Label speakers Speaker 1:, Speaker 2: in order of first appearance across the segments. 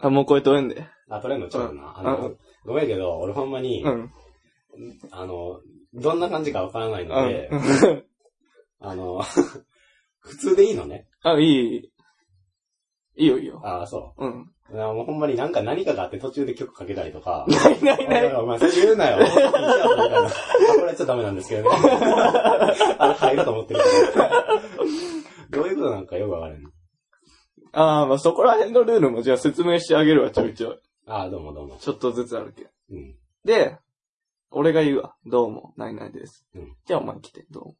Speaker 1: あ、もう超えとるんで。
Speaker 2: あ、取れんのちゃうな。あ
Speaker 1: うんう
Speaker 2: の、ごめんけど、俺ほんまに
Speaker 1: う、ん。
Speaker 2: あの、どんな感じかわからないので
Speaker 1: う、ん。
Speaker 2: あの、 普通でいいのね。
Speaker 1: あ、いい。いいよ、いいよ。
Speaker 2: ああ、そ
Speaker 1: うん。
Speaker 2: う。なもうほんまになんか何かがあって途中で曲かけたりとか。
Speaker 1: ないないない。
Speaker 2: お前、それ言う なよ。あこれはちょっとダメなんですけどね。 あれ入ると思ってるから。どういうことなんかよくわからんない。
Speaker 1: ああ、まあそこら辺のルールもじゃあ説明してあげるわ、ちょいちょい。
Speaker 2: ああ、どうもどうも。
Speaker 1: ちょっとずつあるけど。
Speaker 2: うん。
Speaker 1: で、俺が言うわ。どうも、ないないです。
Speaker 2: うん
Speaker 1: じゃあお前来て、どう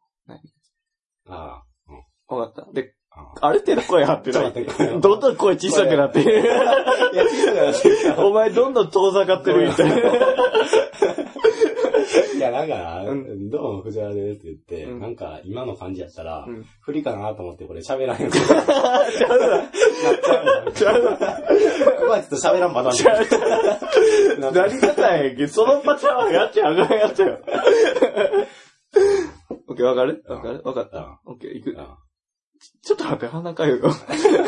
Speaker 2: あ
Speaker 1: も。わかった。で、
Speaker 2: あ。ああ
Speaker 1: ある程度声張って
Speaker 2: ちょ
Speaker 1: な
Speaker 2: っと待
Speaker 1: い。
Speaker 2: って、これ。
Speaker 1: どんどん声小さくなってる。
Speaker 2: いや、小さくなってきた
Speaker 1: お前どんどん遠ざかってるみたいな。
Speaker 2: いや、なんか
Speaker 1: う
Speaker 2: な、どうも藤原ですって言って、
Speaker 1: うん
Speaker 2: なんか今の感じやったら
Speaker 1: うん、
Speaker 2: 不利かなと思ってこれ喋ら へん。ちゃうな。
Speaker 1: ちゃうわ
Speaker 2: お前ちょっと喋らんパターン
Speaker 1: ちゃうちゃう
Speaker 2: な
Speaker 1: なり方やんけ。そのパターンはやっちゃうあかんやっちゃ う。オッケー、わかるわかるわかっ
Speaker 2: うん
Speaker 1: た。オッケー、行
Speaker 2: うん
Speaker 1: く。ちょっと待って、鼻かゆいわ。
Speaker 2: ティ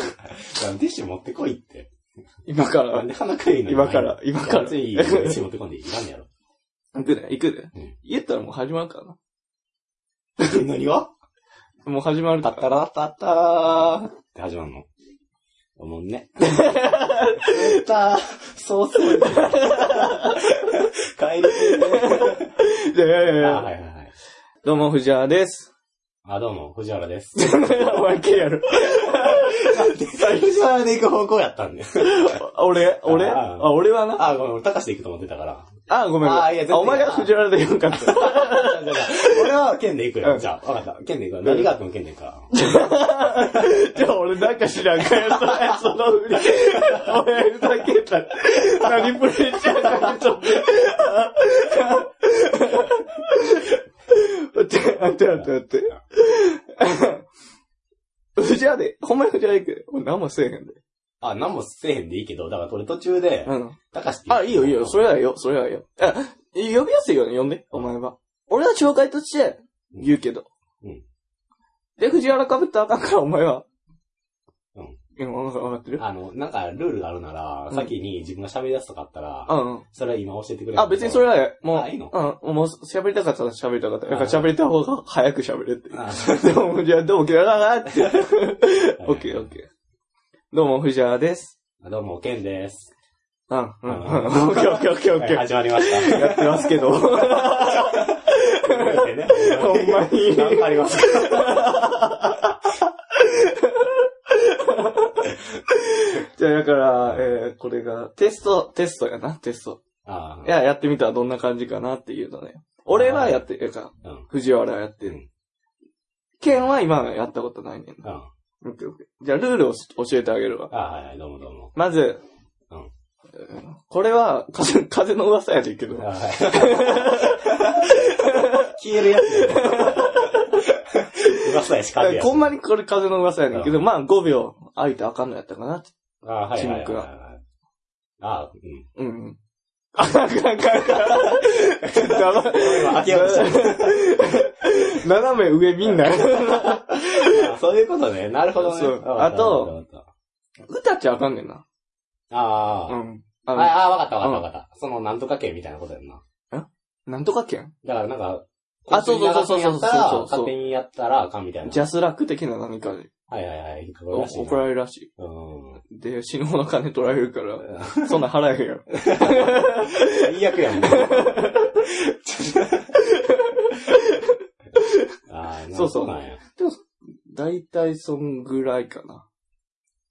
Speaker 2: ッシュ持ってこいって。
Speaker 1: 今か
Speaker 2: な
Speaker 1: ら
Speaker 2: ん。で鼻かゆいの
Speaker 1: 今から。今から。
Speaker 2: つい、
Speaker 1: 行
Speaker 2: ティッシュ持ってこんでいらん やろ。
Speaker 1: くで、行くで
Speaker 2: うん。
Speaker 1: 言ったらもう始まるからな。
Speaker 2: 何が
Speaker 1: もう始まる
Speaker 2: た
Speaker 1: か
Speaker 2: ったらたったーって始まんの。おもんね。たー、そうする。 帰り
Speaker 1: ら。
Speaker 2: て
Speaker 1: いやいやいやい
Speaker 2: ー。あ、
Speaker 1: や。
Speaker 2: はいはいはい。
Speaker 1: どうも、藤原 です。
Speaker 2: あ、どうも、藤原です。
Speaker 1: お前、けやろ。
Speaker 2: 藤原で行く方向やったんで。
Speaker 1: 俺俺
Speaker 2: あー
Speaker 1: あ、俺はな。
Speaker 2: あ、ごめん、俺、高橋で行くと思ってたから。
Speaker 1: あ、ごめんごめん。
Speaker 2: あーいや全然
Speaker 1: お前が藤原でよかった。
Speaker 2: 俺は、剣で行く
Speaker 1: う
Speaker 2: よ。
Speaker 1: ん
Speaker 2: じゃあ、わかった。剣で行くよ。何があっても剣で行くから。
Speaker 1: じゃあ俺なんか知らんかやった。その ふり。お前ふざけた。何プレッシャーかけ ちゃって。待って、待って、待って、待って。 藤原で、ほんまに藤原行く。俺何もせえへんで。
Speaker 2: あ、何もせえへんでいいけど、だから俺途中で、
Speaker 1: うん。
Speaker 2: 高橋って言う
Speaker 1: あ、いいよ、いいよ。それはいいよ、それはいいよ。あ、呼びやすいよね、呼んで、お前は。俺は紹介として言うけど。
Speaker 2: うん。
Speaker 1: で、藤原かぶったらあかんから、お前は。
Speaker 2: うん。
Speaker 1: 今、わかわかってる
Speaker 2: あの、なんかルールがあるなら、
Speaker 1: うん
Speaker 2: 先に自分が喋り出すとかあったら、
Speaker 1: うんうん。
Speaker 2: それは今教えてくれ
Speaker 1: あ、別にそれ
Speaker 2: は。
Speaker 1: は、もう、
Speaker 2: あいいの
Speaker 1: うん、もう喋りたかったら喋りたかった。だから喋りた方が早く喋れって。
Speaker 2: あ
Speaker 1: でも、じゃあ、どうも、キラララって。オッケーオッケー。どうも、藤原です。
Speaker 2: どうも、ケンです。
Speaker 1: うん、うん、うん。オ
Speaker 2: うん
Speaker 1: ッ ケーオッケーオッケーオッ
Speaker 2: は
Speaker 1: ケ
Speaker 2: い
Speaker 1: ー。
Speaker 2: 始まりまし た。
Speaker 1: やってますけど。ほ
Speaker 2: ね
Speaker 1: んまに。
Speaker 2: 頑張ります。
Speaker 1: じゃあ、だから、えー、これが、テスト、テストやな、テスト。
Speaker 2: あ
Speaker 1: いや、やってみたらどんな感じかなっていうのね。俺はやってるか、
Speaker 2: あ、うん。
Speaker 1: 藤原はやって
Speaker 2: う
Speaker 1: る
Speaker 2: ん。
Speaker 1: ケンは今やったことないねん
Speaker 2: うん。
Speaker 1: な。
Speaker 2: あ
Speaker 1: オッケーオッケーじゃあ、ルールを教えてあげるわ。
Speaker 2: はいはい、どうもどうも。
Speaker 1: まず、
Speaker 2: う
Speaker 1: う
Speaker 2: ん
Speaker 1: んこれは風、風の噂やねんけど、
Speaker 2: あ はい消えるやつ。噂やし、勝てやつ。
Speaker 1: ほんまにこれ風の噂やねんけど、
Speaker 2: う
Speaker 1: まあ5秒空いてあかんのやったかな。
Speaker 2: ああ、はいはいはい
Speaker 1: 沈黙
Speaker 2: はい
Speaker 1: が
Speaker 2: はい。ああ、うん。
Speaker 1: うんうん。あかんあ かんあかんあかん。ちょっと黙
Speaker 2: 今開けようとした
Speaker 1: 斜め上みんな。
Speaker 2: あそういうことね。なるほどね。
Speaker 1: そう
Speaker 2: わかった
Speaker 1: あと、
Speaker 2: わかったわかっ
Speaker 1: 歌っちゃあかんねんな。
Speaker 2: たあ
Speaker 1: う
Speaker 2: あ、
Speaker 1: ん。あの、
Speaker 2: ああ、わかったわかったわかった。そのなんとか系みたいなことやんな。
Speaker 1: なんとか県
Speaker 2: だからなんか、
Speaker 1: あそうそうそうそうそうそう
Speaker 2: こっちに流すんやったら
Speaker 1: そうそうそう
Speaker 2: 勝手にやったらあかんみたいな。
Speaker 1: ジャスラック的な何かで
Speaker 2: はいはいはい。これ
Speaker 1: お
Speaker 2: らしいな。
Speaker 1: 怒られるらし
Speaker 2: うん。
Speaker 1: い。で、死ぬほど金取られる から、そんなん払えへんやろ。
Speaker 2: 最 悪やもん。ああ、
Speaker 1: そうそう
Speaker 2: なんや。
Speaker 1: だいたいそんぐらいかな。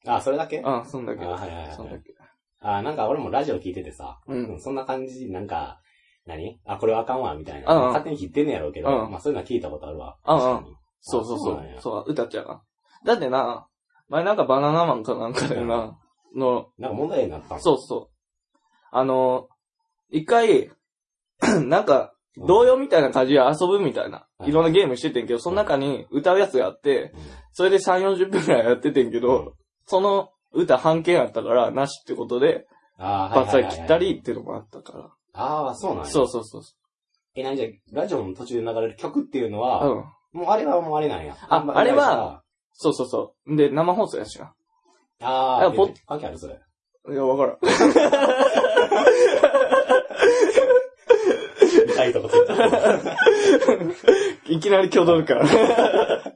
Speaker 2: ああ、それだけあ
Speaker 1: あ、そんだけ。
Speaker 2: あはいはいはい
Speaker 1: そんだけ。
Speaker 2: あ、なんか俺もラジオ聞いててさ、
Speaker 1: うん
Speaker 2: うんそんな感じ、なんか、何あ、これはあかんわ、みたいな。
Speaker 1: うんうん
Speaker 2: 勝手に切ってんねやろうけど、
Speaker 1: うん
Speaker 2: まあそういうのは聞いたことあるわ。
Speaker 1: うんうん
Speaker 2: 確かに
Speaker 1: そうそうそ
Speaker 2: あそうなん
Speaker 1: う。
Speaker 2: や
Speaker 1: そう、歌っちゃうな。だってな、前なんかバナナマンかなんかだよな、の、
Speaker 2: なんか問題になったの
Speaker 1: そうそう。あの、一回、 なんか、
Speaker 2: うん
Speaker 1: 童謡みたいな感じで遊ぶみたいな、
Speaker 2: はい
Speaker 1: いろんなゲームしててんけど、その中に歌うやつがあって、それで3、40分くらいやっててんけ
Speaker 2: うん
Speaker 1: ど、その歌半径あったから、なしってことで、
Speaker 2: ああ、
Speaker 1: バツは
Speaker 2: はいはいはいはい
Speaker 1: 切ったりっ。ていうのもあったか
Speaker 2: ああ、そうなん
Speaker 1: ら。
Speaker 2: や。
Speaker 1: そうそうそう。
Speaker 2: え、何じゃ、ラジオの途中で流れる曲っていうのは、
Speaker 1: うん。
Speaker 2: もうあれはもうあれなんや。
Speaker 1: あ
Speaker 2: んま
Speaker 1: あれは
Speaker 2: ないから、
Speaker 1: そうそうそう。で、生放送やしな。
Speaker 2: ああ、
Speaker 1: あポッ
Speaker 2: 関係あるそれ。
Speaker 1: いや、わからん。
Speaker 2: はい、とかついてる。
Speaker 1: いきなり挙動から。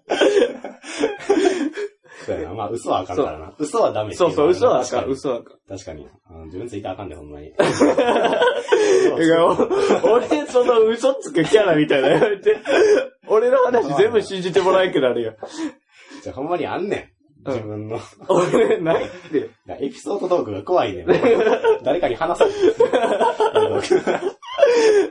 Speaker 2: そうやな。まあ、嘘はあかんからな。嘘はダメってい
Speaker 1: そう
Speaker 2: の
Speaker 1: そう、
Speaker 2: は
Speaker 1: 嘘はあ
Speaker 2: 確か
Speaker 1: かん、
Speaker 2: に。
Speaker 1: 嘘はあかん。
Speaker 2: 確かに。あの自分ついたらあかんで、ほん まに。
Speaker 1: いや俺、その嘘つくキャラみたいなのやめて。 俺の話全部信じてもらえんくなるよ。
Speaker 2: じゃあほんまにあんねん。
Speaker 1: うん
Speaker 2: 自分の。
Speaker 1: 俺、ないって。
Speaker 2: いやエピソードトークが怖いねん。誰かに話さない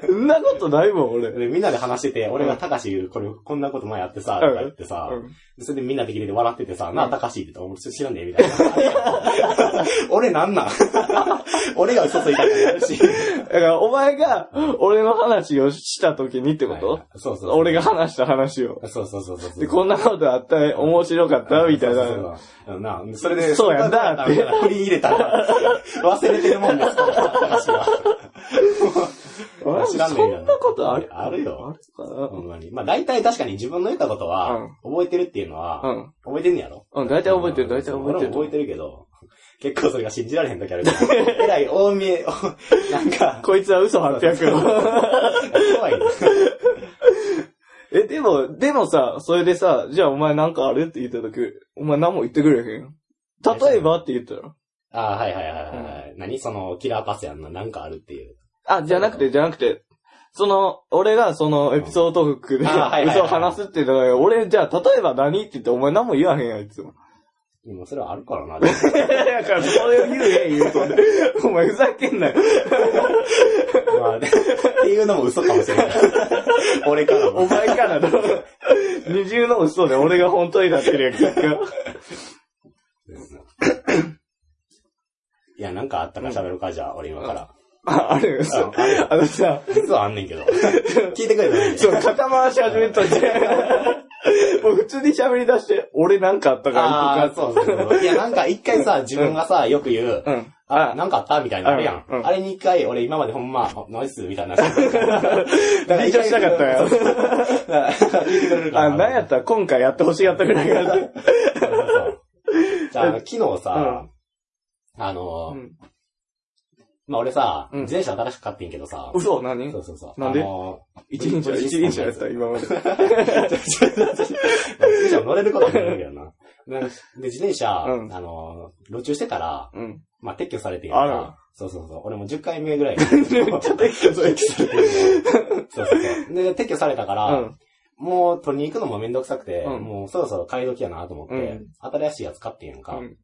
Speaker 1: そんなことないもん、俺。
Speaker 2: でみんなで話してて、俺が高志、これ、こんなこと前やってさ、とか言ってさ、
Speaker 1: うん
Speaker 2: それでみんなで聞いてて笑っててさ、なあ、高志って言ったら、俺知らねえ、みたいな。俺なん なん俺が嘘ついたからやるし。
Speaker 1: だから、お前が、俺の話をした時にってこと、
Speaker 2: はいはいそうそうそう。
Speaker 1: 俺が話した話を。
Speaker 2: そうそうそうそうそう。
Speaker 1: で、こんなことあったね、面白かった、みたい
Speaker 2: そうそう
Speaker 1: な。
Speaker 2: そうなあそれで、
Speaker 1: そうやんな
Speaker 2: そだ振り入れた ら、忘れてるもんですから、私は。
Speaker 1: あ
Speaker 2: 知らねえ
Speaker 1: そ
Speaker 2: よ
Speaker 1: んなことある
Speaker 2: ある
Speaker 1: あ
Speaker 2: よ
Speaker 1: るか
Speaker 2: ほんまに。まあ大体確かに自分の言ったことは
Speaker 1: うん、
Speaker 2: 覚えてるっていうのは、
Speaker 1: なうん。
Speaker 2: 覚えてんねやろ
Speaker 1: うん、大体覚えてる、大体覚えて
Speaker 2: 俺
Speaker 1: る。
Speaker 2: も覚えてるけど、結構それが信じられへん時あ るから。えらい大見え、おなんか、
Speaker 1: こいつは嘘800よ。
Speaker 2: 怖 いね。
Speaker 1: え、でも、でもさ、それでさ、じゃあお前なんかあるって言った時、お前何も言ってくれへん例えばって言ったら。
Speaker 2: あーはいはいはいはいはい。何その、キラーパスやんな、なんかあるっていう。
Speaker 1: あ、じゃなくて、じゃなくて。その、俺がそのエピソードトークで
Speaker 2: うんあはいはいはい
Speaker 1: 嘘を話すっていうのが、俺じゃあ例えば何って言ってお前何も言わへんやん、いつ も。
Speaker 2: 今それはあるか らな。
Speaker 1: だからそれを言えへん言うとね。 お前ふざけんなよ。
Speaker 2: まあ、でっていうのも嘘かもしれない。俺から
Speaker 1: お
Speaker 2: も。
Speaker 1: 前からの二重の嘘で俺が本当になってるやん、結果。
Speaker 2: いや、なんかあったら喋るか、じゃあ、俺今から。
Speaker 1: あ、あれ嘘。あのさ、
Speaker 2: 実はあんねんけど。 聞いてくれたらいいね
Speaker 1: そう、肩回し始めといて。もう普通に喋り出して、俺なんかあったから
Speaker 2: あ
Speaker 1: と
Speaker 2: あ、
Speaker 1: か。
Speaker 2: そうそうそう。いや、なんか一回さ、自分がさ、よく言う、
Speaker 1: うん。
Speaker 2: あ、
Speaker 1: あ、
Speaker 2: なんかあったみたいなのあるやん。
Speaker 1: うんうん
Speaker 2: あれに一回、俺今までほんま、ノイズみたいな。だから
Speaker 1: 緊張しなかったよ。
Speaker 2: 聞いてくれるか
Speaker 1: あ、
Speaker 2: な。
Speaker 1: なんやったら今回やってほしかったぐらいから。
Speaker 2: そうそうそうじゃあ、昨日さ、あの
Speaker 1: う
Speaker 2: ー、
Speaker 1: ん
Speaker 2: まあ俺さ、
Speaker 1: うん
Speaker 2: 自転車新しく買ってんけどさ、
Speaker 1: 嘘何
Speaker 2: そうそうそう。
Speaker 1: なんで
Speaker 2: あのー
Speaker 1: 一輪車、
Speaker 2: ブリ
Speaker 1: 一輪車やった、今まで。
Speaker 2: 自転車乗れることになるけどな。なんかで、自転車、
Speaker 1: うん
Speaker 2: あの、路中してたら、
Speaker 1: うん。
Speaker 2: まあ、撤去されてる
Speaker 1: あら
Speaker 2: かそうそうそう。俺も10回目ぐら い。
Speaker 1: めっちゃ撤去されて
Speaker 2: されてるからそうそうそう。で、撤去されたか
Speaker 1: う
Speaker 2: ら、
Speaker 1: ん。
Speaker 2: もう取りに行くのもめんどくさくて、
Speaker 1: うん
Speaker 2: もうそろそろ買い時やなと思って、
Speaker 1: うん
Speaker 2: 新しいやつ買ってんやんか。
Speaker 1: うん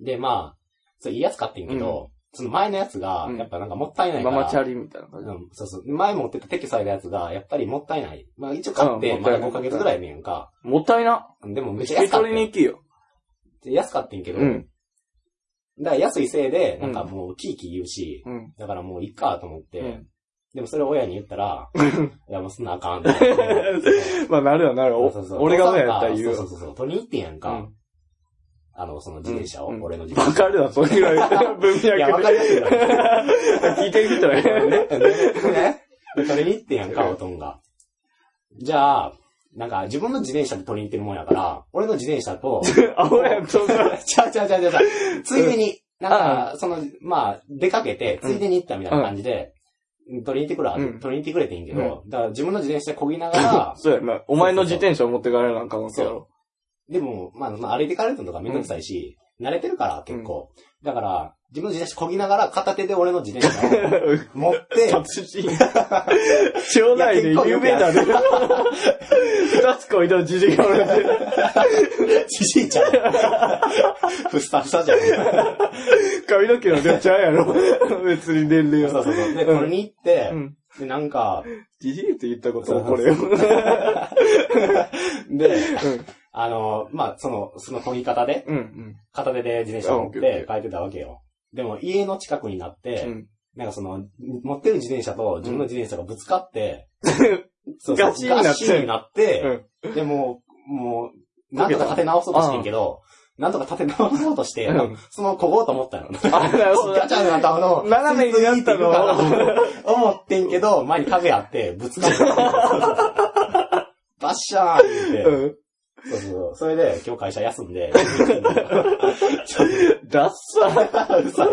Speaker 2: で、まあ、そういいやつ買ってんけど、その前のやつが
Speaker 1: う、ん
Speaker 2: やっぱなんかもったいないか
Speaker 1: マ
Speaker 2: ら、
Speaker 1: マチャリみたいな感じ。
Speaker 2: うん、そうそう。前持ってた撤去されたやつが、やっぱりもったいない。まあ一応買っ
Speaker 1: う
Speaker 2: て、
Speaker 1: んもっ
Speaker 2: ま
Speaker 1: た
Speaker 2: だ
Speaker 1: いない
Speaker 2: 5ヶ月ぐらいやねんやんか。
Speaker 1: もったいな。
Speaker 2: でもめっちゃ
Speaker 1: 引
Speaker 2: 安
Speaker 1: き
Speaker 2: かっ
Speaker 1: 取
Speaker 2: た
Speaker 1: りに行
Speaker 2: よ。
Speaker 1: きよ。
Speaker 2: 安かったんけど、
Speaker 1: うん。
Speaker 2: だから安いせいで、
Speaker 1: う
Speaker 2: なんんかもうキーキー言うし、
Speaker 1: うん。
Speaker 2: だからもういっかと思って、
Speaker 1: うん
Speaker 2: でもそれを親に言ったら、いやもうそんなあかん って言って。
Speaker 1: まあ、なるよ、なる
Speaker 2: そ
Speaker 1: よ
Speaker 2: うそうそ。う
Speaker 1: 俺が親やったら言うよ。
Speaker 2: そうそうそうそう。取りに行ってんやんか。
Speaker 1: うん
Speaker 2: あの、その自転車を、
Speaker 1: うん
Speaker 2: 俺の自
Speaker 1: わ
Speaker 2: 転車。
Speaker 1: かるわ、それぐらい。文脈で。
Speaker 2: いや、わかりやすいよ。
Speaker 1: 聞いてる人はね。
Speaker 2: ね。で取りに行ってんやんか、おとんが。じゃあ、なんか自分の自転車で取りに行ってるもんやから、俺の自転車と、
Speaker 1: 青やん、そんな。
Speaker 2: ちゃうちゃうちゃうちゃうちゃう。ついでに、なんか、その、まあ、出かけて、ついでに行ったみたいな感じで、取りに行ってくるわ、
Speaker 1: うん、
Speaker 2: 取りに行ってくれていいんけど、だから自分の自転車こぎながら
Speaker 1: そうやな。お前の自転車を持ってかれるなんかもそうやろ。
Speaker 2: でも、まあ、まあ、歩いてかれるのとかめんどくさいし、慣れてるから、結構。だから、自分の自転車こぎながら、片手で俺の自転車を 持って、
Speaker 1: 殺人。町内で有名だね。二つ恋のじじがおる
Speaker 2: じじいちゃん。 ふっさ ふさじゃん。
Speaker 1: 髪の毛の出ちゃうやろ。別に年齢
Speaker 2: そ
Speaker 1: は
Speaker 2: う。そうそう。で、取りに行って、
Speaker 1: うん。
Speaker 2: で、なんか、
Speaker 1: じじいって言ったこと怒るよ。
Speaker 2: で、
Speaker 1: うん
Speaker 2: あの、まあ、その、そのこぎ方で、
Speaker 1: うん。
Speaker 2: 片手で自転車持っ
Speaker 1: うんオッケーオッケ
Speaker 2: て帰ってたわけよ。でも家の近くになって、
Speaker 1: うん。
Speaker 2: なんかその、持ってる自転車と自分の自転車がぶつかって、そうそう
Speaker 1: ガチになって
Speaker 2: ガチになって、でもう、もう、なんとか立て直そうとしてんけど、なんとか立て直そうとして、
Speaker 1: うん
Speaker 2: その、こごうと思ったの。
Speaker 1: あ、なるほど
Speaker 2: ガ。チャになったの、
Speaker 1: 斜めになったの
Speaker 2: スイスイって言うかな 思ってんけど、前に壁あって、ぶつかって。バッシャーンって言って、
Speaker 1: うん。
Speaker 2: そうそう。それで、今日会社休んで、
Speaker 1: ダッサ
Speaker 2: うるさい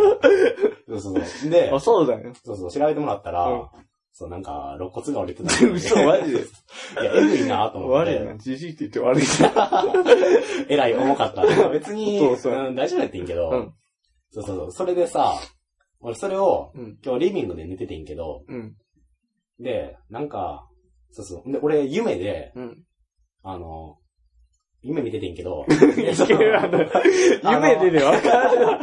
Speaker 2: そうそうそう。で
Speaker 1: ー。あ、、そうだよ。
Speaker 2: そうそう、調べてもらったら、
Speaker 1: うん
Speaker 2: そう、なんか、肋骨が折れてた。
Speaker 1: 嘘、マジで。
Speaker 2: いや、えぐいなと思っ
Speaker 1: 悪い
Speaker 2: て
Speaker 1: な。、じじいって言って悪いな。
Speaker 2: えらい重か った。別に、
Speaker 1: そうそう
Speaker 2: うん、大丈夫やってんけど、
Speaker 1: うん
Speaker 2: そうそうそう、それでさ、俺それを、
Speaker 1: うん
Speaker 2: 今日リビングで寝ててんけど、
Speaker 1: うん。
Speaker 2: で、なんか、そうそう、で、俺夢で、
Speaker 1: うん。
Speaker 2: あの、夢見ててん けど、
Speaker 1: あの夢でね、わかる。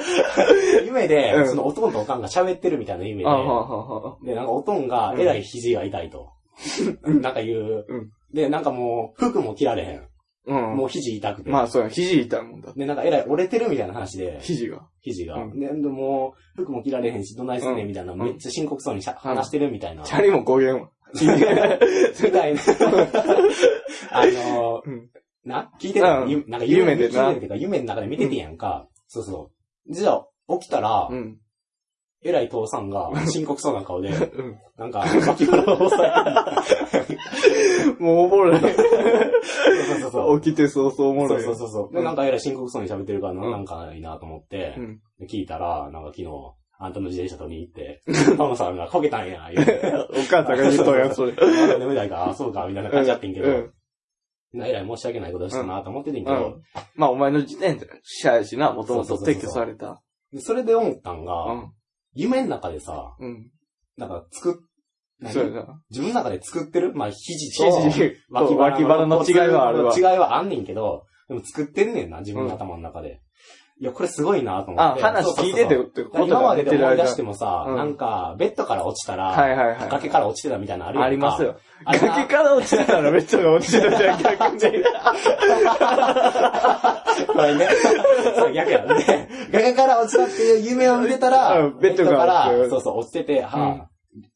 Speaker 2: 夢で、
Speaker 1: うん
Speaker 2: そのおとんとおかんが喋ってるみたいな夢で、
Speaker 1: あははは
Speaker 2: で、なんかおとんが、えらい肘が痛いと。なんか言う、
Speaker 1: うん
Speaker 2: で、なんかもう、服も着られへ
Speaker 1: うん
Speaker 2: ん。。もう肘痛くて。
Speaker 1: まあ、そうや、肘痛いもんだ。
Speaker 2: で、なんかえらい折れてるみたいな話で、
Speaker 1: 肘が。
Speaker 2: 肘が。
Speaker 1: うん
Speaker 2: で、でもう、服も着られへんし、どないすんね
Speaker 1: うん
Speaker 2: んみたいな、
Speaker 1: ん
Speaker 2: めっちゃ深刻そうにしゃ話してるみたいな。
Speaker 1: チ ャリもこげんわ。
Speaker 2: みたいな。 あの
Speaker 1: う
Speaker 2: ー
Speaker 1: ん
Speaker 2: な聞いてた、
Speaker 1: うん
Speaker 2: ゆなんか
Speaker 1: 夢
Speaker 2: 夢
Speaker 1: で
Speaker 2: で
Speaker 1: な
Speaker 2: 聞いてたけど、夢の中で見ててんやんか。そうそう。じゃあ、起きたら、
Speaker 1: うん。
Speaker 2: えらい父さんが、深刻そうな顔で、
Speaker 1: うん。
Speaker 2: な んか、脇腹を押さ
Speaker 1: もうおもろい。
Speaker 2: えて、そうそうそう。
Speaker 1: 起きて早々おも
Speaker 2: そ
Speaker 1: ろ
Speaker 2: う
Speaker 1: い。
Speaker 2: そうそうそう。
Speaker 1: う
Speaker 2: で、
Speaker 1: ん
Speaker 2: なんかえらい深刻そうに喋ってるからな、
Speaker 1: うん
Speaker 2: なんかいいなと思って、
Speaker 1: うん
Speaker 2: で聞いたら、なんか昨日、あんたの自転車取りに行って、ママさんがこけたんや、言うて。
Speaker 1: お母さんが言うとんやん、それ。
Speaker 2: まだ飲めないから、あ、そうか、みたいな感じやってんけど、
Speaker 1: うん
Speaker 2: えらい申し訳ないことしたなと思っててんけ
Speaker 1: う
Speaker 2: ど
Speaker 1: ん、まあ、お前の時点で、シャやしな、もともと
Speaker 2: そうそうそう
Speaker 1: 撤
Speaker 2: そ
Speaker 1: 去
Speaker 2: う
Speaker 1: された。
Speaker 2: でそれで思ったんが、
Speaker 1: うん。
Speaker 2: 夢の中でさ、
Speaker 1: うん。
Speaker 2: なんか作っ、何
Speaker 1: そうやな。
Speaker 2: 自分の中で作ってるまあ、肘と
Speaker 1: 肘と脇腹の違いはあるわ
Speaker 2: 骨。の違いはあんねんけど、でも作ってんねんな、自分の頭の中で。いや、これすごいなと思
Speaker 1: あ
Speaker 2: っ、て。
Speaker 1: 話聞いてて
Speaker 2: そうそう
Speaker 1: ってこ
Speaker 2: そう
Speaker 1: と
Speaker 2: 今
Speaker 1: が
Speaker 2: ま
Speaker 1: 出
Speaker 2: で
Speaker 1: て
Speaker 2: で
Speaker 1: る
Speaker 2: 思い出
Speaker 1: 間。
Speaker 2: してもさ、
Speaker 1: うん
Speaker 2: なんか、ベッドから落ちたら、
Speaker 1: はいはいはい。
Speaker 2: 崖から落ちてたみたいなのあるやんか
Speaker 1: あります。 よ。
Speaker 2: あれ
Speaker 1: 崖から落ちてたらめっちゃ落ちてたじ ゃん、逆に。
Speaker 2: これね、そう、逆やんね。崖から落ちたっていう夢を見てたら
Speaker 1: うん、ベッドから
Speaker 2: から、そうそう、落ちてて、はぁ、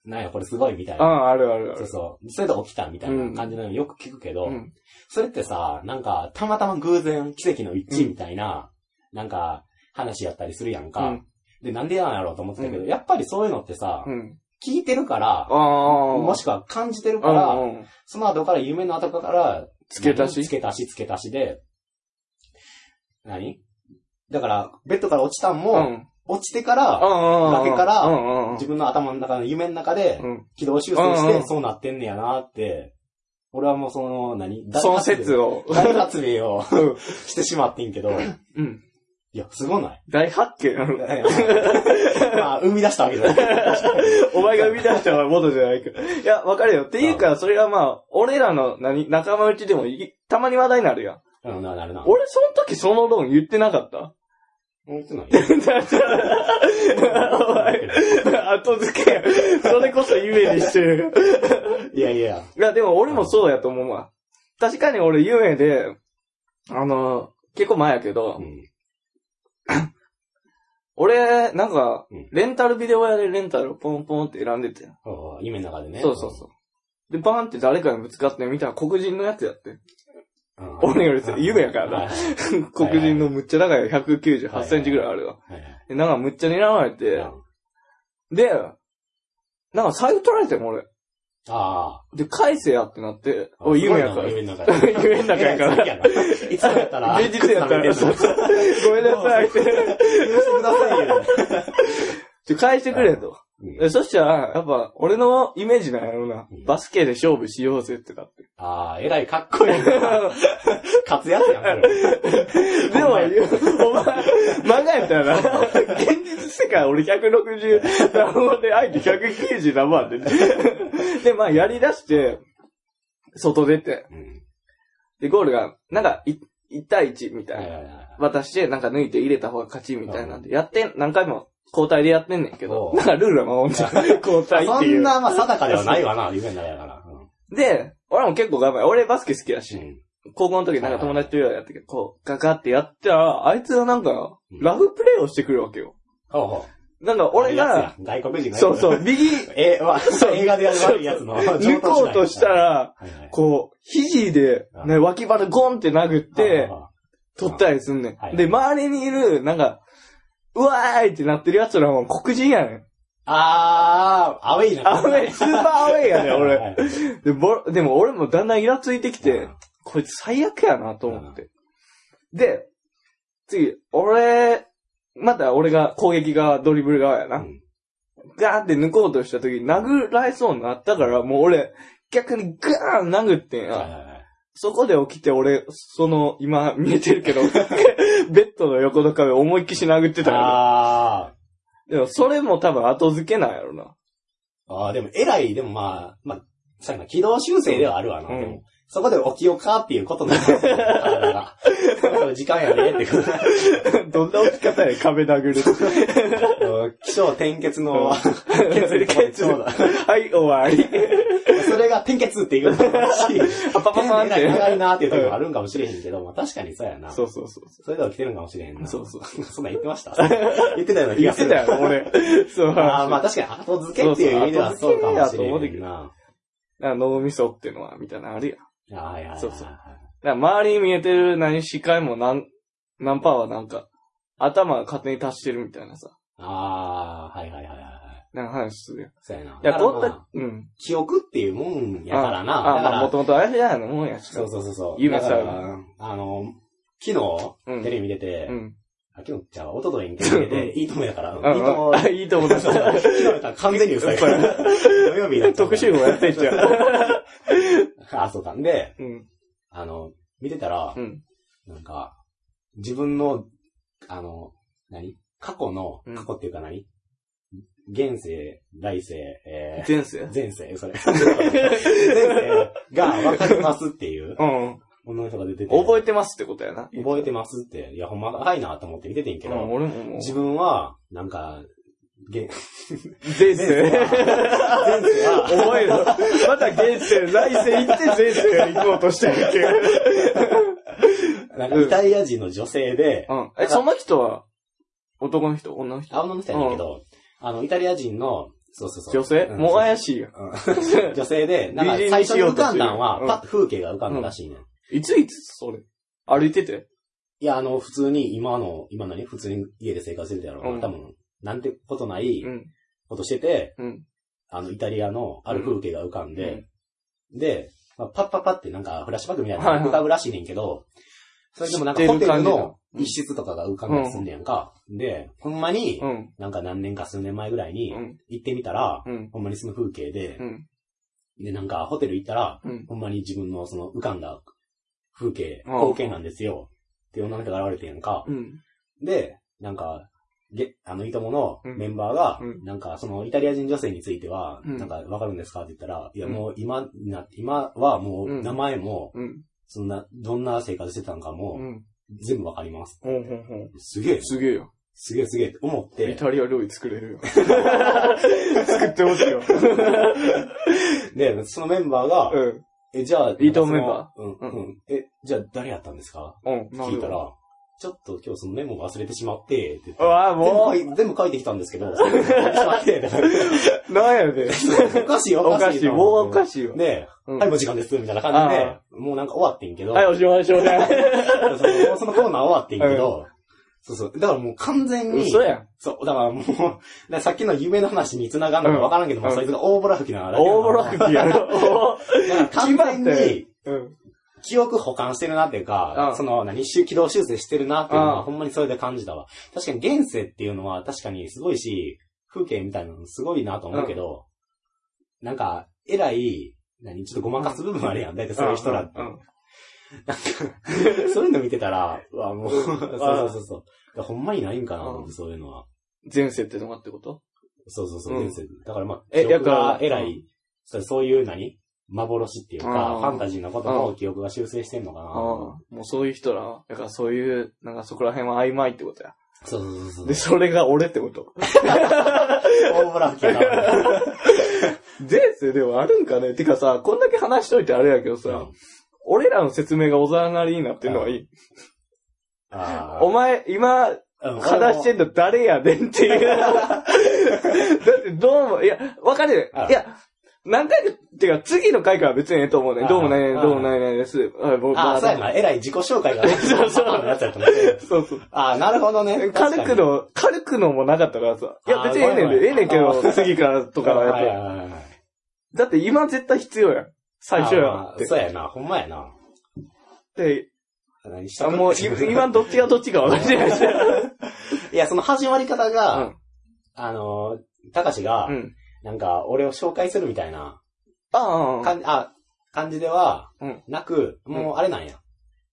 Speaker 2: なんや、これすごいみたいうな。
Speaker 1: ん、あるあるあ
Speaker 2: そう
Speaker 1: る。
Speaker 2: そう。それで起きたみたいな感じなのよく聞くけど
Speaker 1: う、ん。
Speaker 2: それってさ、なんか、たまたま偶然奇跡の一致みたいな、なんか、話やったりするやん
Speaker 1: う
Speaker 2: か
Speaker 1: ん。
Speaker 2: で、なんでやんやろうと思ってたけ
Speaker 1: う
Speaker 2: ど、やっぱりそういうのってさ
Speaker 1: う、ん。
Speaker 2: 聞いてるから、
Speaker 1: ああ。
Speaker 2: もしくは感じてるから
Speaker 1: う、んうん
Speaker 2: その後から夢の後から、
Speaker 1: 付け足し
Speaker 2: 付け足し、付け足しで、何だから、ベッドから落ちた
Speaker 1: う
Speaker 2: んも、
Speaker 1: ん。うん
Speaker 2: 落ちてから、
Speaker 1: うんうん。
Speaker 2: 崖から
Speaker 1: うんうんうん
Speaker 2: 自分の頭の中の夢の中で
Speaker 1: う、ん。
Speaker 2: 軌道修正し
Speaker 1: うんう
Speaker 2: て、
Speaker 1: ん
Speaker 2: そうなってんねやなって、俺はもうその、何
Speaker 1: その説
Speaker 2: を。
Speaker 1: を。
Speaker 2: 大発明を
Speaker 1: うん
Speaker 2: してしまってん けど、い
Speaker 1: うん。
Speaker 2: や、すご ない。
Speaker 1: 大発見。
Speaker 2: まあ、生み出したわけじゃない。
Speaker 1: お前が生み出したものじゃないから。いや、わかるよ。っていうか、それはまあ、俺らの、何、仲間内でもい、たまに話題になるやん。
Speaker 2: うん、ななるな。
Speaker 1: 俺、その時その論言ってなかった
Speaker 2: うんそうなんや
Speaker 1: お前後付けや。それこそ夢にしてる。
Speaker 2: いやいや。
Speaker 1: いや、でも俺もそうやと思うわ。確かに俺、夢で、あの、結構前やけど、
Speaker 2: うん。
Speaker 1: 俺、なんか
Speaker 2: うん、
Speaker 1: レンタルビデオ屋でレンタルをポンポンって選んでて。
Speaker 2: ああ夢の中でね。
Speaker 1: そうそうそう。で、バーンって誰かにぶつかってみたら黒人のやつやって。
Speaker 2: うん。
Speaker 1: 俺よりさ 夢やからな
Speaker 2: はいはい
Speaker 1: 黒人のむっちゃ長い198センチぐらいあるわ。
Speaker 2: はいはい
Speaker 1: で、なんかむっちゃ睨まれて、で、なんか財布取られても俺。
Speaker 2: あ
Speaker 1: で、返せやってなって、
Speaker 2: あ。
Speaker 1: おい、夢やから。
Speaker 2: 夢の中 や
Speaker 1: 夢の中やか
Speaker 2: 夢
Speaker 1: ら。
Speaker 2: やから。いつもやった ら。
Speaker 1: 現実やったら、
Speaker 2: そ
Speaker 1: そう
Speaker 2: う
Speaker 1: そう ごめんなさいって。
Speaker 2: くださいよ。
Speaker 1: で返してくれと。
Speaker 2: うん
Speaker 1: でそしたら、やっぱ、俺のイメージなんやろな
Speaker 2: うん。
Speaker 1: バスケで勝負しようぜってな って。
Speaker 2: ああ、えらいかっこいいな。勝つやつやん、それ。
Speaker 1: でも、お前、漫画やったらな、現実世界俺160何本で、相手190何 本あって。で、まあ、やり出して、外出て。
Speaker 2: うん。
Speaker 1: で、ゴールが、なんか、い1対1みた
Speaker 2: はいい
Speaker 1: な。
Speaker 2: はいはい。
Speaker 1: 渡して、なんか抜いて入れた方が勝ちみたいなんで、やってん、何回も交代でやってんねんけど
Speaker 2: お、う
Speaker 1: なんかルールは守んじゃん。 交代っ
Speaker 2: そ
Speaker 1: てい
Speaker 2: ん
Speaker 1: う。
Speaker 2: な、まあ、定かではないわな、夢の中やから。
Speaker 1: で、俺も結構頑張る。俺バスケ好きや
Speaker 2: う
Speaker 1: し、
Speaker 2: ん。
Speaker 1: 高校の時なんか友達とやって、こう、ガガってやったら、あいつがなんか、ラフプレーをしてくるわけよ。
Speaker 2: ほうほ
Speaker 1: なんか
Speaker 2: う。
Speaker 1: 俺が、、
Speaker 2: 外国人が。
Speaker 1: そうそう、。右、
Speaker 2: え、まあ、映画でやる悪いやつの。
Speaker 1: 抜こうとした
Speaker 2: はい
Speaker 1: ら、
Speaker 2: はい。
Speaker 1: こう、肘で、ね、脇腹ゴンって殴って、取ったりすんね
Speaker 2: は
Speaker 1: ん。
Speaker 2: い
Speaker 1: で、周りにいる、なんか、うわーいってなってる奴らも黒人やねん。
Speaker 2: ああ、アウェイな。
Speaker 1: アウェイ、スーパーアウェイやねん、
Speaker 2: は
Speaker 1: 俺。
Speaker 2: いはいはい
Speaker 1: で、ぼ、でも俺もだんだんイラついてきて、こいつ最悪やなと思って。で、次、俺、また俺が攻撃側、ドリブル側やな。
Speaker 2: うん
Speaker 1: ガーンって抜こうとした時に殴られそうになったから、もう俺、逆にガーン殴ってんや。
Speaker 2: はいはいはい。
Speaker 1: そこで起きて俺、その、今見えてるけど、 ベッドの横の壁思いっきし殴ってたか
Speaker 2: あ
Speaker 1: ら。でもそれも多分後付けなんやろな。
Speaker 2: ー。あーでも偉い、でもまあ、まあ、さっきの軌道修正ではあるわな。
Speaker 1: うん
Speaker 2: でもそこで起きようかっていうこと なんですよ。体が。もう時間やねってこと。
Speaker 1: どんな置き方や、壁殴 る。
Speaker 2: うん気象転 結の、
Speaker 1: 血流
Speaker 2: 血
Speaker 1: 血
Speaker 2: 流
Speaker 1: はい、終わり。
Speaker 2: それが転結っていうのもあるし、
Speaker 1: パパパパっ
Speaker 2: 転結が長い
Speaker 1: て。
Speaker 2: なっていうところもあるんかもしれへんけど、まあ確かにそうやな。
Speaker 1: そ
Speaker 2: そう
Speaker 1: そうそう。
Speaker 2: れで起きてるんかもしれへんな。
Speaker 1: そうそう。
Speaker 2: そんなん言ってました言ってたような気
Speaker 1: 言
Speaker 2: が
Speaker 1: っ
Speaker 2: す
Speaker 1: て
Speaker 2: る。
Speaker 1: たよ、俺。そう。
Speaker 2: ああ、まあ確かに後付けっていう意味ではそうかもしれ
Speaker 1: そうそう後付
Speaker 2: へ
Speaker 1: け
Speaker 2: んな。
Speaker 1: なんか脳みそっていうのは、みたいなのあるやん。だか
Speaker 2: ああ、いやいやいや
Speaker 1: そうそうら周りに見えてる何視界も何、何パーはなんか、頭が勝手に達してるみたいなさ。
Speaker 2: ああ、はいはいはいはいはい。
Speaker 1: なんか話するやん。
Speaker 2: そうやな。
Speaker 1: いや、
Speaker 2: だか
Speaker 1: ど
Speaker 2: らま
Speaker 1: ん
Speaker 2: あ
Speaker 1: な、うん。
Speaker 2: 記憶っていうもんやからな。
Speaker 1: ああ、
Speaker 2: だか
Speaker 1: まあ、も
Speaker 2: ら、
Speaker 1: ともとあれじゃないのもんやしか
Speaker 2: そうそうそうそう。
Speaker 1: 夢
Speaker 2: だ
Speaker 1: さ
Speaker 2: から、あの、昨日、
Speaker 1: うん
Speaker 2: テレビ見てて
Speaker 1: う、ん。
Speaker 2: あ昨日じゃあ、おとといにテレビ見て
Speaker 1: う
Speaker 2: て、いいともやから、
Speaker 1: うん
Speaker 2: いいとも、
Speaker 1: あいいと思います。
Speaker 2: 昨日やったら完全に嘘やから。土曜日になっちゃ う
Speaker 1: 特集号やってんじゃん。
Speaker 2: あ、そうか。んで、
Speaker 1: うん。
Speaker 2: あの、見てたら
Speaker 1: う、ん。
Speaker 2: なんか、自分の、あの、何過去の
Speaker 1: うん、
Speaker 2: 過去っていうか何現世、来世、え
Speaker 1: 前世
Speaker 2: ー、前世、それ。 前世がわかりますっていう
Speaker 1: うん。
Speaker 2: 女の人が出てて。
Speaker 1: 覚えてますってことやな。
Speaker 2: 覚えてますって。いや、ほんま、はいなと思って見ててんけ
Speaker 1: う
Speaker 2: ど
Speaker 1: ん、、俺ももう。
Speaker 2: 自分は、なんか、 現
Speaker 1: 前世。
Speaker 2: 前 世は、
Speaker 1: お前ら、また現世、来世行って前世行こうとしてるけ
Speaker 2: なんかイタリア人の女性で、
Speaker 1: ど。うん。え、その人は、男の人女の人
Speaker 2: あ、女の人やねんけど、あの、イタリア人の、そうそうそう。
Speaker 1: 女性
Speaker 2: うん
Speaker 1: もう怪しいやん。
Speaker 2: うん 女性で、なんか
Speaker 1: 美人
Speaker 2: 最
Speaker 1: に
Speaker 2: 初
Speaker 1: し
Speaker 2: に
Speaker 1: よう
Speaker 2: 浮
Speaker 1: と
Speaker 2: か
Speaker 1: する
Speaker 2: んだんは
Speaker 1: う、ん
Speaker 2: パッと風景が浮かんだらしいねん。
Speaker 1: いついつそれ歩いてて
Speaker 2: いや、あの、普通に今の、今何普通に家で生活してたやろうな、
Speaker 1: うん
Speaker 2: 多分、なんてことない
Speaker 1: うん。
Speaker 2: ことしてて、
Speaker 1: うん。
Speaker 2: あの、イタリアのある風景が浮かんで、
Speaker 1: うん
Speaker 2: で、まあ、パッパッパってなんかフラッシュバックみたい
Speaker 1: はい
Speaker 2: な
Speaker 1: はい
Speaker 2: の浮かぶらしいねんけど、それでもなんか
Speaker 1: 知って
Speaker 2: ホ
Speaker 1: る
Speaker 2: テル
Speaker 1: 感じだ
Speaker 2: の一室とかが浮かんだりすんねやんか。で、ほんまに
Speaker 1: う、ん。
Speaker 2: なんか何年か数年前ぐらいうに
Speaker 1: ん。
Speaker 2: 行ってみたら、
Speaker 1: うん。
Speaker 2: ほんまにその風景で
Speaker 1: う、ん。
Speaker 2: で、なんかホテル行ったら、
Speaker 1: うん。
Speaker 2: ほんまに自分のその浮かんだ風景、
Speaker 1: うん
Speaker 2: 光景なんですよ。っていう女の人が現れてんやんか。
Speaker 1: うん。
Speaker 2: で、なんか、げ、あの、いともの
Speaker 1: うん
Speaker 2: メンバーが、
Speaker 1: うん
Speaker 2: なんか、その、イタリア人女性については、
Speaker 1: うん
Speaker 2: なんか、わかるんですかって言ったら、いや、
Speaker 1: うん
Speaker 2: もう、今、な、今はも
Speaker 1: う
Speaker 2: う、
Speaker 1: ん
Speaker 2: 名前も、
Speaker 1: うん。
Speaker 2: そんな、どんな生活してたんか
Speaker 1: う
Speaker 2: も、
Speaker 1: ん。
Speaker 2: 全部わかります。
Speaker 1: ほんほんほん。
Speaker 2: すげえ、
Speaker 1: すげえよ。
Speaker 2: すげえすげえって思っ
Speaker 1: イ
Speaker 2: て、
Speaker 1: タリア料理作れるよ。作ってほしいよ。
Speaker 2: で、そのメンババーが、
Speaker 1: うん。
Speaker 2: え、じゃあ、
Speaker 1: いいともメンバ
Speaker 2: ーうん、
Speaker 1: う
Speaker 2: うん。え、じゃあ、誰やったんですか
Speaker 1: うん。なる
Speaker 2: 聞い
Speaker 1: ほ
Speaker 2: た
Speaker 1: ど。
Speaker 2: ら、ちょっと今日そのメモ忘れてしまって、って言って
Speaker 1: うわあ、
Speaker 2: 全部
Speaker 1: も
Speaker 2: 書い全部書いてきたんですけど、忘れてしまって、
Speaker 1: う、なんやで。
Speaker 2: おかしい、
Speaker 1: お
Speaker 2: お
Speaker 1: か
Speaker 2: かし
Speaker 1: し
Speaker 2: い
Speaker 1: い。
Speaker 2: な。
Speaker 1: もうおかしいよ。
Speaker 2: で、
Speaker 1: うん
Speaker 2: はい、もう時間です、みたいな感じで
Speaker 1: あ、
Speaker 2: もうなんか終わってんけど、
Speaker 1: はい、おしまいおしまい。
Speaker 2: そのもうそのコーナー終わってんけど、そうそう、だからもう完全に、
Speaker 1: 嘘やん。
Speaker 2: そう、だからもう、だからさっきの夢の話に繋がんのかわからんけど、
Speaker 1: うん
Speaker 2: まあそいつが大ボラ吹きなだけやな
Speaker 1: 大ボロクやろ。
Speaker 2: だから完全
Speaker 1: 決まって
Speaker 2: に、
Speaker 1: うん。
Speaker 2: 記憶保管してるなっていう
Speaker 1: う
Speaker 2: か
Speaker 1: ん、
Speaker 2: その、何、し軌道修正してるなっていう
Speaker 1: う
Speaker 2: の
Speaker 1: ん
Speaker 2: は、ほんまにそれで感じたわ。確かに現世っていうのは確かにすごいし、風景みたいなのすごいなと思うけど、なんか、偉い、何、ちょっとごまかす部分あるやん。だいたいそういう人らって
Speaker 1: う。ん。
Speaker 2: そういうの見てたら、うわ、もう、 そうそうそうそう。だからほんまにないんかな
Speaker 1: う、ん
Speaker 2: そういうのは。
Speaker 1: 前世ってのがってこと
Speaker 2: そうそうそう、
Speaker 1: うん
Speaker 2: 現世。だからまあ、
Speaker 1: え
Speaker 2: 記憶が
Speaker 1: やから
Speaker 2: 偉い、そうそういう何幻っていうか、
Speaker 1: うん
Speaker 2: ファンタジーなことも記憶が修正してんのかな
Speaker 1: ああ。。もうそういう人ら、だからそういう、なんかそこら辺は曖昧ってことや。
Speaker 2: そうそうそうそう。
Speaker 1: で、それが俺ってこと。
Speaker 2: 大村家が。
Speaker 1: 前世ではあるんかねてかさ、こんだけ話しといてあれやけどさ、俺らの説明がおざなりになってるのはいい。
Speaker 2: あー
Speaker 1: お前、今、
Speaker 2: うん
Speaker 1: 話してんの誰やねんっていう。 だってどうも、いや、わかる
Speaker 2: あ。
Speaker 1: いや、何回か、てか次の回から別にええと思うねん。
Speaker 2: あ
Speaker 1: どうもない、
Speaker 2: あ
Speaker 1: どうもないないです。あ僕
Speaker 2: あ
Speaker 1: ま
Speaker 2: あ、そうやな。えらい自己紹介が。そうそう。やつやと思って。
Speaker 1: そうそう。
Speaker 2: ああ、なるほどね。
Speaker 1: 軽くの、軽くのもなかったからさ。いや、
Speaker 2: あ
Speaker 1: 別にええねん
Speaker 2: ごめんごめ
Speaker 1: で、
Speaker 2: ん
Speaker 1: ええねんけど、次からと
Speaker 2: と
Speaker 1: かはやっぱ。
Speaker 2: やっ
Speaker 1: だって今絶対必要やん。最初やん
Speaker 2: あ
Speaker 1: っ
Speaker 2: ー
Speaker 1: て。
Speaker 2: そうやな。ほんまやな。
Speaker 1: で、
Speaker 2: 何した
Speaker 1: あもう、い今どっちがどっちか分かってないし。
Speaker 2: いや、その始まり方が、
Speaker 1: うん
Speaker 2: あのー、たかしが、
Speaker 1: うん。
Speaker 2: なんか、俺を紹介するみたいな、
Speaker 1: ああ、
Speaker 2: かんあ、感じでは
Speaker 1: うん、
Speaker 2: なく、もうあれなんや。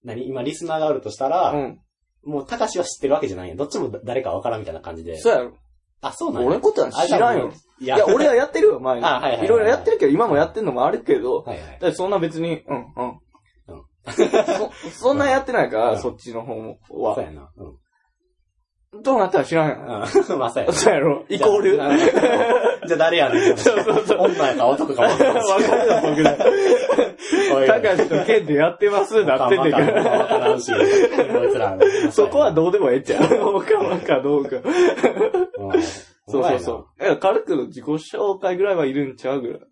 Speaker 2: 何今、リスナーがあるとしたら、
Speaker 1: うん。
Speaker 2: もう、たかしは知ってるわけじゃないんや。どっちも誰かわからんみたいな感じで。
Speaker 1: そうやろ。
Speaker 2: あ、そうなんや。
Speaker 1: 俺のことは知らんよ。
Speaker 2: い
Speaker 1: い
Speaker 2: や、
Speaker 1: や、俺はやってるよ、前に。
Speaker 2: あはいはいはい
Speaker 1: いろいろやってるけど、今もやってんのもあるけど、
Speaker 2: はいはい。
Speaker 1: だってそんな別に、うん、うん。
Speaker 2: うん
Speaker 1: そそんなやってないか
Speaker 2: うん
Speaker 1: ら、そっちの方も
Speaker 2: そう
Speaker 1: は。
Speaker 2: やな。うん。
Speaker 1: どうなったら知らんよ。
Speaker 2: うん。まあ、そうやな。
Speaker 1: そうやろイコール
Speaker 2: じゃあじゃあ誰やねん。
Speaker 1: そうそうそう。
Speaker 2: 女やか男かも。
Speaker 1: わかるよ、僕ら。高橋とケンでやってます、なってんねんから。
Speaker 2: わからんし、こいつら。
Speaker 1: そこはどうでもええっちゃう。わかんわかんどうか。
Speaker 2: うん。
Speaker 1: そうそうそう。いや、軽く自己紹介ぐらいはいるんちゃうぐらい。
Speaker 2: う。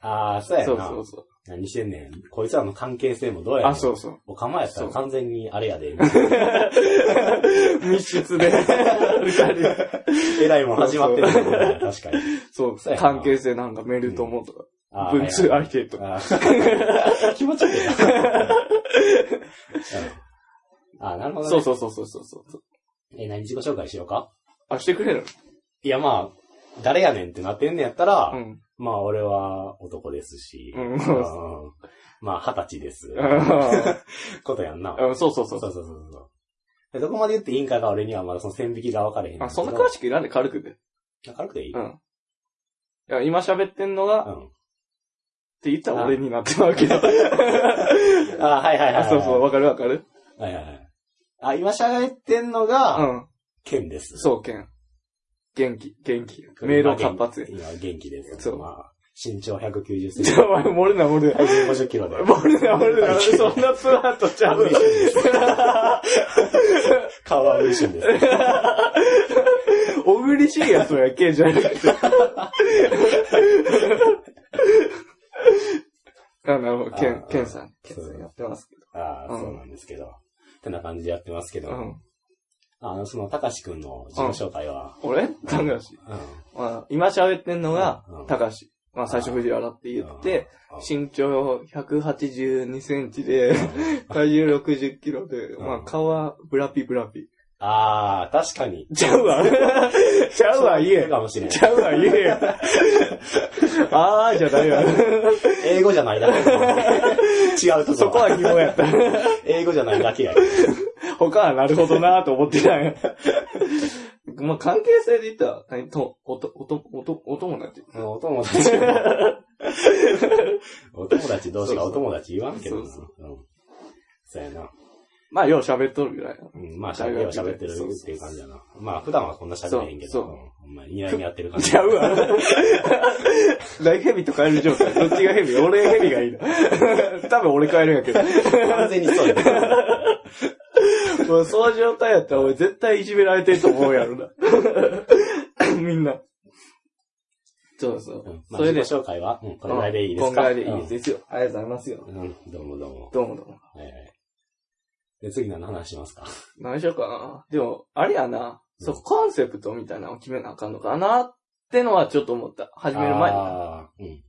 Speaker 2: ああ、そうや
Speaker 1: そう
Speaker 2: な
Speaker 1: そ。うそ
Speaker 2: 何してんねん。こいつらの関係性もどう
Speaker 1: う。
Speaker 2: やねん。
Speaker 1: あ、そうそう。
Speaker 2: お構やったら
Speaker 1: そう
Speaker 2: 完全にあれやで。
Speaker 1: 密室で。 二人。
Speaker 2: えらいもん始まってるけどね。確かに。
Speaker 1: そう
Speaker 2: そうやな
Speaker 1: 関係性なんかメルトモとか、
Speaker 2: あー
Speaker 1: 文通相手とか。
Speaker 2: あー気持ち 悪いな。あー、なるほどね。
Speaker 1: そうそうそうそうそうそう。
Speaker 2: え、何自己紹介しようか
Speaker 1: あ、してくれる
Speaker 2: いや、まあ、誰やねんってなってんねやったら、
Speaker 1: うん。
Speaker 2: まあ、俺は男ですし、
Speaker 1: うん
Speaker 2: あーまあ、二十歳です。
Speaker 1: あ
Speaker 2: ことやんな。
Speaker 1: ーうんそうそうそ
Speaker 2: そう
Speaker 1: う
Speaker 2: そ
Speaker 1: そうう。
Speaker 2: そうそうでどこまで言っていいんかが俺にはまだその線引きが分かれへん。
Speaker 1: あ、そんな詳
Speaker 2: し
Speaker 1: しくいらんで、軽くで。
Speaker 2: い。明るくていい、
Speaker 1: うん。いや、今喋ってんのが、っ
Speaker 2: ん
Speaker 1: て言ったら俺になってまうけど。
Speaker 2: あ、はいはいはい、は い。
Speaker 1: あ、そうそう、。わかるわかる
Speaker 2: はいはいはい。あ、今喋ってんのが、
Speaker 1: うん。
Speaker 2: ケンです。
Speaker 1: そう、剣。元気、元気。明
Speaker 2: ロ
Speaker 1: 朗活発や。
Speaker 2: 今、元気です。
Speaker 1: そう
Speaker 2: まあ、身長190センチ
Speaker 1: ち。ょ、お前、盛るな、盛るな。
Speaker 2: 体重50キロで。
Speaker 1: 盛るな、盛るな。 そんなツアーとちゃうの。
Speaker 2: 顔は嬉しいんです。
Speaker 1: 小栗しいやつや、剣じゃなくて。あ、なるほど、剣
Speaker 2: あ、
Speaker 1: 剣さん。
Speaker 2: そ
Speaker 1: 剣
Speaker 2: う
Speaker 1: さんやってますけ
Speaker 2: ああ、
Speaker 1: うん
Speaker 2: そうなんですけど。ってな感じでやってますけど。
Speaker 1: ど。うん。
Speaker 2: あの、その、たかしくんの自己紹介は。
Speaker 1: 俺高橋。
Speaker 2: うん。
Speaker 1: まあ、今喋ってんのが
Speaker 2: うん、
Speaker 1: 高橋。まあ、最初藤原って言って、
Speaker 2: うん、
Speaker 1: 身長182センチで、体重60キロで、
Speaker 2: うん
Speaker 1: まあ、顔はブラピブラピ。
Speaker 2: ああ、確かに。
Speaker 1: ちゃうわ。 ちゃうわ、言
Speaker 2: る
Speaker 1: え。
Speaker 2: かもしれ ん
Speaker 1: ち。ゃうわ、言えよ。 あーじゃない わ。
Speaker 2: 英語じゃないだけ。違うと
Speaker 1: そこは疑問やった。
Speaker 2: 英語じゃないだけや。
Speaker 1: 他はなるほどなと思ってたんや。 まあ、関係性で言ったら、何と、おと、おと、おと、お友達。
Speaker 2: う んお友達。 お友達同士がお友達言わんけどな。
Speaker 1: そう
Speaker 2: うんそうやな。
Speaker 1: まあ、よう喋っとるぐらい。
Speaker 2: うん、まあ、喋りは喋ってるっていう感じだな。まあ、普段はこんな喋れへんけど、
Speaker 1: そう
Speaker 2: う
Speaker 1: そうん
Speaker 2: ほんまに睨み合ってる感じ。
Speaker 1: ちゃうわ。大ヘビとカエル状態。どっちがヘビ俺ヘビがいいな。多分俺カエルやけど。
Speaker 2: 完全にそうや な。。
Speaker 1: もうその状態やったら俺絶対いじめられてると思うやろな。 みんな。そうそううん
Speaker 2: まあ
Speaker 1: それで、
Speaker 2: 自己紹介は、うん、これぐらいでいいですか
Speaker 1: こんぐらいでいいですよ。ありがとうございますよ。
Speaker 2: うんうん、どうもどうも。
Speaker 1: どうもどうも。
Speaker 2: はいはい。で、次何の話しますか
Speaker 1: 何しようかな。でも、あれやな。そう、コンセプトみたいなのを決めなあかんのかなってのはちょっと思った。始める前に。
Speaker 2: あーうん。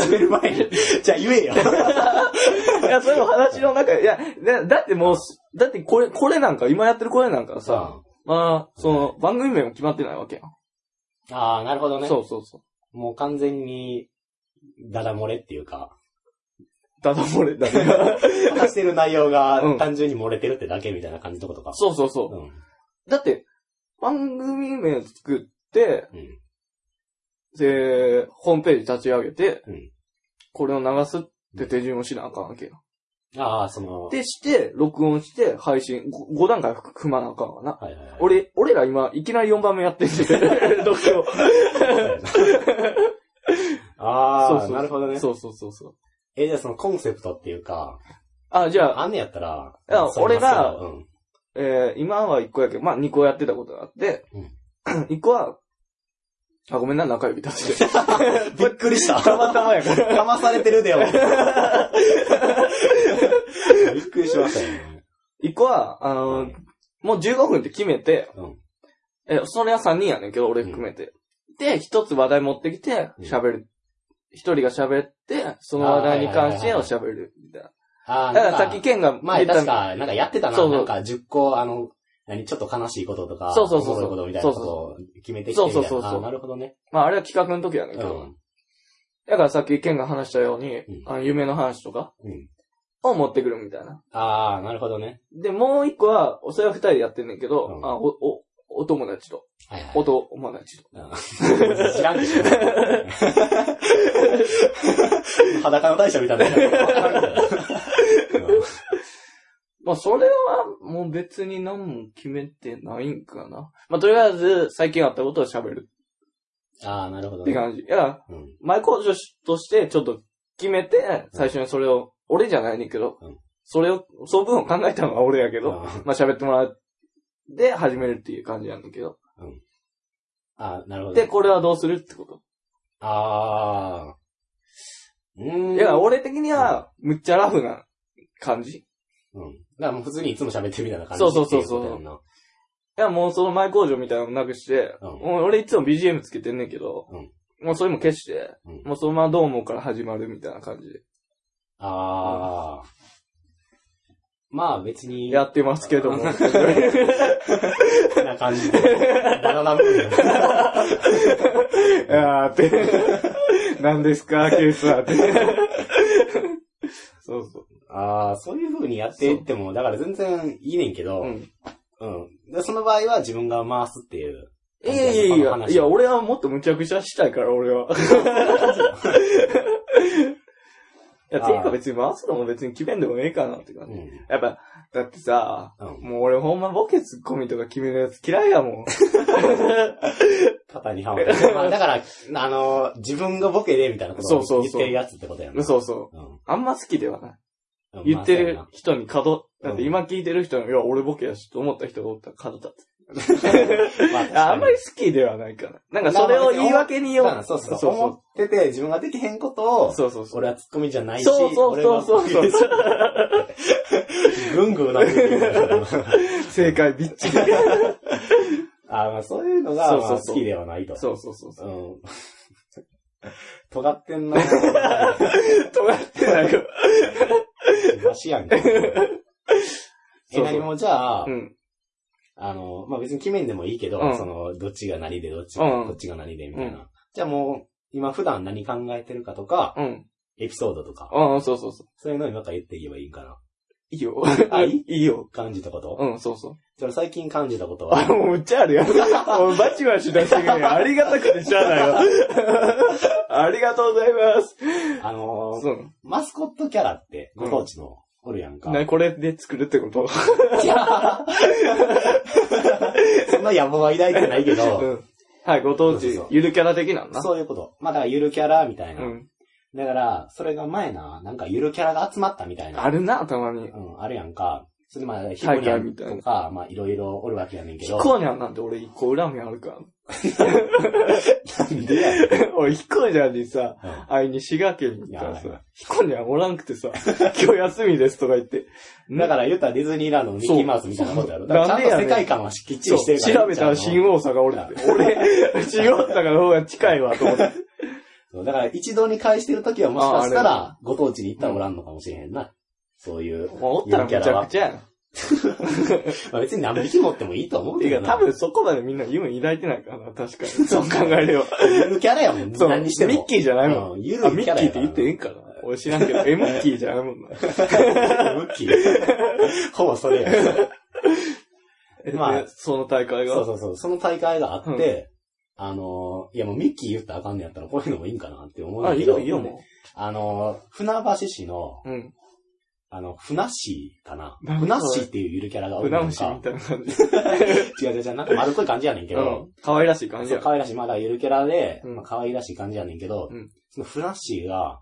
Speaker 2: 始める前 に。じゃあ言えよ。
Speaker 1: いや、それも話の中で、いや、だだってもう、だってこれ、これなんか、今やってるこれなんかさ、
Speaker 2: さ
Speaker 1: まあ、その、番組名も決まってないわけ
Speaker 2: あ、ああ、なるほど
Speaker 1: や
Speaker 2: ね。
Speaker 1: ん。そうそうそう。
Speaker 2: もう完全に、ダダ漏れっていうか、
Speaker 1: ダダ漏れだね。
Speaker 2: 話してる内容
Speaker 1: う
Speaker 2: が
Speaker 1: ん
Speaker 2: 単純に漏れてるってだけみたいな感じのことか。。
Speaker 1: そうそうそう
Speaker 2: うん。
Speaker 1: う。だって、番組名作って、
Speaker 2: うん。
Speaker 1: で、ホームページ立ち上げて、
Speaker 2: うん
Speaker 1: これを流すって手順をしなあかんわけよ。
Speaker 2: ああ、その、
Speaker 1: でして、録音して、配信、5段階踏まなあかんわな。
Speaker 2: はいはいはい。
Speaker 1: 俺、俺ら今、いきなり4番目やってる んで、 読書。
Speaker 2: ああ、なるほどね。
Speaker 1: そうそうそうそう。
Speaker 2: え、じゃあそのコンセプトっていうか、
Speaker 1: あ、じゃあ、
Speaker 2: あんねやったら、
Speaker 1: いや俺が
Speaker 2: うん。
Speaker 1: えー今は1個やけど、まあ2個やってたことがあって、
Speaker 2: うん
Speaker 1: 一1個は、あ、ごめんな、中指出して。
Speaker 2: びっくり した。
Speaker 1: たまたまやから。
Speaker 2: 騙されてるでよ。 びっくりしましたよね。
Speaker 1: 1個は、あのーもう15分って決めて、
Speaker 2: うん
Speaker 1: え、それは3人やねんけど、俺含めて。で、1つ話題持ってきて
Speaker 2: う、ん
Speaker 1: 喋る。1人が喋って、その話題に関してを喋る。みたいな。
Speaker 2: ああ、
Speaker 1: だか
Speaker 2: なん
Speaker 1: らさっき、ケンが
Speaker 2: 前確か、なんかやってたな。
Speaker 1: そうそう
Speaker 2: なんか10個、あの、何、ちょっと悲しいこととか、
Speaker 1: そうそうそう
Speaker 2: おもろいことみたいなことを決めてきてみたいな。
Speaker 1: そうそうそうそう
Speaker 2: あなるほどね。
Speaker 1: まああれは企画の時なんだ
Speaker 2: う
Speaker 1: けど、
Speaker 2: ん。
Speaker 1: だからさっきケンが話したように、
Speaker 2: うん
Speaker 1: あの夢の話とか
Speaker 2: うん。
Speaker 1: を持ってくるみたいな。
Speaker 2: ああ、なるほどね。
Speaker 1: で、もう一個は、おそれは二人でやってんねんけど、
Speaker 2: うん
Speaker 1: あお、お、お友達と、
Speaker 2: はいはい。
Speaker 1: お友達と。
Speaker 2: うん知らんでしょ。 裸の大将み たいな。うん
Speaker 1: まあ、それは、もう別に何も決めてないんかな。まあ、とりあえず、最近あったことを喋る
Speaker 2: ああ、なるほど
Speaker 1: って
Speaker 2: ね。
Speaker 1: 感じ。いや、
Speaker 2: うん
Speaker 1: 前工場として、ちょっと決めて、最初にそれを、俺じゃないねんけど、
Speaker 2: うん
Speaker 1: それを、総分を考えたのは俺やけど、
Speaker 2: うん
Speaker 1: まあ、喋ってもらって、始めるっていう感じなんだけど。
Speaker 2: ああ、なるほど。
Speaker 1: で、これはどうするってこと。
Speaker 2: ああ。うーん。
Speaker 1: いや、俺的には、むっちゃラフな感じ。
Speaker 2: うん。だからもう普通にいつも喋ってるみたいな感じ
Speaker 1: そうそうそうそう
Speaker 2: っていことやんない
Speaker 1: や、もうその前工場みたいなのなくして、
Speaker 2: うん
Speaker 1: もう俺いつも BGM つけてんねんけど、もうそれも消して、
Speaker 2: うん
Speaker 1: もうそのままどう思うから始まるみたいな感じで、
Speaker 2: ああ。まあ別に、
Speaker 1: やってますけど も。
Speaker 2: こんな感じで。 バナナムー
Speaker 1: あーって、何ですか、ケースはって。そうそ
Speaker 2: ンああ、そういう風にやっていっても、だから全然いいねんけ
Speaker 1: う。
Speaker 2: ど、
Speaker 1: う
Speaker 2: うん
Speaker 1: ん。
Speaker 2: でその場合は自分が回すっていう。
Speaker 1: いやいやい
Speaker 2: この
Speaker 1: や、
Speaker 2: 話
Speaker 1: いや、俺はもっとむちゃくちゃしたいから、俺 は。いや、ていうか別に回すのも別に決めんでもええかなって感
Speaker 2: う
Speaker 1: じ。
Speaker 2: ん。
Speaker 1: やっぱ、だってさ、
Speaker 2: うん。
Speaker 1: もう俺ほんまボケツッコミとか決めるやつ嫌いや もん。
Speaker 2: 肩にはまって。 まあだから、あのー、自分がボケでみたいなこと
Speaker 1: そうそ
Speaker 2: を
Speaker 1: う
Speaker 2: 言っ
Speaker 1: そう
Speaker 2: てるやつってことやな。
Speaker 1: そうそう。
Speaker 2: うん。
Speaker 1: あんま好きではない。
Speaker 2: うん
Speaker 1: 言ってる
Speaker 2: まあ
Speaker 1: 人に角、だって今聞いてる人に、いや、俺ボケやしと思った人がおったら角立つ。
Speaker 2: そうやなまあ確かに
Speaker 1: ああんまり好きではないから。なんかそれを言い訳によ
Speaker 2: まあそうそうそう。思ってて、自分ができへんことを、
Speaker 1: そうそうそう。
Speaker 2: 俺はツッコミじゃないし、
Speaker 1: そうそうそうそうそうそう。
Speaker 2: ぐんぐんなってくる
Speaker 1: 正解、ビッチリ。
Speaker 2: あまあそういうのが、
Speaker 1: そう
Speaker 2: ま
Speaker 1: そう
Speaker 2: あ
Speaker 1: そう
Speaker 2: 好きではないと。
Speaker 1: そうそうそう そう。
Speaker 2: うん。 尖ってんな。
Speaker 1: 尖ってないから
Speaker 2: マシ やんけ。え、
Speaker 1: そうそう
Speaker 2: 何もじゃあ
Speaker 1: う、ん。
Speaker 2: あの、まあ別に決めんでもいいけど
Speaker 1: うん、
Speaker 2: その、どっちが何でどっち
Speaker 1: う
Speaker 2: が、
Speaker 1: ん
Speaker 2: こっちが何でみたいな。じゃあもう、今普段何考えてるかとか、
Speaker 1: うん。
Speaker 2: エピソードとか、
Speaker 1: うん、そうそうそう。
Speaker 2: そういうのを今から言っていけばいいんかな。
Speaker 1: いいよ。
Speaker 2: あいい
Speaker 1: いいよ。
Speaker 2: 感じたこと
Speaker 1: うん、そうそう。
Speaker 2: じゃあ最近感じたことは
Speaker 1: あ、もうめっちゃあるよ。もうバチバチ出してく れ。ありがたくてしゃあないよ。 ありがとうございます。
Speaker 2: あのー、
Speaker 1: そう。
Speaker 2: マスコットキャラって、ご当地の、おるやんか。
Speaker 1: な、これで作るってこと
Speaker 2: いやそんな野望は抱いてないけ
Speaker 1: う
Speaker 2: ど、
Speaker 1: ん。はい、ご当
Speaker 2: そう
Speaker 1: 地
Speaker 2: そうそう、
Speaker 1: ゆるキャラ的なんだ。
Speaker 2: そういうこと。まあだからゆるキャラみたいな。
Speaker 1: うん。
Speaker 2: だから、それが前な、なんかゆるキャラが集まったみたいな。
Speaker 1: あるな、たまに。
Speaker 2: うん、あるやんか。それでまあ、ヒコ
Speaker 1: タイ
Speaker 2: ニ
Speaker 1: ガ
Speaker 2: ャ
Speaker 1: ー
Speaker 2: ン
Speaker 1: みたいな
Speaker 2: とか、まあいろいろおるわけやねんけ
Speaker 1: ヒ
Speaker 2: ど。
Speaker 1: コニャンなんて俺一個恨みある から。
Speaker 2: なんでやねん
Speaker 1: 俺ヒコニャンにさ、
Speaker 2: うん
Speaker 1: あいに滋賀県に行ったら
Speaker 2: いやは
Speaker 1: さ、ヒコニャンおらんくてさ、 今日休みですとか言 って。
Speaker 2: だから言ったらディズニーランドのミッキーマウスみたいなことやろ。だからちゃんと世界観はきっち
Speaker 1: そ
Speaker 2: り
Speaker 1: う
Speaker 2: してるから。
Speaker 1: 調べたら新大阪俺って。 俺、新大阪の方が近いわと思って。
Speaker 2: そうだから一堂に会してるときはもしかした
Speaker 1: ああ
Speaker 2: ら、ご当地に行ったらおらんのかもしれへんな。そういう。
Speaker 1: おったらめちゃくちゃやん。
Speaker 2: まあ別に何匹持ってもいいと思うけ
Speaker 1: て
Speaker 2: ど
Speaker 1: か、
Speaker 2: な。
Speaker 1: 多分そこまでみんな夢抱いてないからな、確か に。そう考えれば。
Speaker 2: ゆるキャラやもん。
Speaker 1: そう。
Speaker 2: 何にしても。
Speaker 1: ミッキーじゃないもん。
Speaker 2: うん、ゆる
Speaker 1: あ、
Speaker 2: い
Speaker 1: ミッ
Speaker 2: キャラ
Speaker 1: キーっ
Speaker 2: やか
Speaker 1: て
Speaker 2: ら
Speaker 1: 言ってええんかな俺知らんけど、え、ミッキーじゃないもん な。
Speaker 2: ムッキー。 ほぼそれや。まあ
Speaker 1: えその大会が。
Speaker 2: そうそうそう。その大会があって、あのー、いやもうミッキー言ったらあかんねやったらこういうのもいいんかなって思うん
Speaker 1: あ、
Speaker 2: だ
Speaker 1: い
Speaker 2: け
Speaker 1: い
Speaker 2: ど。
Speaker 1: よ、いいよ、も
Speaker 2: あのー、船橋市の、
Speaker 1: う。うん。
Speaker 2: あの、ふなっしーかな。
Speaker 1: なんか
Speaker 2: ふなっしーっていうゆるキャラがお
Speaker 1: う
Speaker 2: るや
Speaker 1: なんむし
Speaker 2: か
Speaker 1: みたいな感じ。
Speaker 2: 違う違う違う、なんか丸っこい感じやねんけ
Speaker 1: う
Speaker 2: ど、
Speaker 1: ん。可愛らしい感じ
Speaker 2: そう
Speaker 1: や。
Speaker 2: 可愛らしい、まだゆるキャラで、
Speaker 1: うん
Speaker 2: まあ、可愛らしい感じやねんけど、
Speaker 1: うん
Speaker 2: そのフラッシーが、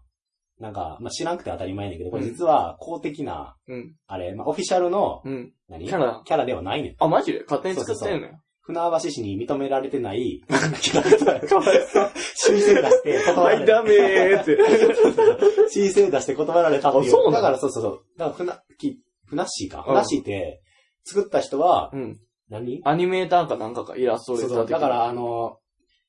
Speaker 2: なんか、まあ、知らんくて当たり前やねんけど、これ実は公的な、
Speaker 1: うん。
Speaker 2: あれ、まあ、オフィシャルの、
Speaker 1: うん。
Speaker 2: 何
Speaker 1: キャラ
Speaker 2: キャラではないねん。
Speaker 1: あ、マジで勝手に作ってんのよ。
Speaker 2: 船橋市に認められてない、 キャラ
Speaker 1: か わいそう。
Speaker 2: 申請出して断
Speaker 1: は
Speaker 2: ら
Speaker 1: い、
Speaker 2: れた。
Speaker 1: ダメー って。
Speaker 2: 申請出して断られたってい
Speaker 1: あそうなの
Speaker 2: だからそうそうそう。だから、ふな、き、ふなっしーか。
Speaker 1: うん
Speaker 2: ふなっしーって、作った人は、
Speaker 1: うん。
Speaker 2: 何
Speaker 1: アニメーターかなんかか、イラストレ
Speaker 2: そ
Speaker 1: ー
Speaker 2: う
Speaker 1: タ
Speaker 2: そ
Speaker 1: ー
Speaker 2: う。
Speaker 1: 的な
Speaker 2: だか、ら、あの、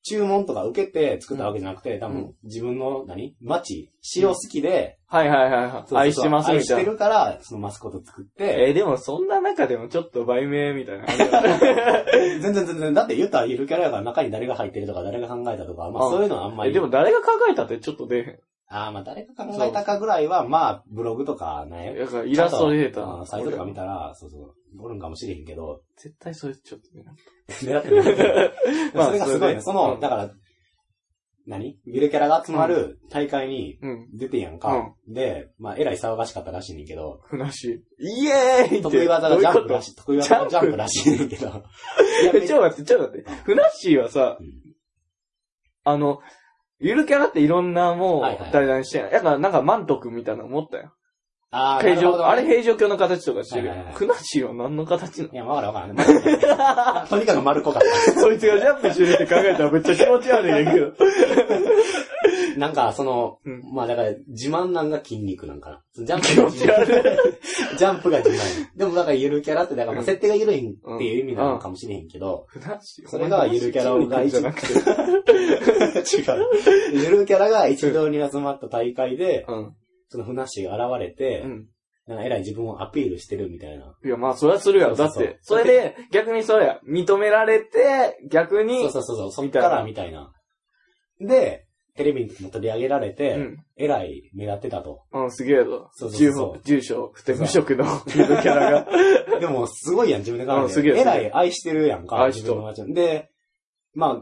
Speaker 2: 注文とか受けて作ったわけじゃなくて、多
Speaker 1: う
Speaker 2: 分自分の何町、市を好きで、
Speaker 1: はいはいはいは
Speaker 2: そうそう
Speaker 1: い。
Speaker 2: そう
Speaker 1: 愛してますみ
Speaker 2: 愛したて
Speaker 1: いな。
Speaker 2: るから、そのマスコット作って、
Speaker 1: えーでもそんな中でもちょっと売名みたい な感じだね。
Speaker 2: 全然全然、だって言ったらゆるキャラやから中に誰が入ってるとか、誰が考えたとか、ま
Speaker 1: あ
Speaker 2: あそういうのはあんま
Speaker 1: え
Speaker 2: り。
Speaker 1: でも誰が考えたってちょっと出え
Speaker 2: ああ、まあ誰が考えたかぐらいは、まあ、ブログとか
Speaker 1: へん。
Speaker 2: ね。
Speaker 1: だからイラストデー
Speaker 2: ちゃんとあ
Speaker 1: タ。
Speaker 2: ーサイトとか見たら、そうそう、おるんかもしれへんけど。
Speaker 1: 絶対それちょっとね。
Speaker 2: 狙ってる。
Speaker 1: まあ
Speaker 2: それがすごい
Speaker 1: それで
Speaker 2: ね。そうの、
Speaker 1: ん
Speaker 2: だから、何ゆるキャラが集まる大会に
Speaker 1: うん。
Speaker 2: 出てんやんか。で、まあ、えらい騒がしかったらしいねんけど、
Speaker 1: ふなし。イエーイって
Speaker 2: 得意技がジャンプら
Speaker 1: ど
Speaker 2: しい、得意技がジャンプらしいねんけど。いう
Speaker 1: いうこと
Speaker 2: や
Speaker 1: え、ちょっと待って、ちょっと待って。ふなっしーはさ
Speaker 2: うん、
Speaker 1: あの、ゆるキャラっていろんなも
Speaker 2: はいは
Speaker 1: う、
Speaker 2: い
Speaker 1: 誰々してんやん。だからなんか満徳みたいなの持ったやん。
Speaker 2: あーな
Speaker 1: 平
Speaker 2: るほ
Speaker 1: 常、
Speaker 2: どね
Speaker 1: あれ平常鏡の形とかしてる
Speaker 2: はいはいは。い
Speaker 1: ふなっしーは何の形ない
Speaker 2: や、わからんわからんまあ。
Speaker 1: の
Speaker 2: とにかく丸っこかっ た。
Speaker 1: そいつがジャンプしてるって考えたらめっちゃ気持ち悪いんやけ ど。
Speaker 2: なんか、その、
Speaker 1: うん
Speaker 2: まあだから、自慢なんが筋肉なんかな。そのジャ ン
Speaker 1: 気
Speaker 2: プが
Speaker 1: 持ち悪い。
Speaker 2: ジャンプが自慢。でもだから、ゆるキャラって、だから、まあ設定がゆるいん
Speaker 1: うん
Speaker 2: っていう意味なのかもしれへんけど、
Speaker 1: ふなっしー
Speaker 2: それがゆるキャラを外
Speaker 1: じゃ
Speaker 2: 注
Speaker 1: なくて。
Speaker 2: 違う。 ゆるキャラが一堂に集まった大会で、
Speaker 1: うん。
Speaker 2: そのふなっしーが現れて
Speaker 1: う、ん。
Speaker 2: なんかえらい自分をアピールしてるみたいな。
Speaker 1: いや、まあ、それはするやろ。
Speaker 2: そ
Speaker 1: だ
Speaker 2: う
Speaker 1: っ
Speaker 2: そうそう
Speaker 1: て、それで、逆にそれや、認められて、逆
Speaker 2: そう
Speaker 1: に、
Speaker 2: そうそうそう、そっ
Speaker 1: み
Speaker 2: か
Speaker 1: たいな
Speaker 2: らみたいな。で、テレビにも取り上げられ
Speaker 1: う
Speaker 2: て、
Speaker 1: ん。
Speaker 2: えらい目立ってた と。
Speaker 1: うん、すげえぞ
Speaker 2: そう。そう
Speaker 1: 住
Speaker 2: そう
Speaker 1: 所、住所、不定無職のキャラが。
Speaker 2: でも、すごいやん、自分で考
Speaker 1: うんす
Speaker 2: え
Speaker 1: げ
Speaker 2: て。
Speaker 1: え
Speaker 2: えらい愛してるやんか、
Speaker 1: 愛
Speaker 2: 自
Speaker 1: しと
Speaker 2: 分の町をで、まあ、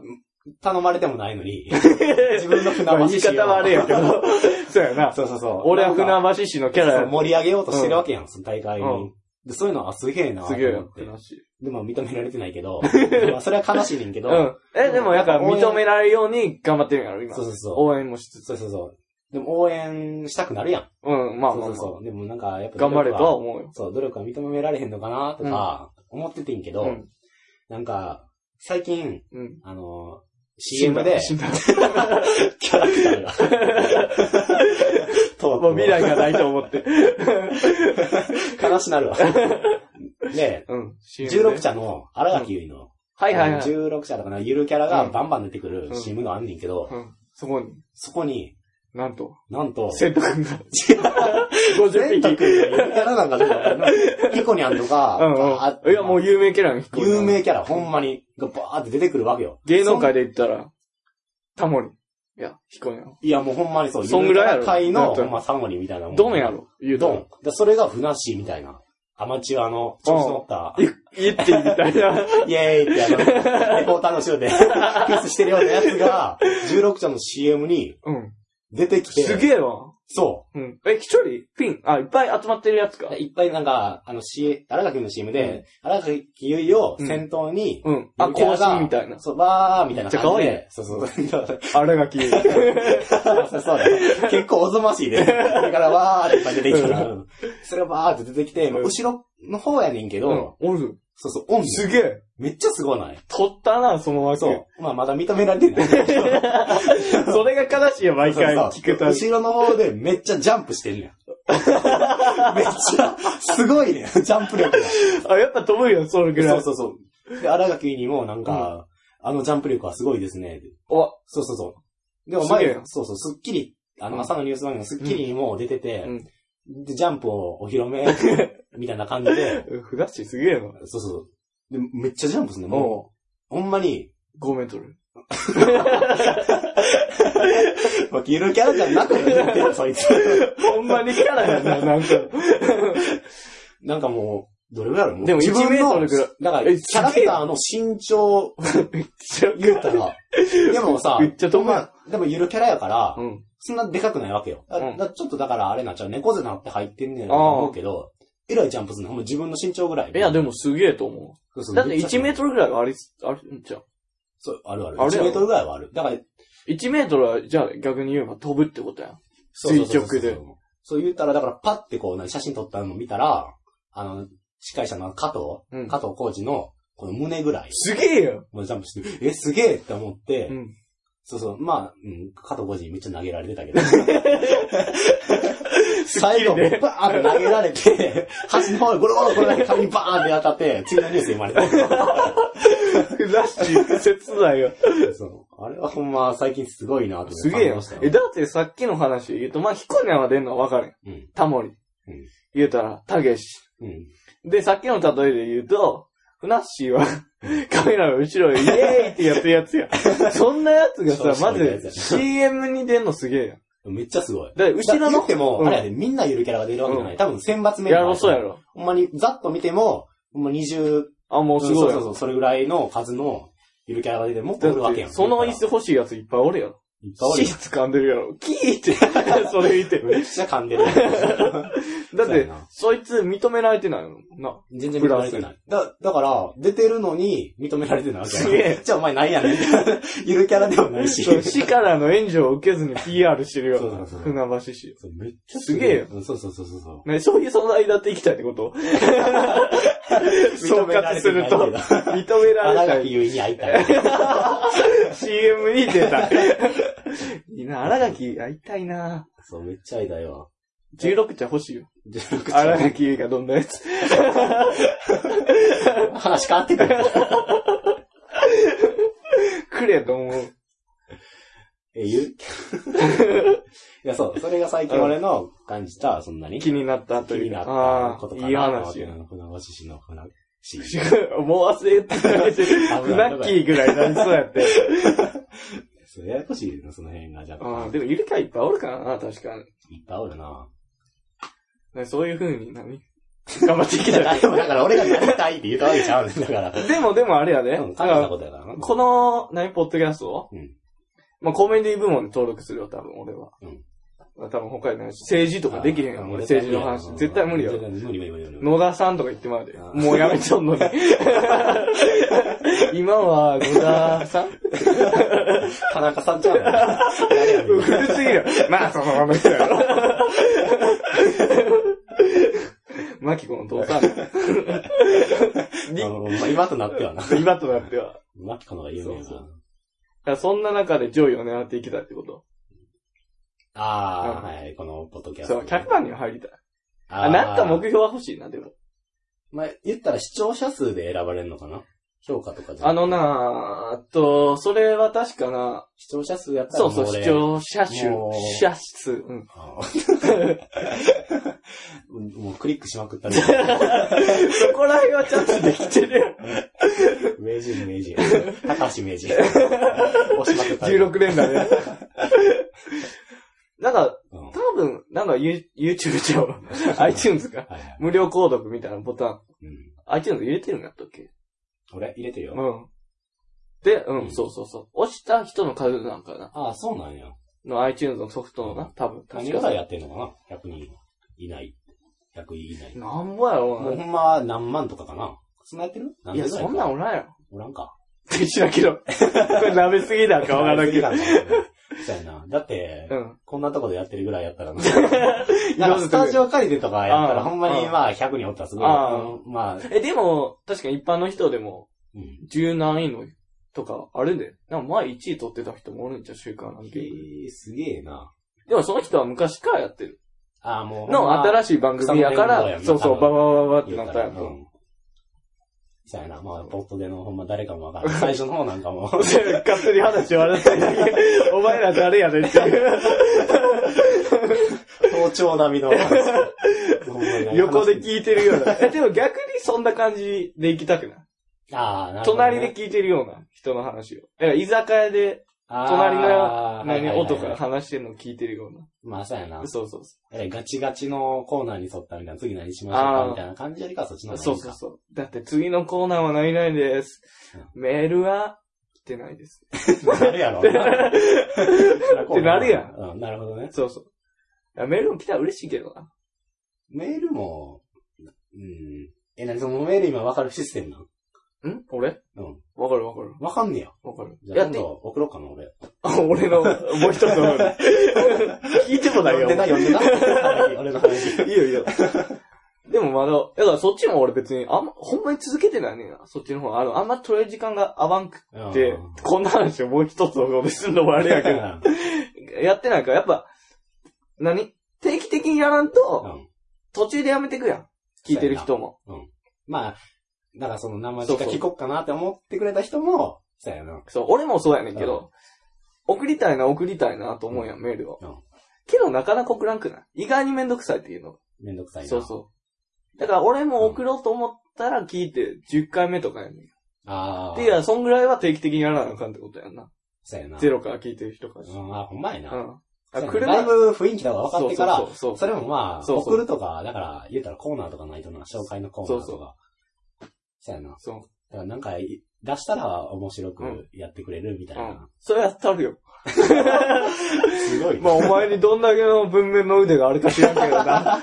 Speaker 2: 頼まれてもない のに、自
Speaker 1: 自
Speaker 2: 分 の船橋市を
Speaker 1: 言い方はあれやけど。そうやな。
Speaker 2: そうそうそう。
Speaker 1: 俺は
Speaker 2: なんか
Speaker 1: 船橋市のキャラ
Speaker 2: そう
Speaker 1: や。
Speaker 2: 盛り上げようとしてるわけやん、その大会
Speaker 1: う
Speaker 2: に。でそういうのはすげえなと
Speaker 1: す
Speaker 2: 思
Speaker 1: げえよ
Speaker 2: っ。て
Speaker 1: 船。橋
Speaker 2: でも認められてないけど、 まあそれは悲しいねんけど、
Speaker 1: うん。え、でも、やから、
Speaker 2: 応援
Speaker 1: 認められるように頑張ってるんやろ、今
Speaker 2: そう。そうそ
Speaker 1: 応援もしつ
Speaker 2: う。
Speaker 1: つ。
Speaker 2: そうそうそう。でも応援したくなるやん。
Speaker 1: うん、まあまあ
Speaker 2: そ
Speaker 1: ま
Speaker 2: うそ
Speaker 1: あ。
Speaker 2: うそう。でもなんか、やっぱ努
Speaker 1: 頑張
Speaker 2: 力は
Speaker 1: れとは思うよ。
Speaker 2: そう、努力は認められへんのかなとか、思っててんけど、
Speaker 1: うん。
Speaker 2: なんか、最近、
Speaker 1: うん。
Speaker 2: あの、CM で、
Speaker 1: 死んだ。
Speaker 2: キャラクターが。と
Speaker 1: もう未来がないと思って。
Speaker 2: 悲しなるわ。で、
Speaker 1: うん。16
Speaker 2: 16。社の荒垣結衣の、
Speaker 1: はいはいはい。
Speaker 2: 16社だからゆるキャラがバンバン出てくる
Speaker 1: うん
Speaker 2: CM があんねんけど、
Speaker 1: うん。そこに、
Speaker 2: そこに、
Speaker 1: なんと、
Speaker 2: なんと、
Speaker 1: セント君が。
Speaker 2: 全
Speaker 1: 50匹。
Speaker 2: 卓君がゆるキャラなんかどうかわから んないピコニャンとか、バー
Speaker 1: うん
Speaker 2: っ
Speaker 1: う
Speaker 2: て
Speaker 1: ん。いや、もう有名キャラの飛行機
Speaker 2: 有。名キャラ、ほんまに、がバーって出てくるわけよ。
Speaker 1: 芸能界で言ったら、タモリ。いや、ヒコニャン。
Speaker 2: いや、もうほんまにそう。
Speaker 1: そんぐらいやろ
Speaker 2: 有名な界
Speaker 1: だ
Speaker 2: の、
Speaker 1: って
Speaker 2: ほんまサモリみたいなもん。
Speaker 1: ドンやろ、言う
Speaker 2: ド
Speaker 1: と
Speaker 2: ン。でそれがふなっしーみたいな。アマチュアの調子乗った、
Speaker 1: い言っていいみたい な。
Speaker 2: イエーイってあの、レポーターの後ろで、ピースしてるようなやつが、16ちゃんの CM に
Speaker 1: うん。
Speaker 2: 出てきて、
Speaker 1: すげえわ。
Speaker 2: そ
Speaker 1: うん。え、一人ピン。あ、いっぱい集まってるやつか
Speaker 2: う。。いっぱいなんか、あの、C、荒垣君の CM で、荒垣結衣を先頭に、
Speaker 1: うん。あ、
Speaker 2: ゆるキャラ
Speaker 1: 更
Speaker 2: が
Speaker 1: 新みたいな。
Speaker 2: そう、わーみたいな感じで。
Speaker 1: めっ
Speaker 2: そうそう。そう
Speaker 1: あれが消える。
Speaker 2: そうだね結構おぞましいで。それからわーっていっぱい出てきたら、それがわーって出てきて、まあ後ろの方やねんけど、
Speaker 1: うん。おる。
Speaker 2: そうそう、オン
Speaker 1: すげえ。
Speaker 2: めっちゃすごない。
Speaker 1: 取ったな、その枠。
Speaker 2: そう。まあまだ認められてない。
Speaker 1: それが悲しいよ、毎回聞くたび。
Speaker 2: 後ろの方でめっちゃジャンプして るねん。めっちゃ、すごいねんジャンプ力が。
Speaker 1: あ、やっぱ飛ぶよ、それぐら
Speaker 2: そ。
Speaker 1: いう
Speaker 2: そうそう。で、荒垣にもなんか、あのジャンプ力はすごいですね。
Speaker 1: お
Speaker 2: そうそうそう。でも
Speaker 1: すげ
Speaker 2: 前
Speaker 1: え、
Speaker 2: そうそう、スッキリ、あ
Speaker 1: う
Speaker 2: の
Speaker 1: ん
Speaker 2: 朝のニュース番組のスッキリにも出てて、
Speaker 1: うん
Speaker 2: で、ジャンプをお披露 目、みたいな感じで、
Speaker 1: ふだっしーすげえな。
Speaker 2: そうそう。で、めっちゃジャンプするの、も
Speaker 1: おう
Speaker 2: う、ほんまに、
Speaker 1: 5メートル。
Speaker 2: まあ、ゆるキャラじゃなくて言って る、そいつ。
Speaker 1: ほんまにキャラやな、なんか。
Speaker 2: なんかもう、どれぐらいあるの
Speaker 1: でも
Speaker 2: 自分
Speaker 1: 1
Speaker 2: の
Speaker 1: メートルぐらい
Speaker 2: だから、
Speaker 1: え
Speaker 2: キャラクターの身長、言 うたら、でもさ、
Speaker 1: めっちゃ飛ぶやん
Speaker 2: まあでもゆるキャラやから、
Speaker 1: うん。
Speaker 2: そんなでかくないわけよ。だ
Speaker 1: うん
Speaker 2: だちょっとだからあれなっちゃう、猫背なって入ってんねんと思うけど、えらいジャンプするの、ほんま自分の身長ぐらい。
Speaker 1: いや、でもすげえと思。
Speaker 2: そうそうう
Speaker 1: だって
Speaker 2: めちゃ
Speaker 1: 1メートルぐらいはあり、あるんじゃん。
Speaker 2: そう、あるある。
Speaker 1: あるや
Speaker 2: 1
Speaker 1: ろ
Speaker 2: メートルぐらいはある。だから、
Speaker 1: 1メートルは、じゃあ逆に言えば飛ぶってことやん。
Speaker 2: そうそうそうそう
Speaker 1: 垂直で。
Speaker 2: そう言ったら、だからパッてこう、な写真撮ったの見たら、あの、司会者の加藤、
Speaker 1: うん
Speaker 2: 加藤浩二の、この胸ぐらい、
Speaker 1: すげえよ
Speaker 2: もうジャンプして、え、すげえって思って、
Speaker 1: うん。
Speaker 2: そうそう、まあ、うん、加藤浩次にめっちゃ投げられ てたけど。最後、
Speaker 1: すっきりね
Speaker 2: バーンって投げら れて、端の方にゴロゴロゴロだけ髪にバーンって当たって、次のニュースで生まれた。
Speaker 1: ラッシー切ない よ。
Speaker 2: そう。あれはほんま最近すごいなと思って
Speaker 1: すげえ
Speaker 2: 感
Speaker 1: よ
Speaker 2: 動した。
Speaker 1: え、だってさっきの話言うと、まあ、ヒコニャンは出んのはわかる
Speaker 2: うん。
Speaker 1: やん。タモリ。
Speaker 2: うん
Speaker 1: 言うたら、たけし。
Speaker 2: うん。
Speaker 1: で、さっきの例えで言うと、フナッシーは カメラの後ろへイエーイってやってるや つや。そんなやつがさ、
Speaker 2: そう
Speaker 1: ま
Speaker 2: そういうやつ
Speaker 1: ず
Speaker 2: や
Speaker 1: CM に出んのすげえよ。
Speaker 2: めっちゃすごい。
Speaker 1: だって後ろ
Speaker 2: だ言
Speaker 1: の
Speaker 2: っても、
Speaker 1: うん
Speaker 2: あれやで、みんなゆるキャラが出るわけじゃない。多分選抜メンバ
Speaker 1: や
Speaker 2: ー。
Speaker 1: ろ、そうや。ろ。
Speaker 2: ほんまに、ざっと見ても、ほんま20、
Speaker 1: あ、もうす
Speaker 2: そ
Speaker 1: ご
Speaker 2: う
Speaker 1: い
Speaker 2: そうそ
Speaker 1: よ。
Speaker 2: う、それぐらいの数のゆるキャラが出て、もっと
Speaker 1: だ
Speaker 2: おるわ
Speaker 1: っ
Speaker 2: けや
Speaker 1: て、
Speaker 2: ん。
Speaker 1: その椅子欲しいやついっぱいおるやろ。
Speaker 2: いっぱいおる
Speaker 1: シ
Speaker 2: や
Speaker 1: ーツ噛んでるやろ。キーって、 それ見て。
Speaker 2: んめっちゃ噛んでる。
Speaker 1: だっ
Speaker 2: そうや
Speaker 1: て
Speaker 2: な、
Speaker 1: そいつ認められてないもんな。
Speaker 2: 全然認められてない。だ、だから、出てるのに認められてないわけやん
Speaker 1: すげえ
Speaker 2: じゃあお前なんやねん。ゆるキャラでもないし。
Speaker 1: そう市からの援助を受けずに PR してるよ。
Speaker 2: そうそうそう
Speaker 1: 船橋市。
Speaker 2: そうめっちゃ
Speaker 1: すげえよ
Speaker 2: うんそうそうそうそうそう。
Speaker 1: ね、そういう存在だって生きたいってこと 総括すると、
Speaker 2: 認められてないけど
Speaker 1: 認めら
Speaker 2: 荒
Speaker 1: れた
Speaker 2: 垣
Speaker 1: い。
Speaker 2: 結衣に会いたい。
Speaker 1: CM に出 た。いいな、荒垣会いたいな。
Speaker 2: そう、めっちゃ会いたいわ。
Speaker 1: 16茶欲しいよ。
Speaker 2: 16
Speaker 1: 荒垣結衣がどんなやつ。
Speaker 2: 話変わってくる。
Speaker 1: くれと思う。
Speaker 2: え、言ういや、そう、それが最近俺の感じた、そんなに。
Speaker 1: 気になったと
Speaker 2: 気
Speaker 1: いう
Speaker 2: になった
Speaker 1: あ
Speaker 2: こと
Speaker 1: あ、
Speaker 2: か
Speaker 1: いい
Speaker 2: なと思っ
Speaker 1: 話
Speaker 2: て。
Speaker 1: や。
Speaker 2: 船橋市の船橋市。
Speaker 1: もう忘れてたけど、フナッキーぐらいになりそうやって。
Speaker 2: そうややこしいな、その辺が。じゃ
Speaker 1: あ
Speaker 2: あ
Speaker 1: あ、、でもいるかいっぱいおるからな、確かに。
Speaker 2: いっぱいおるな。
Speaker 1: ねそういう風に何、頑張っていき たい。
Speaker 2: でもだから俺がなりたいって言ったわけちゃうねんだから。
Speaker 1: でも、でもあれやで。
Speaker 2: うん、
Speaker 1: だか
Speaker 2: 大した
Speaker 1: ら
Speaker 2: ことやからな。
Speaker 1: この、何、ポッドキャストを、
Speaker 2: うん
Speaker 1: まあ、コメディ部門に登録するよ、多分、俺は。
Speaker 2: うん
Speaker 1: まあ多分、他にないし政治とかできへんよ、俺政治の話。絶対無理よ。
Speaker 2: 無理無理無理無理。
Speaker 1: 野田さんとか言ってまうで。
Speaker 2: あー
Speaker 1: もうやめちゃうの に。今は、野田さん
Speaker 2: 田中さんちゃうねん誰やねん
Speaker 1: 古すぎる。まあ、そのままですよ。マキコの 父さん。
Speaker 2: あのまあ今となってはな。
Speaker 1: 今となっては。
Speaker 2: マキコの方が有名や
Speaker 1: そう
Speaker 2: な。
Speaker 1: だからそんな中で上位を狙っていきたいってこと。
Speaker 2: あ
Speaker 1: うん
Speaker 2: あ、はい、このポッドキャス
Speaker 1: そ
Speaker 2: ト
Speaker 1: う、
Speaker 2: ね。
Speaker 1: 100番には入りたい。
Speaker 2: あ
Speaker 1: あ、
Speaker 2: ー
Speaker 1: なんか目標は欲しいな、でも。
Speaker 2: まあ、言ったら視聴者数で選ばれるのかな評価とかじゃ
Speaker 1: あ
Speaker 2: なくて
Speaker 1: のなあと、それは確かな、
Speaker 2: 視聴者数やった
Speaker 1: そ
Speaker 2: らも
Speaker 1: うそう、
Speaker 2: 俺
Speaker 1: 視聴者数
Speaker 2: もう、
Speaker 1: 者数、うん。
Speaker 2: あー もうクリックしまくったね。
Speaker 1: そこら辺はちゃんとできてる よ。
Speaker 2: 名人、名 人。高橋 名人。押しまくったね。
Speaker 1: 16連打 で。なんか、
Speaker 2: うん。は
Speaker 1: 多分、なんか You- YouTube ちゃうわ iTunes か。
Speaker 2: いはい。
Speaker 1: 無料購読みたいなボタン。
Speaker 2: うん。
Speaker 1: iTunes 入れてるんやったっけ
Speaker 2: 俺、入れてる
Speaker 1: う
Speaker 2: よ。
Speaker 1: ん。で、う
Speaker 2: うん
Speaker 1: ん、そうそうそう。押した人の数なんかな。
Speaker 2: ああ、そうなんや。
Speaker 1: の iTunes のソフトのな、多分。確
Speaker 2: 何ぐ
Speaker 1: から
Speaker 2: い
Speaker 1: に。
Speaker 2: やってんのかな ?100 人いない。100人いない。
Speaker 1: なんぼや
Speaker 2: もう
Speaker 1: ろ
Speaker 2: ほんま何万とかかなそんなやってる
Speaker 1: う
Speaker 2: 何
Speaker 1: な。いや、
Speaker 2: 千ぐら
Speaker 1: そんな
Speaker 2: か
Speaker 1: んおらんやろ。
Speaker 2: おらんか。
Speaker 1: って知らんけど。これ舐めすぎだかわからんけど。
Speaker 2: 何千ぐらいかなそうやな。だって
Speaker 1: う、ん。
Speaker 2: こんなとこでやってるぐらいやったらな。 なんかスタジオ借りてとかやったら
Speaker 1: あー
Speaker 2: ほんまにまあ100人おったらすごい。
Speaker 1: あ
Speaker 2: うんまあ、
Speaker 1: え、でも、確かに一般の人でも、
Speaker 2: うん。
Speaker 1: 十何位のとか、あるで。なんか前1位取ってた人もおるんじゃう、週刊なん
Speaker 2: え
Speaker 1: て。
Speaker 2: ー、すげえな。
Speaker 1: でもその人は昔からやってる。
Speaker 2: ああ、もう。
Speaker 1: の新しい番組やか
Speaker 2: 草の根運動や
Speaker 1: ら、
Speaker 2: な
Speaker 1: そうそう、
Speaker 2: 多分
Speaker 1: バババババってなっ
Speaker 2: なったた
Speaker 1: や
Speaker 2: や
Speaker 1: んと。
Speaker 2: そうやな。まあ、ポットでのほんま誰かも わからん。最初の方なんかも。
Speaker 1: 勝手に話笑ってるだけ。お前ら誰やねんっていう。
Speaker 2: 盗聴並み の。ほんまに
Speaker 1: 横で聞いてるような。え、でも逆にそんな感じで行きたくない
Speaker 2: ああ、なるほどね
Speaker 1: 隣で聞いてるような人の話を。だから居酒屋で、隣の
Speaker 2: あーはい
Speaker 1: 何、
Speaker 2: はいはい
Speaker 1: 音から話してるのを聞いてるような。
Speaker 2: まあ、そうやな。
Speaker 1: そうそうそ
Speaker 2: えガチガチのコーナーに沿ったみたいな、次何しましょう
Speaker 1: あ
Speaker 2: か
Speaker 1: ー
Speaker 2: みたいな感じよりかはそっちの
Speaker 1: う。
Speaker 2: 方が
Speaker 1: そ
Speaker 2: いうい
Speaker 1: そう
Speaker 2: か。
Speaker 1: そう。だって次のコーナーは何々です。メールは、来てないです。
Speaker 2: なるや ろ。って
Speaker 1: なるやん。
Speaker 2: うん、なるほどね。
Speaker 1: そうそう。いやメールも来たら嬉しいけどな。
Speaker 2: メールも、うん。え、なにそのメール今わかるシステムなん
Speaker 1: ん俺
Speaker 2: うん。
Speaker 1: わかるわかる。
Speaker 2: わかんねや。
Speaker 1: わかる。
Speaker 2: じゃあ
Speaker 1: やっ
Speaker 2: 今
Speaker 1: て
Speaker 2: 度送ろうかな、俺。
Speaker 1: あ俺の、もう一つの方に。 聞いてもないよ。
Speaker 2: 読んでな、
Speaker 1: い
Speaker 2: 読んでな。 俺の話。
Speaker 1: いよいいよ。 でもまだ、だからそっちも俺別に、あんま、ほんまに続けてないねんな。そっちの方。あの、あんま取れる時間が合わんく
Speaker 2: うん
Speaker 1: って、こんな話をもう一つの方にするのもあれやけ
Speaker 2: う
Speaker 1: ど、やってないから、やっぱ、何定期的にやらんと、
Speaker 2: ん。
Speaker 1: 途中でやめてくやん。聞いてる人も。
Speaker 2: まあ、だからその何万
Speaker 1: そ
Speaker 2: 時
Speaker 1: うそ
Speaker 2: か
Speaker 1: う
Speaker 2: 聞こっかなって思ってくれた人も、そうやな。
Speaker 1: そう、俺もそうやねんけど、送りたいな、送りたいなと思うやん、メールを。
Speaker 2: うん
Speaker 1: けどなかなか送らんくない意外にめんどくさいっていうの。
Speaker 2: めんどくさいな。
Speaker 1: そうそう。だから俺も送ろうと思ったら聞いて、10回目とかやねん。
Speaker 2: ああ。
Speaker 1: っていうか、そんぐらいは定期的にやらなあかんってことやんな。
Speaker 2: そうやな。
Speaker 1: ゼロから聞いてる人からし
Speaker 2: う
Speaker 1: て。
Speaker 2: ん、あ、ほんまや
Speaker 1: う
Speaker 2: な。
Speaker 1: ん。
Speaker 2: そ
Speaker 1: あ
Speaker 2: うやな
Speaker 1: 車
Speaker 2: だいぶ雰囲気とか分かってから、
Speaker 1: そうそうそ
Speaker 2: そうれもまあ、
Speaker 1: そうそう
Speaker 2: 送るとか、だから、言うたらコーナーとかないとな、紹介のコーナー
Speaker 1: そ
Speaker 2: と
Speaker 1: う
Speaker 2: か。そうやな。だ
Speaker 1: そう。そう。
Speaker 2: からなんか、い出したら面白
Speaker 1: う
Speaker 2: くやってくれるみたいうな。
Speaker 1: ん。それは当たるよ。
Speaker 2: すごいな。
Speaker 1: まあ、お前にどんだけの文面の腕があるか知らんけどな。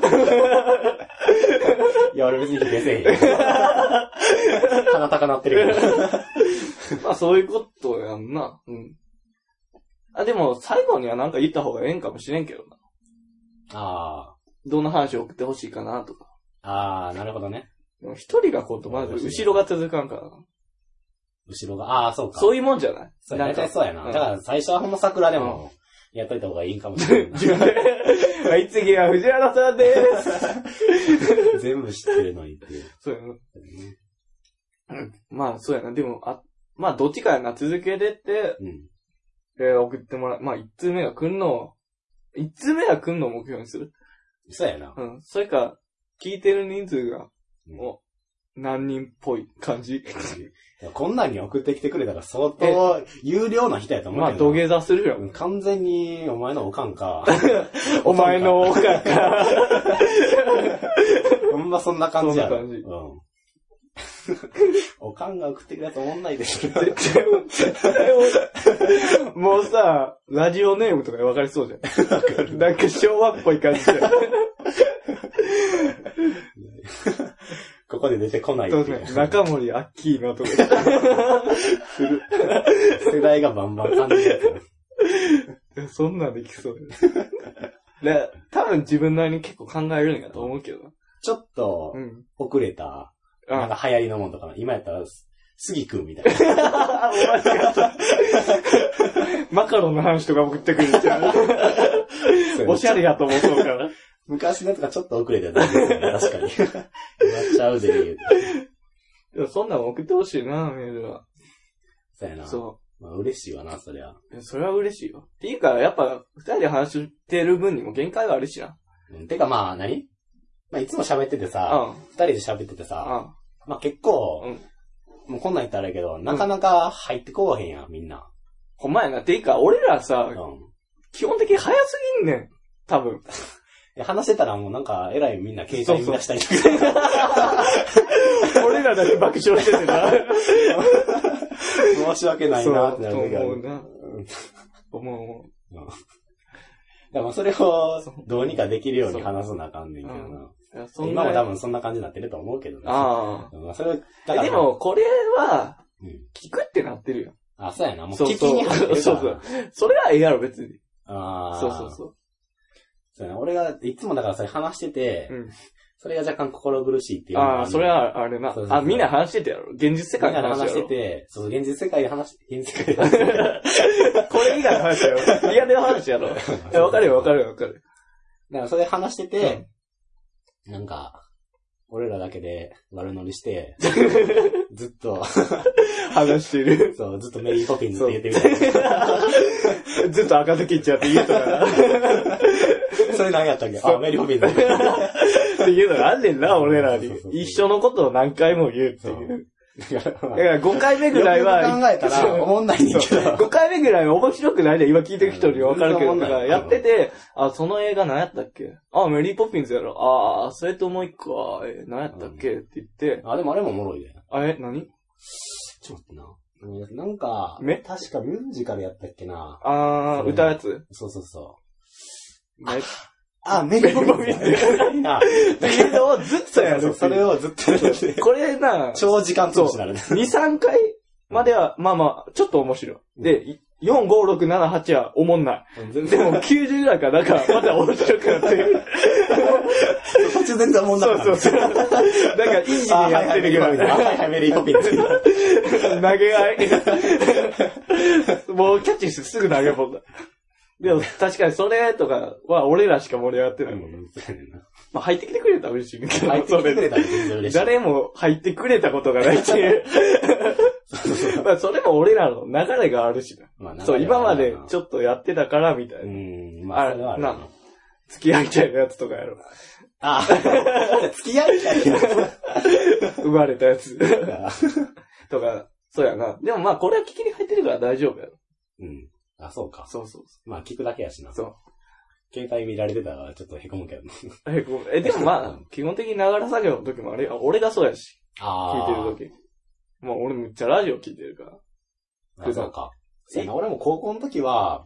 Speaker 2: いや、俺別に出せへん。鼻高なってるけ ど。
Speaker 1: まあ、そういうことやんな。うん。あ、でも、最後にはなんか言った方がええんかもしれんけどな。
Speaker 2: あ
Speaker 1: どんな話を送ってほしいかなとか。
Speaker 2: あ、ああ、なるほどね。
Speaker 1: でも一人がこうと、まず後ろが続かんからな。
Speaker 2: 後ろが、ああ、そうか。
Speaker 1: そういうもんじゃない
Speaker 2: そうや
Speaker 1: な
Speaker 2: 大
Speaker 1: んか
Speaker 2: 体そうやな。
Speaker 1: うん
Speaker 2: だから最初はほんま桜でも、やっといた方がいいんかもしれ んない。
Speaker 1: はい、次は藤原さんです。
Speaker 2: 全部知ってるのにっていう。
Speaker 1: そうやな。まあ、そうやな。でも、あ、まあ、どっちかやな。続けてって、
Speaker 2: うん。
Speaker 1: えー送ってもらう。まあ、一通目が来んのを、一通目が来んのを目標にする。
Speaker 2: そうやな。
Speaker 1: うん。それか、聞いてる人数が
Speaker 2: うん
Speaker 1: お何人っぽい感じ。
Speaker 2: いやこんなんに送ってきてくれたら相当有料な人やと思
Speaker 1: ま
Speaker 2: う
Speaker 1: あ、
Speaker 2: けど
Speaker 1: 土
Speaker 2: な。
Speaker 1: 下座するよ。
Speaker 2: 完全にお前のおかんか。
Speaker 1: お前のおかんか。
Speaker 2: ほんまそんな感じやろ。
Speaker 1: そんな感じ
Speaker 2: うん。おかんが送ってくれたと思んない でしょ。
Speaker 1: 絶対絶対俺もうさ、ラジオネームとかで分かりそうじゃん。なんか昭和っぽい感じじゃん。
Speaker 2: ここで出てこないって
Speaker 1: そ
Speaker 2: いうう
Speaker 1: ですね。中森アッキーのとか。
Speaker 2: 世代がバンバン感じるやつ。
Speaker 1: そんなんできそう だよ。で、多分自分なりに結構考えるんやと思うけどな。
Speaker 2: ちょっと
Speaker 1: うん。
Speaker 2: 遅れた、なん
Speaker 1: あ、
Speaker 2: か流行りのもんとかな。今やったら、杉くんみたいな。
Speaker 1: あお前がさ、 マカロンの話とか送ってくるじゃん。おしゃれやと思うから。
Speaker 2: 昔のやつがちょっと遅れてたん ですよね、確かに。やっちゃうぜ、言うて。
Speaker 1: でもそんなん送ってほしいな、メールは。
Speaker 2: そうやな。
Speaker 1: そ
Speaker 2: まあ嬉しいわな、そりゃ。
Speaker 1: う。いやそれは嬉しいよ。っていうか、やっぱ、二人で話してる分にも限界があるしな。
Speaker 2: うんてかまあ何まあいつも喋ってて
Speaker 1: う
Speaker 2: さ、
Speaker 1: ん。
Speaker 2: 二人で喋っててさ、
Speaker 1: う
Speaker 2: まあ結構、
Speaker 1: うん
Speaker 2: もうこんなん言ったらあれやけど、なかなか入ってこうへんやん、みんな。
Speaker 1: ほんまやな。ていうか、俺らさ
Speaker 2: う、ん。
Speaker 1: 基本的に早すぎんねん。多分。
Speaker 2: で話してたらもうなんか、えらいみんな携帯見出し たりとか。
Speaker 1: 俺らだけ爆笑してて な。
Speaker 2: 申し訳ないなってなる時あ
Speaker 1: そうと思う
Speaker 2: る。
Speaker 1: な。
Speaker 2: うん
Speaker 1: 思う思
Speaker 2: でもそれをどうにかできるように話さなあかんねんけど
Speaker 1: う
Speaker 2: な。
Speaker 1: う。いやそん
Speaker 2: 今
Speaker 1: な
Speaker 2: も多分そんな感じになってると思うけどね。
Speaker 1: あ
Speaker 2: うんまあそれ、だか
Speaker 1: あ。
Speaker 2: ら。
Speaker 1: えでも、これは、
Speaker 2: うん、
Speaker 1: 聞くってなってるよ。
Speaker 2: あ、そうやな。もう
Speaker 1: そう
Speaker 2: 聞きに入ってるか
Speaker 1: そう
Speaker 2: ら
Speaker 1: そ
Speaker 2: な
Speaker 1: う。それはええやろ、別に。
Speaker 2: ああ。
Speaker 1: そうそうそう。
Speaker 2: そうやな俺が、いつもだからそれ話してて、
Speaker 1: うん
Speaker 2: それが若干心苦しいっていうのが
Speaker 1: ああ、
Speaker 2: る
Speaker 1: それ、はあれな
Speaker 2: そうそう。そう
Speaker 1: あ、みんな話してたやろ。現実世
Speaker 2: み
Speaker 1: 界
Speaker 2: んな
Speaker 1: の
Speaker 2: で
Speaker 1: 話
Speaker 2: 話
Speaker 1: や
Speaker 2: して
Speaker 1: ろ。
Speaker 2: て、そう、現実世界で話し、現実世界で話してて。
Speaker 1: これ以外の話 やろ。リアルの話やろ。い やわかるよ、わかるよ、わかる。
Speaker 2: だからそれ話してて、なんか、俺らだけで悪乗り して、ずっと、
Speaker 1: 話してる。
Speaker 2: そう、ずっとメリーポピンズって言ってみたい
Speaker 1: ずっと赤ずきっちゃって言うとかな。
Speaker 2: な。それ何やったっけあ、メリーポピンズ。
Speaker 1: っていうのがあんねんな、俺らに
Speaker 2: そうそうそう。そう
Speaker 1: 一緒のことを何回も言うっていう。だから5回目ぐ
Speaker 2: ぐ
Speaker 1: らいは、
Speaker 2: 考えたら、
Speaker 1: そう
Speaker 2: 思んないねんけど。
Speaker 1: 5回目ぐらいは面白くないで、今聞いてる人には分かるけ
Speaker 2: う
Speaker 1: ど、
Speaker 2: ん
Speaker 1: だからやってて、あ、その映画何やったっけあ、メリーポピンズやろ。あー、それともう一個は、え何やったっけって言って、
Speaker 2: あ、でもあれもおもろいね。
Speaker 1: あれ何
Speaker 2: ちょっと待ってな。なんか、
Speaker 1: め
Speaker 2: 確かミュージカルやったっけな。
Speaker 1: あー、歌うやつ
Speaker 2: そうそうそ う。
Speaker 1: めっ
Speaker 2: あ、メリーポピンズ。あ
Speaker 1: ていうのをずっとやる。
Speaker 2: それをずっとやるっていう。
Speaker 1: これな、2、
Speaker 2: 長時間通しなるね。
Speaker 1: 3回までは、まあまあ、ちょっと面白い。で、4、5、6、7、8はおもんない。
Speaker 2: 全
Speaker 1: でも、90ぐらいから、なんか、また面白くなってる。
Speaker 2: 途中全然思ん な
Speaker 1: そ
Speaker 2: かっ
Speaker 1: う
Speaker 2: た。
Speaker 1: そうそう。 なんか、いい意味で
Speaker 2: あ、はい
Speaker 1: や
Speaker 2: は
Speaker 1: って
Speaker 2: い、メ
Speaker 1: る
Speaker 2: リ
Speaker 1: け
Speaker 2: ー
Speaker 1: ど
Speaker 2: ポピンズ。はいはい、メリーポピンズ。
Speaker 1: 投げ合い。もうキャッチしてすぐ投げ込んだ。でも確かにそれとかは俺らしか盛り上がってないもん。
Speaker 2: うんそうやねんな
Speaker 1: まあ入ってきてくれたら嬉しいけど。
Speaker 2: 入ってきてくれたら全然嬉しい。
Speaker 1: 誰も入ってくれたことがないっていう。まあそれも俺らの流れがあるしな。
Speaker 2: まあなんか
Speaker 1: そう、今までち
Speaker 2: ょっ
Speaker 1: ょっとやってたからみたいな。
Speaker 2: うん、まあ、それはある
Speaker 1: あれな付き合いたいなやつとかやろ。
Speaker 2: あ、付き合いたい
Speaker 1: 生まれたや つ
Speaker 2: な。
Speaker 1: とか、そうやな。でもまあこれは聞きに入ってるから大丈夫やろ。
Speaker 2: うん。あ、そうか。
Speaker 1: そうそう
Speaker 2: まあ、聞くだけやしな。
Speaker 1: そう。
Speaker 2: 携帯見られてたら、ちょっと凹むけどね。
Speaker 1: そう。え、こうえでもまあ、基本的にながら作業の時もあれ、あ俺がそうやし、聞いてる
Speaker 2: あ
Speaker 1: 時。まあ俺めっちゃラジオ聞いてるから。
Speaker 2: あー、そうか。そうやな、俺も高校の時は、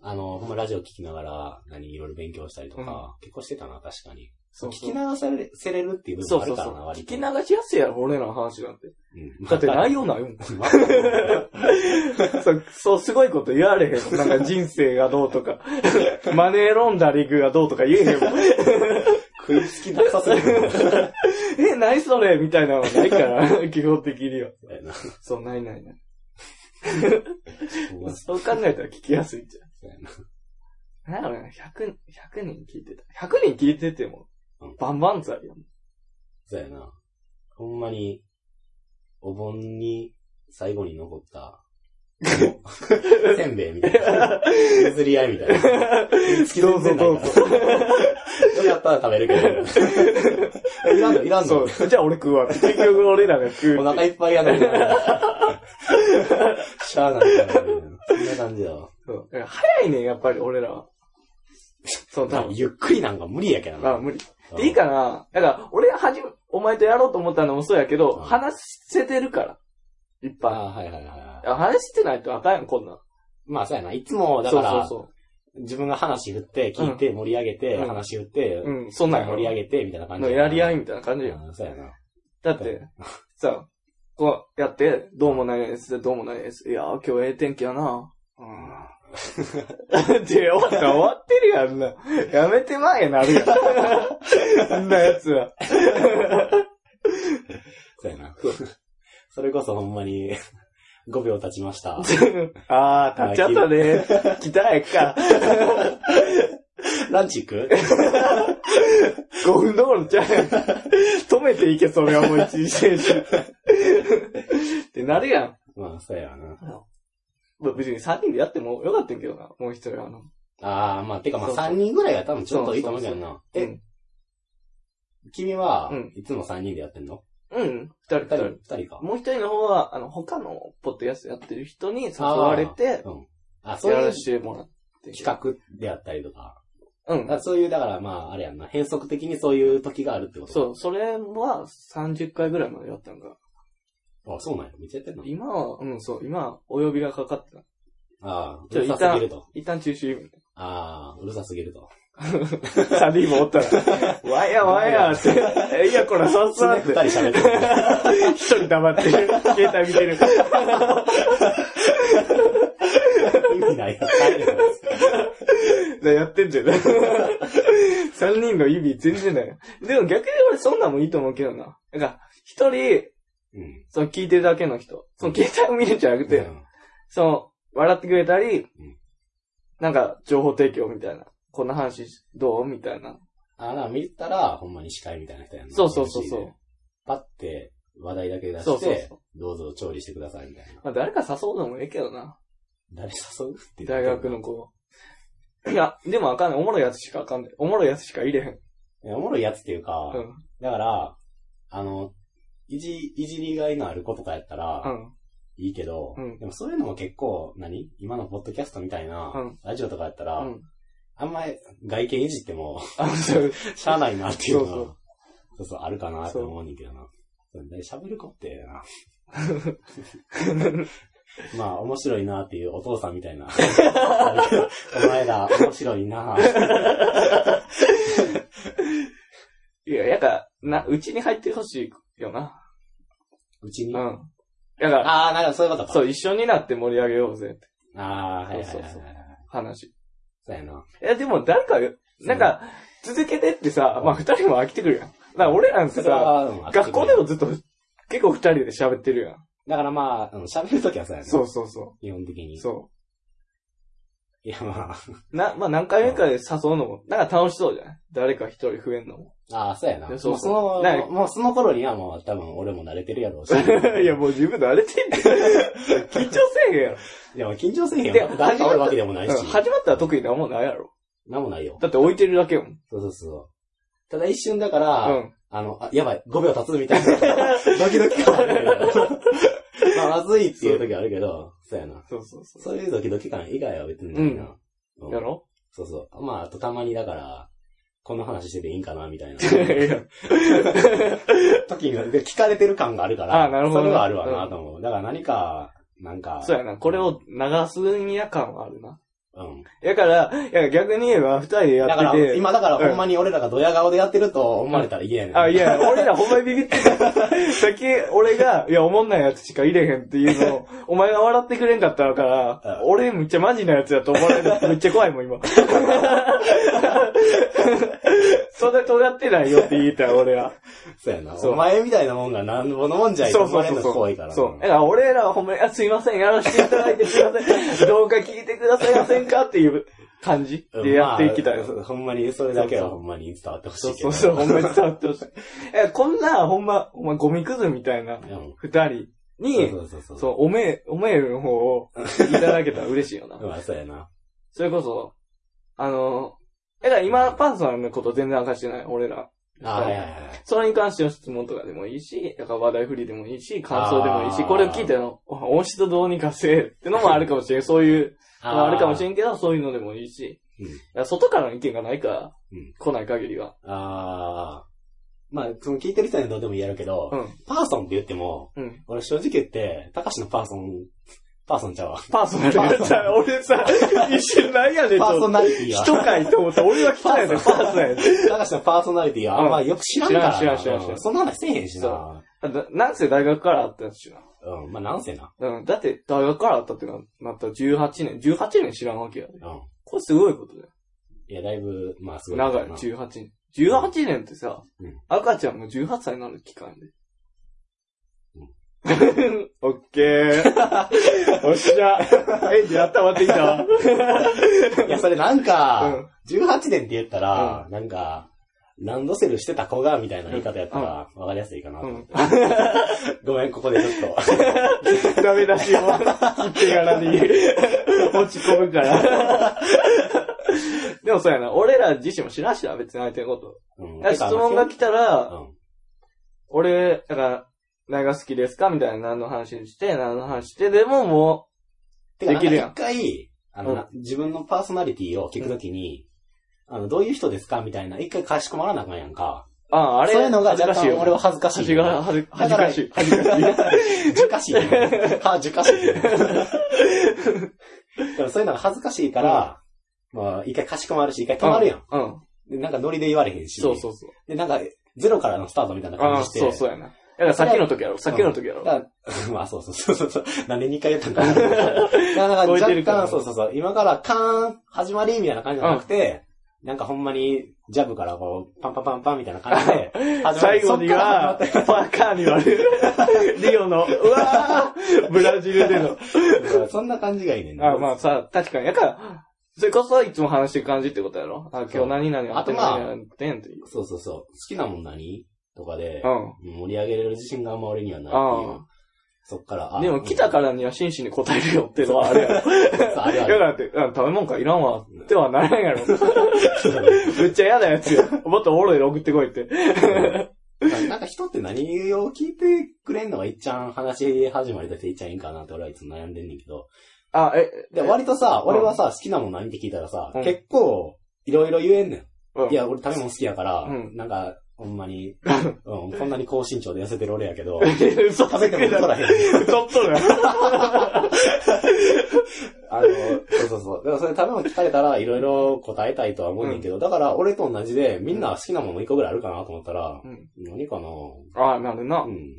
Speaker 2: あの、ほんまラジオ聞きながら、何、いろいろ勉強したりとか、結構してたな、確かに。
Speaker 1: そうそう
Speaker 2: 聞き流され、せれるっていう部分
Speaker 1: そう
Speaker 2: もあ
Speaker 1: そ
Speaker 2: る
Speaker 1: う
Speaker 2: か
Speaker 1: そ
Speaker 2: ら
Speaker 1: う
Speaker 2: な、。割
Speaker 1: 聞
Speaker 2: と
Speaker 1: き流しやすいやろ、俺らの話 なんて。
Speaker 2: うん
Speaker 1: だって
Speaker 2: まあ
Speaker 1: 内容ないもん。
Speaker 2: まあ
Speaker 1: そう、そう、すごいこと言われへんもん。なんか人生がどう とか、マネーロンダリングがどうとか言えへんも ん。
Speaker 2: 食いつきなさす ぎる。
Speaker 1: え、何それみたいなのはない から、基本的には。
Speaker 2: そうやな
Speaker 1: そう、ないないない。
Speaker 2: そうや
Speaker 1: そう考えたら聞きやすいじ
Speaker 2: な
Speaker 1: ゃん。なんやろな、100、100人聞いてた。100人聞いてても
Speaker 2: うん、
Speaker 1: バンバンザリやもん。
Speaker 2: そうやな。ほんまに、お盆に最後に残った、せんべいみたいな。譲り合いみたいな。き
Speaker 1: どうぞどうぞ。
Speaker 2: やったら食べるけど。いらんの、いらん
Speaker 1: そ
Speaker 2: の。
Speaker 1: う、じゃあ俺食うわ。結局俺らが食う。
Speaker 2: お腹いっぱいやな、ね。しゃあないから、ね。そんな感じだわ。
Speaker 1: そうだから早いねん、やっぱり俺らは。そう、多分。
Speaker 2: ゆっくりなんか無理やけど
Speaker 1: ま
Speaker 2: な。
Speaker 1: あ、無理。でいいかなだから、俺ははじめ、お前とやろうと思ったのもそうやけど、
Speaker 2: うん
Speaker 1: 話せてるから。一
Speaker 2: あ
Speaker 1: 般。
Speaker 2: はいはいはい。
Speaker 1: 話してないとあかんやん、こんなん。
Speaker 2: まあそうやな。いつも、だから、
Speaker 1: そう
Speaker 2: 自分が話振って、聞いて、盛り上げて、
Speaker 1: うん
Speaker 2: 話振って、
Speaker 1: そうそう。うん、そんなんやろ
Speaker 2: 盛り上げて、みたいな感じ
Speaker 1: のやり合い
Speaker 2: い
Speaker 1: みたいな感じよ。
Speaker 2: そうやな。
Speaker 1: だって、さ、こうやって、どうもないです、どうもないです。いやー、今日ええ天気やな。 うん。って、終わった、終わってるやんな。やめてまえな るやん。そんなやつは。
Speaker 2: そうやな。 それこそほんまに、5秒経ちま した。
Speaker 1: あー、立っちゃったね。来たやっか。
Speaker 2: ランチ 行く
Speaker 1: 5分どころちゃうやん。止めていけ、それはもう一時停止。ってなるやん。
Speaker 2: まあ、そうやな。
Speaker 1: まあ別に3人でやってもよかったんけどな、もう一人はあの。
Speaker 2: ああ、まあ、てかまあ
Speaker 1: そうそう
Speaker 2: 3人ぐらいが多分ちょっといいと思うけどな。
Speaker 1: う
Speaker 2: え、
Speaker 1: ん、
Speaker 2: 君は
Speaker 1: うん
Speaker 2: いつも3人でやってんの
Speaker 1: うん、二人
Speaker 2: 二
Speaker 1: 二
Speaker 2: 人
Speaker 1: 人。、
Speaker 2: 二人か。
Speaker 1: もう一人の方は、あの、他のポッドキャストやってる人に誘われて、
Speaker 2: うん。あ、そう
Speaker 1: や
Speaker 2: いう
Speaker 1: らせてもらって。
Speaker 2: 企画であったりとか。
Speaker 1: う
Speaker 2: だ
Speaker 1: ん
Speaker 2: か。らそういう、だからまあ、あれやんな。変則的にそういう時があるってこと
Speaker 1: そう、それは30回ぐらいまでやったんか。
Speaker 2: う。あ、そうなんや。めっちゃやってんの
Speaker 1: 今は、うん、そう、今はお呼びがかかってた。
Speaker 2: ああ、う
Speaker 1: ちょ
Speaker 2: る
Speaker 1: っと
Speaker 2: さ
Speaker 1: 一
Speaker 2: す
Speaker 1: 旦
Speaker 2: ぎると。
Speaker 1: 一旦中止。
Speaker 2: ああ、うるさすぎると。
Speaker 1: サリーもおったら、 わやわやって、えいや、これさっ
Speaker 2: 常
Speaker 1: さ
Speaker 2: に
Speaker 1: っ
Speaker 2: 二
Speaker 1: て、
Speaker 2: 人喋ってる。
Speaker 1: 一人黙って、携帯見て る。
Speaker 2: 意味ないやつ。
Speaker 1: やってんじゃない 三人の指全然ない。でも逆に俺そんなんもいいと思うけどな。なんか、一人、
Speaker 2: うん。
Speaker 1: その聞いてるだけの人、その携帯を見るんじゃなくて、
Speaker 2: うん
Speaker 1: その、笑ってくれたり
Speaker 2: ん、
Speaker 1: なんか、情報提供みたいな。こんな話どうみたいな。
Speaker 2: あだから見たら、ほんまに司会みたいな人やんな。
Speaker 1: そうそうそうそう
Speaker 2: MC で。パって、話題だけ出して、
Speaker 1: そうそうそう。
Speaker 2: どうぞ調理してくださいみたいな。
Speaker 1: まあ、誰か誘うのもええけどな。
Speaker 2: 誰誘うって
Speaker 1: 大学の。子。いや、でもあかんねおもろいやつしかあかんねおもろいやつしか入れへん。
Speaker 2: いやおもろいやつっていうか、
Speaker 1: うん。
Speaker 2: だから、あの、いじ、いじりがいのある子とかやったら、
Speaker 1: うん。
Speaker 2: いいけど、
Speaker 1: うん
Speaker 2: でもそういうのも結構、何今のポッドキャストみたいな、
Speaker 1: うん
Speaker 2: ラジオとかやったら、
Speaker 1: うん。
Speaker 2: あんまり外見いじっても、
Speaker 1: あ、そう。
Speaker 2: しゃあないなっていうのは、
Speaker 1: そ
Speaker 2: そうう
Speaker 1: そ
Speaker 2: そうあるかなって思うねんけどな。そうね喋る子ってな。まあ、面白いなっていうお父さんみたいな。お前ら、面白いな。
Speaker 1: いや、やっぱ、な、うちに入ってほしいよな。
Speaker 2: うちに。
Speaker 1: う
Speaker 2: あ
Speaker 1: ん。だから、
Speaker 2: あー、なるほど、そういうことか。
Speaker 1: そう、一緒になって盛り上げようぜって
Speaker 2: ああ、はいはいはい
Speaker 1: そう
Speaker 2: は
Speaker 1: そうそ
Speaker 2: い。そうう
Speaker 1: 話。
Speaker 2: やな。
Speaker 1: いや、でも誰か、なんか、続けてってさ、まあ二人も飽きてくるやん。だから俺らなんて
Speaker 2: それ
Speaker 1: さ、
Speaker 2: は、うん
Speaker 1: 学校でもずっと、結構二人で喋ってるやん。
Speaker 2: だからまあ、うん喋るときはそうやな。
Speaker 1: そうそうそ
Speaker 2: 基本的
Speaker 1: う。
Speaker 2: に。
Speaker 1: そ
Speaker 2: いや、まあ、
Speaker 1: な、まあ何回目かで誘うのも、なんか楽しそうじゃない誰か一人増えんのも。
Speaker 2: ああ、そうやな。
Speaker 1: い
Speaker 2: も
Speaker 1: や
Speaker 2: う
Speaker 1: そう
Speaker 2: そ
Speaker 1: そう
Speaker 2: の
Speaker 1: なん、か
Speaker 2: もうその頃にはもう多分俺も慣れてるやろう し。
Speaker 1: いや、もう自分慣れてん ねん。緊張せえへんやろ。
Speaker 2: いや、緊張せえへん
Speaker 1: で
Speaker 2: よ。誰かおるわけでもないし。
Speaker 1: 始まったら特になんもないやろ。
Speaker 2: なんもないよ。
Speaker 1: だって置いてるだけやもん。
Speaker 2: そうそうそう。ただ一瞬だから、
Speaker 1: うん。
Speaker 2: あの、あ、やばい、5秒経つみたい な。ドキドキ感あるけど。 まあ、まずいっていう時あるけど、そうやな。
Speaker 1: そうそうそ
Speaker 2: そういうドキドキ感以外は別にないな。う
Speaker 1: う。
Speaker 2: ん
Speaker 1: やろ
Speaker 2: そうそう。まあ、あとたまにだから、この話してていいんかな、み たいな。
Speaker 1: いや
Speaker 2: 時に、で聞かれてる感があるから。
Speaker 1: あなるほどね
Speaker 2: それはあるわな、と思う。だから何か、なんか、
Speaker 1: そうやな。これを流すんや感はあるな。
Speaker 2: うん。
Speaker 1: やから、いや逆に言えば二人でや
Speaker 2: だか
Speaker 1: っ
Speaker 2: ら
Speaker 1: て、て。
Speaker 2: 今だからほんまに俺らがドヤ顔でやってると思われたら嫌やねん。
Speaker 1: あ、いや、俺らほんまにビビってた。さっき、俺が、いや、おもんないやつしか入れへんっていう のを、お前が笑ってくれんかったのから、
Speaker 2: う
Speaker 1: 俺めっちゃマジなやつやと思われるのめっちゃ怖いもん、今。そんな尖ってないよって言いたい、俺は。
Speaker 2: そうやな。
Speaker 1: そう
Speaker 2: お前みたいなもんがなんぼのもんじゃいと
Speaker 1: そう
Speaker 2: 思
Speaker 1: そう
Speaker 2: わ
Speaker 1: そ
Speaker 2: れる
Speaker 1: う
Speaker 2: の
Speaker 1: そう。
Speaker 2: 怖いからな。
Speaker 1: そう。だから俺らはほんまに、あ、すいません、やらせていただいてすいま せん、動画聞いてくださいませんかっていう感じ
Speaker 2: うん
Speaker 1: でやっていきたい。
Speaker 2: まあそうほんまに、それだけはほんまに伝わってほし
Speaker 1: そう
Speaker 2: いけ
Speaker 1: そ
Speaker 2: ど。
Speaker 1: うそう、ほんまに伝わってほしい。え、こんな、ほんま、ほんまゴミくずみたいな
Speaker 2: うん
Speaker 1: 二人に、
Speaker 2: そうそうそう。
Speaker 1: そう、おめえ、おめえの方をいただけたら嬉しいよな。
Speaker 2: まあ、そうやな。
Speaker 1: それこそ、あの、え、だから今、パンさんのこと全然明かしてない、俺ら。
Speaker 2: あはいはいはい。
Speaker 1: それに関しての質問とかでもいいし、だから話題振りでもいいし、感想でもいいし、
Speaker 2: あー
Speaker 1: これを聞いての、お音質とどうにかせえってのもあるかもしれん。そういう、まああるかもし
Speaker 2: ん。
Speaker 1: れんけど、そういうのでもいいし。
Speaker 2: うん
Speaker 1: いや外からの意見がないから、
Speaker 2: うん
Speaker 1: 来ない限りは。
Speaker 2: ああ。まあ、その聞いてる人にはどうでも言えるけど、
Speaker 1: うん
Speaker 2: パーソンって言っても、
Speaker 1: うん。
Speaker 2: 俺正直言って、高橋のパーソン、パーソンちゃうわ。
Speaker 1: パーソナル
Speaker 2: パーソナ ル
Speaker 1: 俺さ、一瞬なんやねん
Speaker 2: パーソ
Speaker 1: と。
Speaker 2: ナリティは。
Speaker 1: 人かいと思った。俺は来たやつ、パーソナル。
Speaker 2: 高橋のパーソナリティはあんまよく知らんからな。
Speaker 1: 知らん知らん知らん知らん
Speaker 2: そんな話せえへんしな。
Speaker 1: あななんせ大学からあったんしな。
Speaker 2: うん、まあなんせな。
Speaker 1: うん。だって大学からあったってななったら18年。18年知らんわけやで。
Speaker 2: うん。
Speaker 1: これすごいことだよ。
Speaker 2: いや、だいぶ、まあすごいこと
Speaker 1: 長
Speaker 2: や
Speaker 1: い、
Speaker 2: な。
Speaker 1: 18年。18年ってさ、
Speaker 2: うん
Speaker 1: 赤ちゃんも18歳になる期間で
Speaker 2: うん。
Speaker 1: オッケー。おっしゃ。エンジン温まってきたわ。
Speaker 2: いや、それなんか、18年って言ったら、
Speaker 1: う
Speaker 2: なんか、ランドセルしてた子が、みたいな言い方やったら、わかりやすいかなと
Speaker 1: う
Speaker 2: 思っ
Speaker 1: ん。
Speaker 2: て。 ごめん、ここでちょっと。
Speaker 1: ダメ出しを切ってからに落ち込むから。でもそうやな、俺ら自身も知らんしな、別に相手のこと。
Speaker 2: うん
Speaker 1: だから質問が来たら、
Speaker 2: うん。
Speaker 1: 俺、だから、何が好きですかみたいな何の話にして、何の話して、でもも
Speaker 2: てか、
Speaker 1: できるやん
Speaker 2: なんか一回、あの、な自分のパーソナリティを聞くときに、あの、どういう人ですかみたいな、一回かしこまらなあかんやんか。
Speaker 1: う、ああ、あれ、
Speaker 2: そういうのが
Speaker 1: 恥ずか
Speaker 2: 若
Speaker 1: しい
Speaker 2: 干
Speaker 1: よ。
Speaker 2: 俺は恥ずかし
Speaker 1: 恥
Speaker 2: い
Speaker 1: ず
Speaker 2: よ。
Speaker 1: かしい。恥ずかしい。恥ずかしい。
Speaker 2: 受かしい。は、受かしい。でもそういうのが恥ずかしいから、まあ、一回かしこまるし、一回止まるやん。
Speaker 1: うん。
Speaker 2: でなんかノリで言われへんし。
Speaker 1: そうそうそう。
Speaker 2: で、なんか、ゼロからのスタートみたいな
Speaker 1: あ
Speaker 2: 感
Speaker 1: あ、
Speaker 2: じして。
Speaker 1: そうそうやな。だからさっきの時やろ、さっきの時やろ。
Speaker 2: だからまあ、そうそうそうそうそう。なんで2回やった んかな。なんか
Speaker 1: 超えて
Speaker 2: 若
Speaker 1: るから
Speaker 2: 干、そうそうそう。今からカーン、始まりみたいな感じじゃなくて、なんかほんまに、ジャブからこう、パンパンパンパンみたいな感じで、始ま る
Speaker 1: 最後には、
Speaker 2: そ
Speaker 1: パーカーに割る。 リオの、うわーブラジルでの。
Speaker 2: っからそんな感じがいいねんな
Speaker 1: あ、まあさ、確かに。やから、それこそいつも話してる感じってことやろあ、今日何々あって
Speaker 2: あとまあ
Speaker 1: 何々やってんっていう。
Speaker 2: そうそうそう。好きなもん何とかで
Speaker 1: う、ん。
Speaker 2: 盛り上げれる自信があんま俺にはないっていう
Speaker 1: あ。
Speaker 2: そっから、
Speaker 1: あ
Speaker 2: あ
Speaker 1: でも来た
Speaker 2: か
Speaker 1: からには真摯に答えるよっていうのはあれやろ。
Speaker 2: ら、あれ
Speaker 1: だ
Speaker 2: あ
Speaker 1: か
Speaker 2: れ。
Speaker 1: らって、うん食べ物かいらんわってはならんや ろ。むっちゃ嫌なやつよ。もっとおもろいの送ってこいって。
Speaker 2: なんか人って何を聞いてくれんのがいっちゃん話始まりだっていっちゃんいいんかなって俺はいつも悩んでんねんけど。
Speaker 1: あ、え、
Speaker 2: で、割とさ、
Speaker 1: うん
Speaker 2: 俺はさ、好きなもん何って聞いたらさ、
Speaker 1: うん
Speaker 2: 結構、いろいろ言えんねん。
Speaker 1: うん
Speaker 2: いや、俺食べ物好きやから、
Speaker 1: うん
Speaker 2: なんか、ほん まに、うん、こんなに高身長で痩せてる俺やけど、
Speaker 1: 嘘
Speaker 2: 食べても太 らへん。
Speaker 1: 太っとるやん
Speaker 2: あの、そうそうそう。だからそれ食べ物聞かれたら、いろいろ答えたいとは思うねんけど、だから俺と同じで、みんな好きなもの一個ぐらいあるかなと思ったら、
Speaker 1: うん
Speaker 2: 何かな
Speaker 1: あ、なるな
Speaker 2: う。ん。い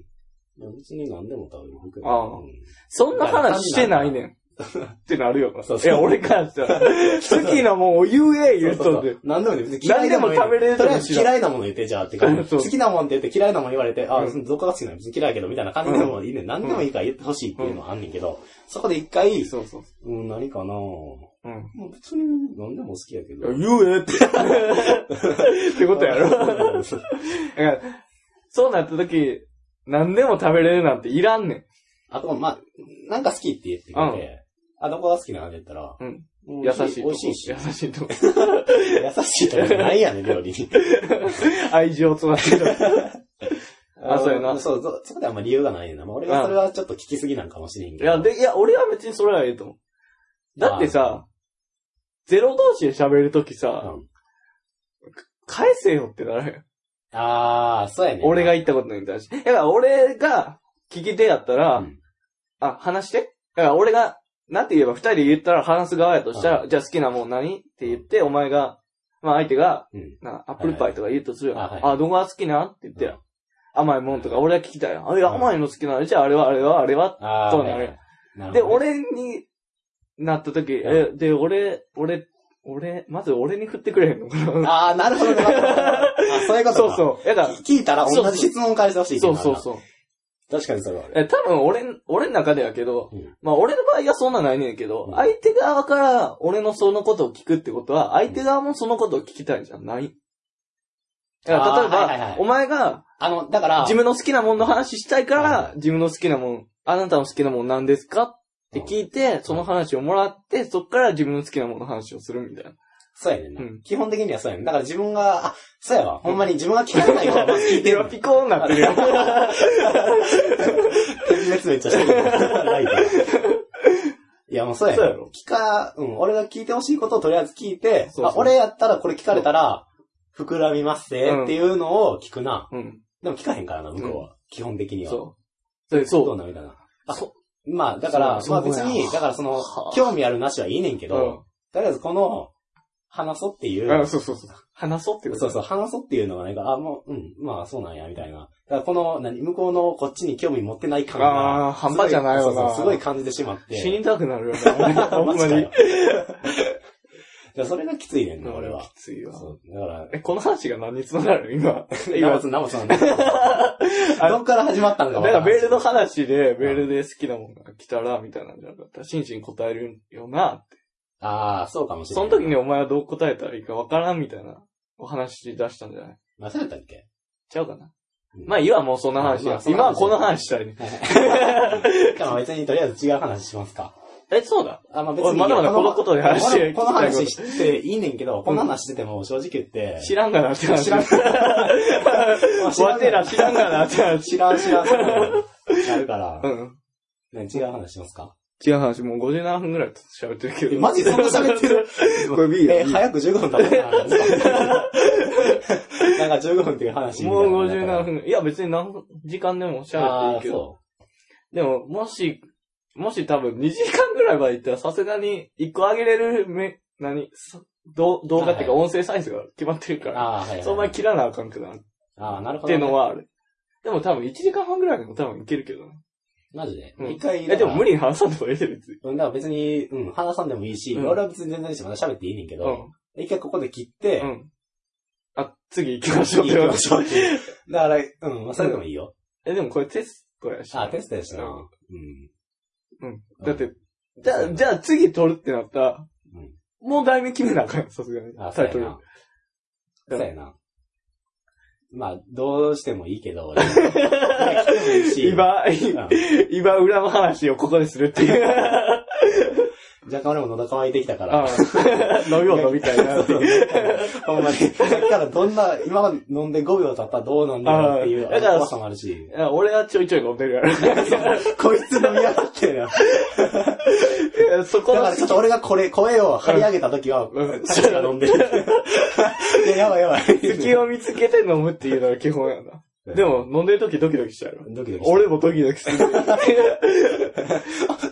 Speaker 2: や別に何でも食べるけど。
Speaker 1: ああ
Speaker 2: うん
Speaker 1: そんな話してないねん。ってなるよ
Speaker 2: そう。
Speaker 1: い
Speaker 2: そう
Speaker 1: や、俺からしたら、好きなもんを言え、言う
Speaker 2: そうそ
Speaker 1: と
Speaker 2: う
Speaker 1: って。
Speaker 2: 何でもね、別に嫌いなもん言
Speaker 1: 何でも食べれる
Speaker 2: と
Speaker 1: と思
Speaker 2: りあえ
Speaker 1: うし
Speaker 2: ず嫌いなもの言ってじゃあってか、
Speaker 1: うん そう
Speaker 2: 好きなもんって言って嫌いなもん言われて、あ、
Speaker 1: うん
Speaker 2: どこが好きなの別に嫌いやけど、みたいな感じでもいいね。何でもいいから言ってほしいっていうのはあんねんけど、そこで一回、
Speaker 1: そうそう。
Speaker 2: うん、何かな
Speaker 1: う
Speaker 2: ぁ。
Speaker 1: ん。
Speaker 2: もう別に何でも好きやけど。
Speaker 1: 言えって。 ってことやろ。だから、そうなった時、何でも食べれるなんていらんねん。
Speaker 2: あと、まあ、なんか好きって言ってくれて、あ、どこが好きなのって言ったら、
Speaker 1: うん
Speaker 2: もう
Speaker 1: 優しいとこ。
Speaker 2: 美味しいし。
Speaker 1: 優しいとこ。
Speaker 2: 優しいとかないやねん、料理に。
Speaker 1: 愛情詰まってる。 あそうやな
Speaker 2: あのそう、そそこであんま理由がないねんな。まあ、俺はそれはちょっと聞きすぎなんかもしれんけ
Speaker 1: い
Speaker 2: ど。
Speaker 1: や、で、いや、俺は別にそれはええと思う。だってさ、ゼロ同士で喋るとき
Speaker 2: あ
Speaker 1: さ
Speaker 2: ー、、うん
Speaker 1: 返せよってならへん。
Speaker 2: あー、そうやねんな。
Speaker 1: 俺が言ったことないんだし。だから俺が聞き手やったら、
Speaker 2: うん
Speaker 1: あ、話して。だから俺が、なんて言えば二人で言ったら話す側やとしたら、じゃあ好きなもん何って言って、お前が、まあ相手が、
Speaker 2: うん。
Speaker 1: なアップルパイとか言うとするよ。
Speaker 2: はいはいあ
Speaker 1: あ
Speaker 2: はい
Speaker 1: どこが好きなんって言って、
Speaker 2: うん
Speaker 1: 甘いもんとか俺が聞きたいよ。あれ
Speaker 2: うん
Speaker 1: 甘いの好きなのじゃああれはあれはあれは。
Speaker 2: あー、
Speaker 1: そうなる
Speaker 2: はいなるほどね
Speaker 1: で、、俺になった時、え、で、俺、俺、俺、まず俺に振ってくれへんのかな。
Speaker 2: あー、なるほどね。 あ、そういうことか。
Speaker 1: そうそう。 やだから、
Speaker 2: 聞いたら同じ質問返してほしいって
Speaker 1: そう
Speaker 2: いのがある
Speaker 1: そう
Speaker 2: な
Speaker 1: そう。
Speaker 2: 確かにそれはある。
Speaker 1: え、多分俺ん、俺の中でやけど、
Speaker 2: うん
Speaker 1: まあ俺の場合はそんなないねんけど、
Speaker 2: うん
Speaker 1: 相手側から俺のそのことを聞くってことは、相手側もそのことを聞きたいんじゃない。だから例えば、
Speaker 2: あーはいはいはい
Speaker 1: お前が
Speaker 2: あの、だから、
Speaker 1: 自分の好きなもんの話したいか
Speaker 2: はいは
Speaker 1: ら、自分の好きなもん、あなたの好きなもん何ですかって聞いて、その話をもらって、そっから自分の好きなもんの話をするみたいな。
Speaker 2: そうやねんな
Speaker 1: うん。
Speaker 2: 基本的にはそうやねん。だから自分が、あ、そうやわ。ほんまに自分が聞かれ ないから、まず聞いて
Speaker 1: で
Speaker 2: る
Speaker 1: は。ピコーンなってるよ。
Speaker 2: 点滅めっちゃしてる。ライトがいや、もうそうやね
Speaker 1: そ
Speaker 2: ん
Speaker 1: うやろ
Speaker 2: 聞か、うん、俺が聞いてほしいことをとりあえず聞いて、
Speaker 1: そうそう
Speaker 2: あ俺やったらこれ聞かれたら、膨らみますぜっていうのを聞くな。
Speaker 1: うん。
Speaker 2: でも聞かへんからな、向こうは。基本的には。
Speaker 1: そう。でそう
Speaker 2: どう。なるかな。あ、まあ、だか
Speaker 1: そ
Speaker 2: ら、
Speaker 1: う
Speaker 2: まあ
Speaker 1: そう
Speaker 2: 別
Speaker 1: や
Speaker 2: に、だからその
Speaker 1: は、あ
Speaker 2: 興味あるなしはいいねんけ
Speaker 1: う
Speaker 2: ど、とりあえずこの、話そうっていう、
Speaker 1: ん。あそうそうそう。話そうってこと
Speaker 2: そうそう、話そうっていうのがなんか、あ、もう、うん、まあそうなんや、みたいな。だからこの、何、向こうのこっちに興味持ってない感が、
Speaker 1: あー半端じゃないわな
Speaker 2: すごそうそうすごい感じてしまって。
Speaker 1: 死にたくな るよな。ほ
Speaker 2: マ
Speaker 1: ん
Speaker 2: ジ
Speaker 1: ま
Speaker 2: か
Speaker 1: に
Speaker 2: よ。。じゃあそれがきついねんな、俺は
Speaker 1: き。ついわ。
Speaker 2: そう、だから、
Speaker 1: え、この話が何につながる 今。
Speaker 2: 今
Speaker 1: 今、
Speaker 2: つ、生つなんだ。どっから始まったんか
Speaker 1: な
Speaker 2: わ
Speaker 1: ん
Speaker 2: から
Speaker 1: か
Speaker 2: ん
Speaker 1: メールの話で、メールで好きなものが来たら、みたいなんじゃなかった。真摯に答えるよなって。
Speaker 2: ああ、そうかもしれな
Speaker 1: そ
Speaker 2: い。
Speaker 1: の時にお前はどう答えたらいいかわからんみたいなお話し出したんじゃない
Speaker 2: まあ、そうやったっけ
Speaker 1: ちゃうかな。
Speaker 2: うん
Speaker 1: まあいいわ、もうそんな話
Speaker 2: まあ
Speaker 1: は。
Speaker 2: そんな
Speaker 1: 今
Speaker 2: 話
Speaker 1: はこの話したいね。
Speaker 2: はいだから別にとりあえず違う話しますか。
Speaker 1: え、そうだ。
Speaker 2: あ、まあ別
Speaker 1: おい
Speaker 2: に。
Speaker 1: まだまだこのことで話して
Speaker 2: このこの話していいねんけど、こんな話してても正直言って、
Speaker 1: 知らんがなって話。
Speaker 2: 知らん
Speaker 1: わてら知らんがなって話。
Speaker 2: 知らん知らん。 なるから
Speaker 1: う、ん。
Speaker 2: ね違う話しますか。
Speaker 1: 違う話、もう57分ぐらい喋ってるけ
Speaker 2: え
Speaker 1: ど。
Speaker 2: マジそんな喋ってる
Speaker 1: これ B や
Speaker 2: え、早く15分経ったな。なんか15分っていう話みた
Speaker 1: も
Speaker 2: いうな。
Speaker 1: 57分。いや、別に何分時間でも喋
Speaker 2: あ
Speaker 1: って
Speaker 2: あ、
Speaker 1: いいけど。
Speaker 2: そ
Speaker 1: でも、もし、もし多分2時間ぐらいまで行ったらさすがに1個上げれるめ、何、そどう動画っていうか
Speaker 2: は
Speaker 1: 音声サイズが決まってるか
Speaker 2: う。
Speaker 1: ら、
Speaker 2: ああ、はいはい。
Speaker 1: その前切らなあかんくなるっ
Speaker 2: ああ、なるほど
Speaker 1: てい
Speaker 2: ね。
Speaker 1: うのはある。でも多分1時間半ぐらいでも多分いけるけどな。
Speaker 2: マジで
Speaker 1: うん
Speaker 2: 一回。
Speaker 1: え、でも無
Speaker 2: 理。
Speaker 1: 理に話さんでもいいで別に。
Speaker 2: うん、だから別に、うん、話さんでもいいし、
Speaker 1: うん
Speaker 2: 俺は別に全然いいし、まだ喋っていいねんけ
Speaker 1: う
Speaker 2: ど、
Speaker 1: ん。
Speaker 2: 一回ここで切って
Speaker 1: う、ん。あ、次行きましょうって言われた。
Speaker 2: だから、うん、まあ、それでもいいよ。
Speaker 1: え、でもこれテストやし。
Speaker 2: あ、テストやしな。
Speaker 1: う
Speaker 2: うん。
Speaker 1: うん。だって、じゃあ、じゃあ次撮るってなったら、
Speaker 2: うん
Speaker 1: もう題名決めなあかんよ、さすがに
Speaker 2: あ、。そ
Speaker 1: タ
Speaker 2: う
Speaker 1: イ
Speaker 2: や
Speaker 1: トル。
Speaker 2: な。そうやな。まあ、どうしてもいいけ ど、今、
Speaker 1: 今、
Speaker 2: うん
Speaker 1: 今今裏の話をここでするっていう。
Speaker 2: 若干俺も喉乾いてきたから
Speaker 1: あ。あ飲みよう飲みたいなっていう。
Speaker 2: ほんまに。さっきからどんな、今まで飲んで5秒経ったらどうなんだろうっていう
Speaker 1: あだから
Speaker 2: 怖さもあるし。
Speaker 1: いや俺はちょいちょい飲んでる
Speaker 2: こいつ飲みやがってるな。
Speaker 1: やろ。そこ
Speaker 2: だか
Speaker 1: の
Speaker 2: らちょっと俺がこれ、声を張り上げた時は、
Speaker 1: うん
Speaker 2: タクシが飲んでる。 いや、やばいやばい。
Speaker 1: 隙を見つけて飲むっていうのが基本やな。でも、飲んでる時ドキドキしちゃうよ。
Speaker 2: ドキドキした
Speaker 1: 俺もドキドキ する。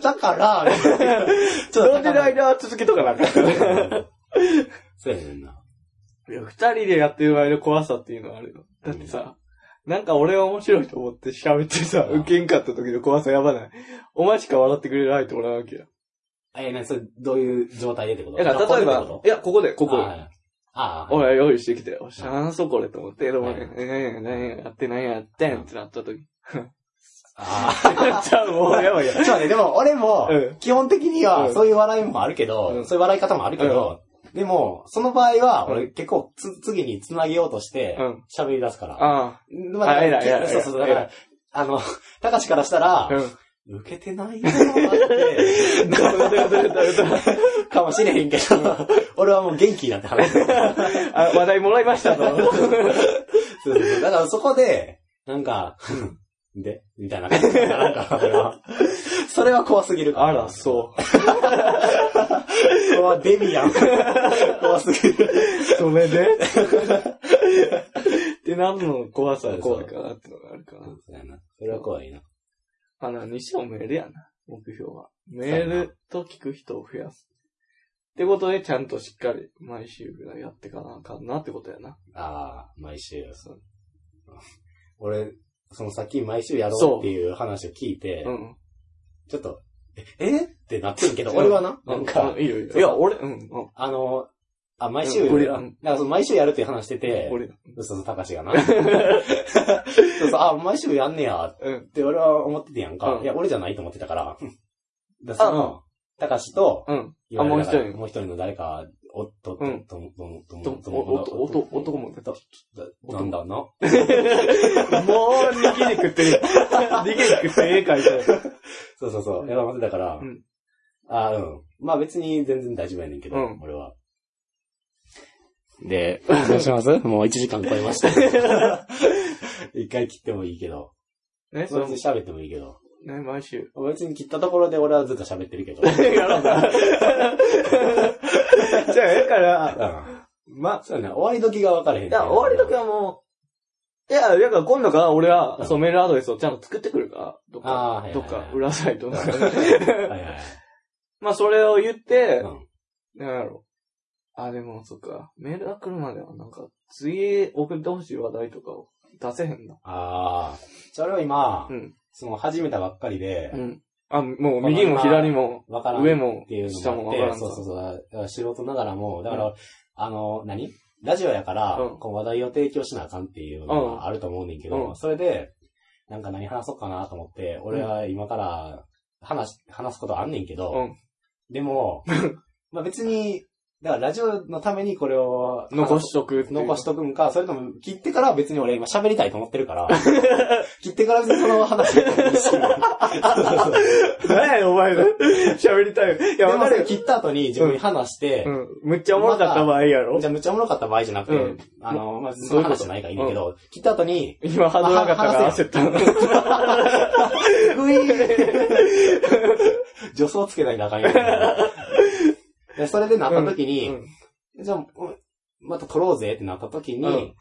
Speaker 2: だから、 ち
Speaker 1: 飲んでる間は続けとかなあかん。
Speaker 2: そうやねんな。
Speaker 1: いや、二人でやってる場合の怖さっていうのはあるよ。だってさ、なんか俺は面白いと思って喋ってさ、
Speaker 2: うん
Speaker 1: 受けんかった時の怖さやばない。お前しか笑ってくれる相手おらんわけや。
Speaker 2: え、な、それ、どういう状態でってこと
Speaker 1: だから、例えば、いや、ここで、ここ。
Speaker 2: ああー、
Speaker 1: おい、用意してきて、おしゃんそこれと思って、でも、えや、何や、やって何やってんってなった時。
Speaker 2: あ
Speaker 1: じゃあもう、や ばいや。
Speaker 2: あ。そうね、でも、俺も
Speaker 1: うん、
Speaker 2: 基本的に
Speaker 1: う
Speaker 2: は、
Speaker 1: ん
Speaker 2: そういう笑いもあるけ
Speaker 1: う
Speaker 2: ど、
Speaker 1: ん
Speaker 2: そういう笑い方もあるけど、でも、その場合は、俺結構、つ、次に繋げようとして
Speaker 1: うん、
Speaker 2: 喋り出すから。
Speaker 1: あ
Speaker 2: ま
Speaker 1: あ偉い偉い
Speaker 2: そうそう、
Speaker 1: 偉
Speaker 2: だ
Speaker 1: い
Speaker 2: から、あの、たかしからしたら
Speaker 1: あ。、うん。
Speaker 2: 受けてないなー って、かもしれへんけど、俺はもう元気になって話す。そう
Speaker 1: あ、話題もらいましたと。
Speaker 2: そうそうだからそこで、なんか、でみたいな感じだからなんか、俺はそれは怖すぎ る。。
Speaker 1: あら、そう
Speaker 2: 怖デビやん。怖すぎる。
Speaker 1: う。ごめんね。 ってなんの怖さが怖いかなってのがあるかな。
Speaker 2: そうやなそれは怖いな。
Speaker 1: あ、な、にしてもメールやな。目標は。メールと聞く人を増やす。ってことで、ちゃんとしっかり毎週ぐらいやってかなあかんなってことやな。
Speaker 2: ああ、毎週。
Speaker 1: そう
Speaker 2: 俺、そのさっき毎週やろうっていう話を聞いて
Speaker 1: う、ん。
Speaker 2: ちょっと、ええってなってるけど、俺はな、なんか
Speaker 1: う、いいよいいよ。いや、俺、うん、うん
Speaker 2: あの、あ、毎
Speaker 1: う
Speaker 2: 週、
Speaker 1: んゴリラ
Speaker 2: なんかその毎週やるっていう話してて、
Speaker 1: 俺、
Speaker 2: そうそう、たかし がな。そうそう、あ、毎週やんねや、っ
Speaker 1: うん。
Speaker 2: て俺は思っててやんか。
Speaker 1: うん
Speaker 2: いや、俺じゃないと思ってたから。だその、たかしと、
Speaker 1: うん。
Speaker 2: いわゆる
Speaker 1: もう一人
Speaker 2: だからもう一人の誰か、おっと、と、
Speaker 1: うん
Speaker 2: と、と、
Speaker 1: と
Speaker 2: と、と、
Speaker 1: おおと
Speaker 2: と、
Speaker 1: 男も出た
Speaker 2: と、と、なんだな。
Speaker 1: もう、逃げに食ってる。 逃げに食って絵描いてる。
Speaker 2: そうそうそう、やらまてたから
Speaker 1: うん。
Speaker 2: あ、うん。まあ別に全然大丈夫やねんけど
Speaker 1: うん、
Speaker 2: 俺は。で、どうしますもう1時間超えました。一回切ってもいいけど。
Speaker 1: ね、そ
Speaker 2: それ
Speaker 1: れ
Speaker 2: で喋ってもいいけど。
Speaker 1: ね、毎週。
Speaker 2: 別に切ったところで俺はずっと喋ってるけど。
Speaker 1: や ろうな。じゃあ、だから、
Speaker 2: まあ、そうね、終わり時が分かれへん、
Speaker 1: いや、終わり時
Speaker 2: は。
Speaker 1: はもう、いや、だから今度から俺
Speaker 2: う
Speaker 1: は、
Speaker 2: ん
Speaker 1: そう、メールアドレスをちゃんと作ってくるから、どっか、
Speaker 2: ああ、はいはいはい。
Speaker 1: どっか、裏サイトの。
Speaker 2: はいはい。
Speaker 1: まあ、それを言って
Speaker 2: う、ん。
Speaker 1: なんやろ。あ、でも、そっか、メールが来るまでは、なんか、次送ってほしい話題とかを出せへんな。
Speaker 2: ああ。それを今、
Speaker 1: うん。
Speaker 2: その始めたばっかりで
Speaker 1: う、ん。あ、もう、右も左も、
Speaker 2: わからん
Speaker 1: 上
Speaker 2: っ
Speaker 1: も
Speaker 2: ていう、
Speaker 1: 下
Speaker 2: の
Speaker 1: も
Speaker 2: も
Speaker 1: わ
Speaker 2: あ
Speaker 1: から
Speaker 2: って、
Speaker 1: ん
Speaker 2: そ
Speaker 1: ぞ
Speaker 2: うそうそう、だから素人ながらも、だから、あの、何ラジオやから
Speaker 1: うん、
Speaker 2: こう話題を提供しなあかんっていうのがあると思うねんけ
Speaker 1: う
Speaker 2: ど、
Speaker 1: ん
Speaker 2: それで、なんか何話そうかなと思って、俺は今から話、話すことあんねんけど、
Speaker 1: うん
Speaker 2: でも、まあ別に、だからラジオのためにこれを、
Speaker 1: 残しとくっていう。
Speaker 2: 残 しとくんか、それとも切ってから別に俺今喋りたいと思ってるから、切ってから別にその話でもいいし
Speaker 1: 何やねんお前の。喋りたい。い
Speaker 2: で
Speaker 1: や、
Speaker 2: も
Speaker 1: わか
Speaker 2: ま
Speaker 1: る
Speaker 2: ず
Speaker 1: よ。
Speaker 2: 切った後に自分に話して
Speaker 1: う、ん。むっちゃおもろかった場合やろ
Speaker 2: じ。ゃあむっちゃおもろかった場合じゃなくて、
Speaker 1: うん
Speaker 2: あの、まあ、
Speaker 1: そ
Speaker 2: そうう
Speaker 1: い
Speaker 2: いうう
Speaker 1: こと
Speaker 2: 話じゃないからいいんだけど、切った後 に、
Speaker 1: 今、ハードル上がったから焦った。
Speaker 2: グイー ン助走つけないとあかんよ でそれでなった時に、
Speaker 1: うんうん
Speaker 2: じゃあ、おまた撮ろうぜってなった時に、
Speaker 1: うん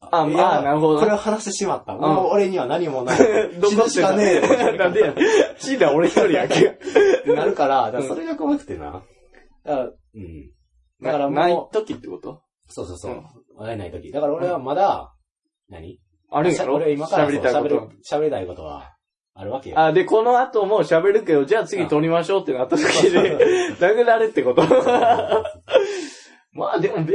Speaker 1: あ、
Speaker 2: い
Speaker 1: ま
Speaker 2: や
Speaker 1: あ、なるほど
Speaker 2: これ
Speaker 1: な。
Speaker 2: を話してしまった。
Speaker 1: ん
Speaker 2: もう俺には何もない。
Speaker 1: ど
Speaker 2: 死ぬしかねえ。
Speaker 1: なんでや。死んだ俺一人や け。
Speaker 2: ってなるから、だか
Speaker 1: うん
Speaker 2: らそれが怖くてな。だから、うん。だか
Speaker 1: な
Speaker 2: ら
Speaker 1: ない
Speaker 2: も
Speaker 1: 時ってこと
Speaker 2: う、そうそうそう
Speaker 1: うん。
Speaker 2: 会えない時。だから俺はまだ、何
Speaker 1: あるんやろ
Speaker 2: 俺は今から
Speaker 1: 喋
Speaker 2: そう
Speaker 1: りたい
Speaker 2: 喋
Speaker 1: こ
Speaker 2: る
Speaker 1: と。
Speaker 2: 喋りたいことは、あるわけよ。
Speaker 1: あ、で、この後も喋るけど、じゃあ次撮りましょうってなった時に、 殴られってこと。まあ、でも別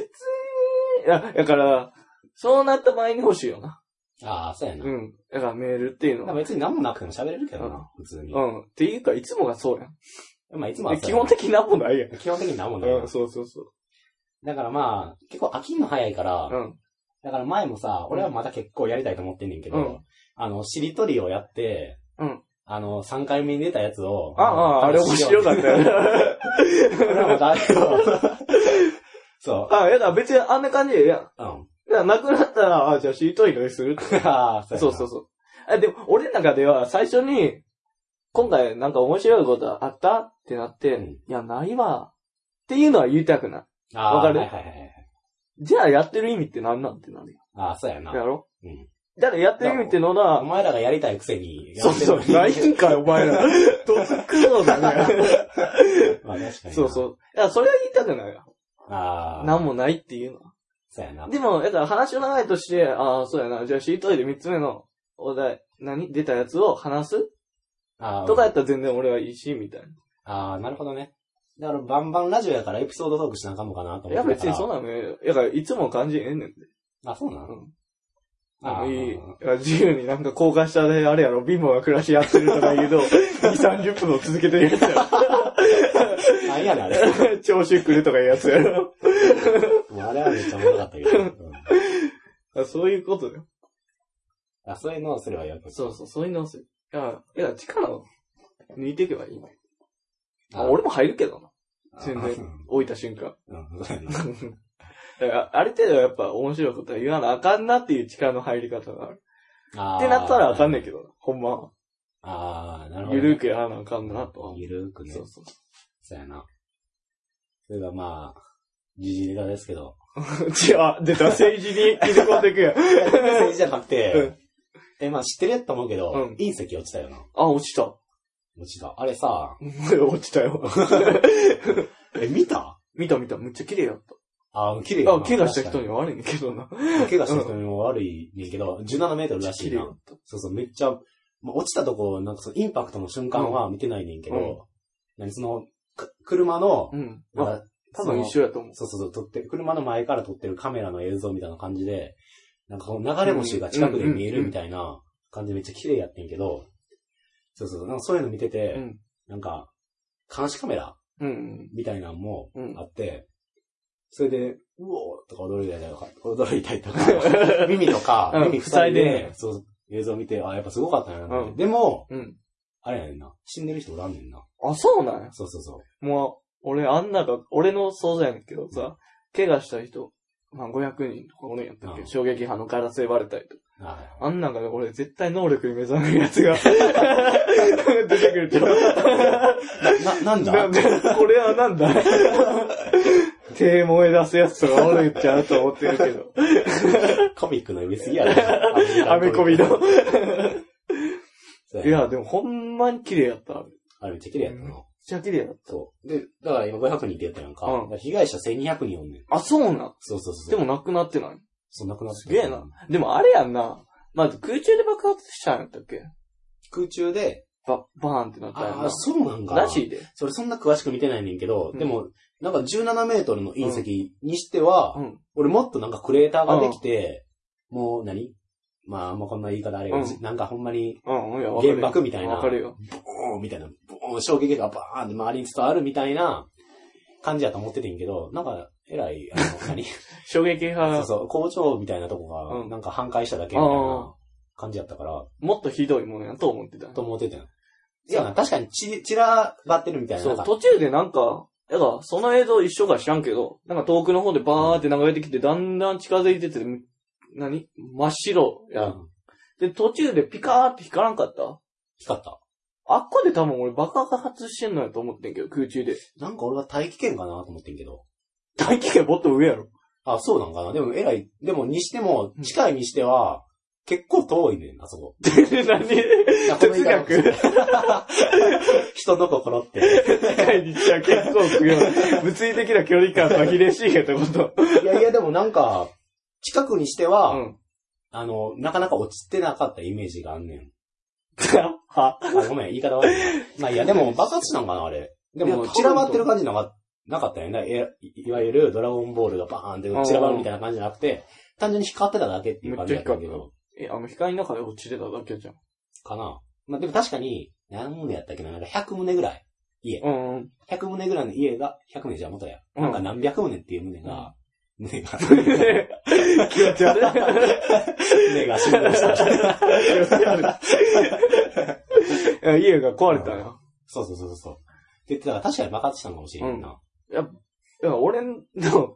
Speaker 1: に、いや、だから、そうなった場合に欲しいよな。
Speaker 2: ああ、そうやな。
Speaker 1: う
Speaker 2: だ
Speaker 1: ん。だからメールっていうの
Speaker 2: から
Speaker 1: は。
Speaker 2: 別に何もなくても喋れるけどな、普通に
Speaker 1: う。ん。っていうか、いつもがそうやん。
Speaker 2: まあ、いつもは
Speaker 1: で
Speaker 2: そう
Speaker 1: 基
Speaker 2: やな
Speaker 1: 本的になんもないやん。
Speaker 2: 基本的に何もない
Speaker 1: うん、。そうそうそう。
Speaker 2: だからまあ、結構飽きんの早いから
Speaker 1: う、ん。
Speaker 2: だから前もさ、俺はまだ結構やりたいと思ってんねんけ
Speaker 1: う
Speaker 2: ど
Speaker 1: ん、
Speaker 2: あの、しりとりをやって
Speaker 1: うん、
Speaker 2: あの、3回目に出たやつを、
Speaker 1: ああ、あれ面白かった よ
Speaker 2: よ。
Speaker 1: な。
Speaker 2: 俺はまだあれをそ
Speaker 1: あ、やだ、別にあんな感じでええやん。
Speaker 2: う。うん。
Speaker 1: いや、なくなったら、あ、じゃあしりとりのにする
Speaker 2: ああ、そ
Speaker 1: そうそうそう。あ、でも、俺の中では、最初に、今回なんか面白いことあったってなって、
Speaker 2: うん
Speaker 1: いや、ないわ。っていうのは言いたくない。
Speaker 2: う。ああ、
Speaker 1: わかる
Speaker 2: はいはいはいはい。
Speaker 1: じゃあやってる意味って何なんってなるよ。
Speaker 2: ああ、そうやな
Speaker 1: や。ろ
Speaker 2: うん
Speaker 1: だからやってる意味っての
Speaker 2: お
Speaker 1: は、
Speaker 2: 前らがやりたいくせにや
Speaker 1: そう
Speaker 2: ってる
Speaker 1: そ
Speaker 2: の
Speaker 1: う
Speaker 2: に、
Speaker 1: ないんかい、お前 ら。どつくのだね。
Speaker 2: まあ確かに。
Speaker 1: そう
Speaker 2: う。
Speaker 1: そう。いや、それは言いたくないよ。
Speaker 2: ああ。
Speaker 1: なんもないっていうのは。
Speaker 2: そうやな。
Speaker 1: でも、だから話の流れとして、ああ、そうやな。じゃあ、しりとりで3つ目のお題、何出たやつを話す
Speaker 2: あー
Speaker 1: とかやったら全然俺はいいし、みたいな。
Speaker 2: ああ、なるほどね。だから、バンバンラジオやからエピソードトークしなあかんのかなと思って
Speaker 1: いや、別にそう
Speaker 2: な
Speaker 1: なのね。だから、いつも感じええねんで。
Speaker 2: あ、そうなのあ
Speaker 1: あ
Speaker 2: あ
Speaker 1: いい。自由になんか高架下であれやろ、貧乏な暮らしやってるとか 言うけど、2、30分を続けてるやつや
Speaker 2: 何やねん、あれ。
Speaker 1: ろ。聴衆来るとかいうやつやろ。
Speaker 2: もうあれはめっちゃおもろかったけど。うん
Speaker 1: あそういうことだよ。
Speaker 2: あ、そういうのをすればよく。
Speaker 1: そうそう、そういうのをする。いや、いや、力を抜いていけばいい。
Speaker 2: あ
Speaker 1: あ俺も入るけどな。全
Speaker 2: あ
Speaker 1: 然、置いた瞬間。
Speaker 2: うんうんそうやな
Speaker 1: だからある程度やっぱ面白いことは言わなあかんなっていう力の入り方がある。
Speaker 2: あ ー
Speaker 1: ってなったらあかんねんけどな、ほんまは。
Speaker 2: ああ、なるほど。
Speaker 1: ゆるくやらなあかんなとは思う。
Speaker 2: ゆるくね。
Speaker 1: そう そう。
Speaker 2: そうやな。それがまあ、時事ネタです けど。
Speaker 1: 違う、出た。政治に切り込んでいくやん。
Speaker 2: 政治じゃなくて、
Speaker 1: うん
Speaker 2: え、まあ知ってるやつと思うけど、
Speaker 1: うん
Speaker 2: 隕石落ちたよな。
Speaker 1: あ、落ちた。
Speaker 2: 落ちた。あれさ、
Speaker 1: 落ちたよ。
Speaker 2: え、見た
Speaker 1: 見た見た、めっちゃ綺麗やっ
Speaker 2: あー、綺麗
Speaker 1: た。
Speaker 2: や
Speaker 1: あ、
Speaker 2: な
Speaker 1: 怪我した人には悪いねんけどな。
Speaker 2: 確かに怪我した人にも悪いねんけど、17メートルらし
Speaker 1: 綺
Speaker 2: い
Speaker 1: 麗や
Speaker 2: な。
Speaker 1: った。
Speaker 2: そうそう、めっちゃ、まあ、落ちたとこ、なんかそのインパクトの瞬間は見てないねんけど、
Speaker 1: うん
Speaker 2: 何その、く車の、
Speaker 1: うん。
Speaker 2: なん
Speaker 1: あ、
Speaker 2: か
Speaker 1: 多分
Speaker 2: そ
Speaker 1: 一緒やと思う
Speaker 2: の。そうそうそう、撮って、車の前から撮ってるカメラの映像みたいな感じで、なんかその流れ星が近くで見えるみたいな感じでめっちゃ綺麗やってんけど、そうそうそう、なんかそういうの見てて、
Speaker 1: うん
Speaker 2: なんか、監視カメラ
Speaker 1: うん。
Speaker 2: みたいなんも
Speaker 1: うん
Speaker 2: あ。って、それで、うおーとか驚いたりとか、驚いたりと か、耳とか、
Speaker 1: うん
Speaker 2: 耳塞い
Speaker 1: 塞いで
Speaker 2: で、そう、映像見て、あ、やっぱすごかったな、
Speaker 1: うん
Speaker 2: でも、
Speaker 1: うん。
Speaker 2: あれやねんな。死んでる人おらんねんな。
Speaker 1: あ、そうなんや。
Speaker 2: そうそうそう。
Speaker 1: もう、俺、あんなが、俺の想像やねんけどさ、怪我した人、まあ500人とかおるんやったっ
Speaker 2: うん
Speaker 1: け衝撃波のガラスで割れたりとか。
Speaker 2: は
Speaker 1: あんなんが俺絶対能力に目覚めるやつが 出てく ると思う。
Speaker 2: い。な、なんだ
Speaker 1: なんで、これはなんだ手燃え出すやつとかおるんちゃうと思ってるけど。
Speaker 2: コミックの呼びすぎや ろ。
Speaker 1: アメコミの。
Speaker 2: そう
Speaker 1: い
Speaker 2: やな。
Speaker 1: や、でもほんまに綺麗やった。めっ
Speaker 2: あれめっちゃ綺麗やったな。
Speaker 1: ちゃ綺麗やっ
Speaker 2: そう。で、だから今500人ってやったやんか。
Speaker 1: うん
Speaker 2: だから被害者1200人おんねん。
Speaker 1: た。あ、そうなん。
Speaker 2: そうそうそ
Speaker 1: で
Speaker 2: う。
Speaker 1: も、なくなってない。
Speaker 2: そんなくなって
Speaker 1: すげえな。でもあれやんな。まず空中で爆発したんやったっけ
Speaker 2: 空中で、
Speaker 1: ババーンってなったやん
Speaker 2: ああ、
Speaker 1: な。
Speaker 2: そうなんかな。
Speaker 1: らしいで。
Speaker 2: それそんな詳しく見てないねんけど、
Speaker 1: うん
Speaker 2: でも、なんか17メートルの隕石にしては、
Speaker 1: うん
Speaker 2: 俺もっとなんかクレーターができて、もう何まあ、あんまこんな言い方あれやけど、
Speaker 1: うん
Speaker 2: なんかほんまに、
Speaker 1: うん、いや、わかるよ
Speaker 2: 原爆みたいな、
Speaker 1: わかるよ。
Speaker 2: ボーンみたいな、ボーン衝撃がバーンって周りに伝わるみたいな感じやと思っててんけど、なんか、えらい、あの、 何
Speaker 1: 衝撃
Speaker 2: そう
Speaker 1: 派、
Speaker 2: そう、工場みたいなとこ
Speaker 1: う
Speaker 2: が、
Speaker 1: ん
Speaker 2: なんか半壊しただけみたいな感じやったから、
Speaker 1: もっとひどいものやと思ってた。
Speaker 2: と思っててん。いや、確かに散散らばってるみたいな。
Speaker 1: そ
Speaker 2: な
Speaker 1: う、
Speaker 2: んか
Speaker 1: 途中でなんか、やだ、その映像一緒か知らんけど、なんか遠くの方でバーって流れてきて、だんだん近づいてて、何真っ白や、
Speaker 2: うん
Speaker 1: で、途中でピカーって光らんかった
Speaker 2: 光った。
Speaker 1: あっこで多分俺爆発してんのやと思ってんけど、空中で。
Speaker 2: なんか俺は大気圏かなと思ってんけど。
Speaker 1: 大気圏もっと上やろ。
Speaker 2: あ、そうなんかな。でも、えらい、でも、にしても、近いにしては、結構遠いねんな、そこ。
Speaker 1: 何哲学
Speaker 2: 人の心って。
Speaker 1: 世にしては結構くよ。物理的な距離感は比例しいけってこと。
Speaker 2: いやいや、でもなんか、近くにしては、
Speaker 1: うん。
Speaker 2: あの、なかなか落ちてなかったイメージがあんねん。
Speaker 1: は
Speaker 2: あ、ごめん、言い方悪いな。まあいいや、でも、爆発なんかな、あれ。で
Speaker 1: い
Speaker 2: も、
Speaker 1: や
Speaker 2: 散らばってる感じなんか、なかったよね。えいわゆる、ドラゴンボールがバーンって散らばるみたいな感じじゃなくて、単純に光ってただけっていう感じだったけ
Speaker 1: めっちゃ光
Speaker 2: ど、
Speaker 1: え、あの光の中で落ちてただけじゃん。
Speaker 2: かな。まあでも確かに、何でやったっけな、なんか100棟ぐらい。
Speaker 1: うんうん。
Speaker 2: 100棟ぐらいの家が、100棟じゃ元や。
Speaker 1: うん
Speaker 2: なんか何百棟っていう棟が、胸 が、
Speaker 1: 気持ち悪 い。
Speaker 2: 胸が死んでました。
Speaker 1: いや家が壊れたよ。
Speaker 2: そうそうそうそう。で、だから確かに爆発したのかもしれんな。
Speaker 1: いや、俺の、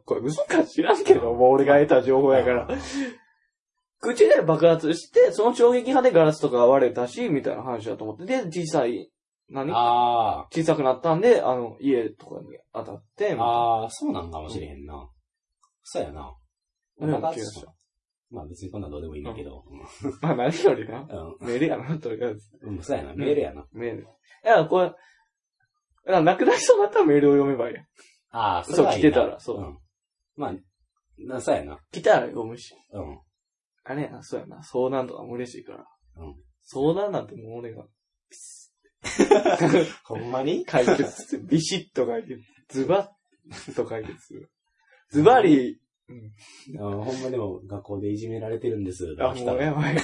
Speaker 1: これ嘘か知らんけど、もう俺が得た情報や から。空中で爆発して、その衝撃波でガラスとかが割れたし、みたいな話だと思って。で、小さい、何
Speaker 2: あ
Speaker 1: 小さくなったんで、あの、家とかに当たって、みた
Speaker 2: ー、
Speaker 1: いな
Speaker 2: あー、そうなんかもしれへんな。そうやな。
Speaker 1: うん
Speaker 2: 爆発した。まあ別にこんなんどうでもいいんだけど。
Speaker 1: まあ何よりな。
Speaker 2: う
Speaker 1: メールやな、とりあえず。
Speaker 2: ん。うん、そうやな。メールやな。
Speaker 1: メール。いや、これ、いや、なくなりそうになったらメールを読めばいいやん。
Speaker 2: あー、それはいい
Speaker 1: そう
Speaker 2: な
Speaker 1: 来てたらそう
Speaker 2: うん。まあ、な、そうやな。
Speaker 1: 来たら読むし。
Speaker 2: うん。
Speaker 1: あれやな、そうやな。相談とかも嬉しいから。
Speaker 2: うん
Speaker 1: 相談なんてもう俺が、ピス
Speaker 2: ほんまに
Speaker 1: 解決する。ビシッと解決。ズバッと解決す る。ズバリ、
Speaker 2: あほんまでも学校でいじめられてるんです。
Speaker 1: あ、
Speaker 2: 来た
Speaker 1: もう
Speaker 2: ら
Speaker 1: やば い。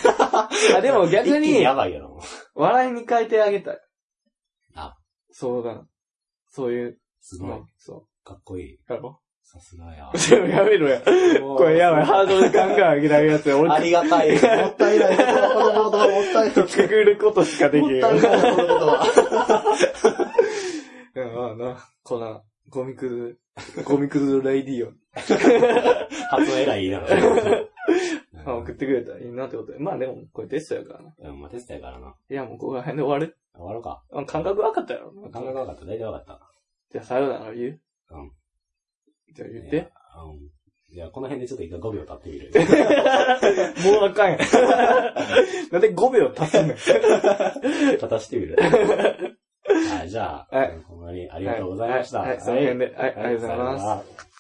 Speaker 1: あ、でも逆
Speaker 2: 一気
Speaker 1: に、
Speaker 2: やばいやろ。
Speaker 1: 笑いに変えてあげたい。
Speaker 2: あ。
Speaker 1: そうだな。そういう、
Speaker 2: すごい。
Speaker 1: そ
Speaker 2: かっこいい。
Speaker 1: う。やろ
Speaker 2: さすが や。
Speaker 1: やめろや。 これやばい。ハードルガンガン上げられるやつや。
Speaker 2: あ
Speaker 1: 俺、
Speaker 2: りがたい。もったいない。このことはもったいない。
Speaker 1: 作ることしかでき
Speaker 2: も
Speaker 1: ん。
Speaker 2: ったいない、このことは。
Speaker 1: うん、まあな、こな、ゴミくず、ゴミくずレイディオ。
Speaker 2: 発音偉いな。
Speaker 1: まあ、送ってくれたらいいなってことで。まあでも、これテストやからな。
Speaker 2: うん、まあテストやからな。
Speaker 1: いや、もうここら辺で終わる。
Speaker 2: 終わろうか。
Speaker 1: あ感覚分かったよ。
Speaker 2: 考えなかった。大体分かった。
Speaker 1: じゃあ、さよなら言う
Speaker 2: うん。
Speaker 1: じゃあ言っ
Speaker 2: いや
Speaker 1: て。。
Speaker 2: うん。じゃあ、この辺でちょっと一回5秒経ってみる。
Speaker 1: もうあ かんやん。なんで5秒経つねん。
Speaker 2: 立たしてみる。はい、じゃあ
Speaker 1: はい、
Speaker 2: ほんまにありがとうございました。
Speaker 1: はい、はいその辺で。はい、ありがとうございます。
Speaker 2: す。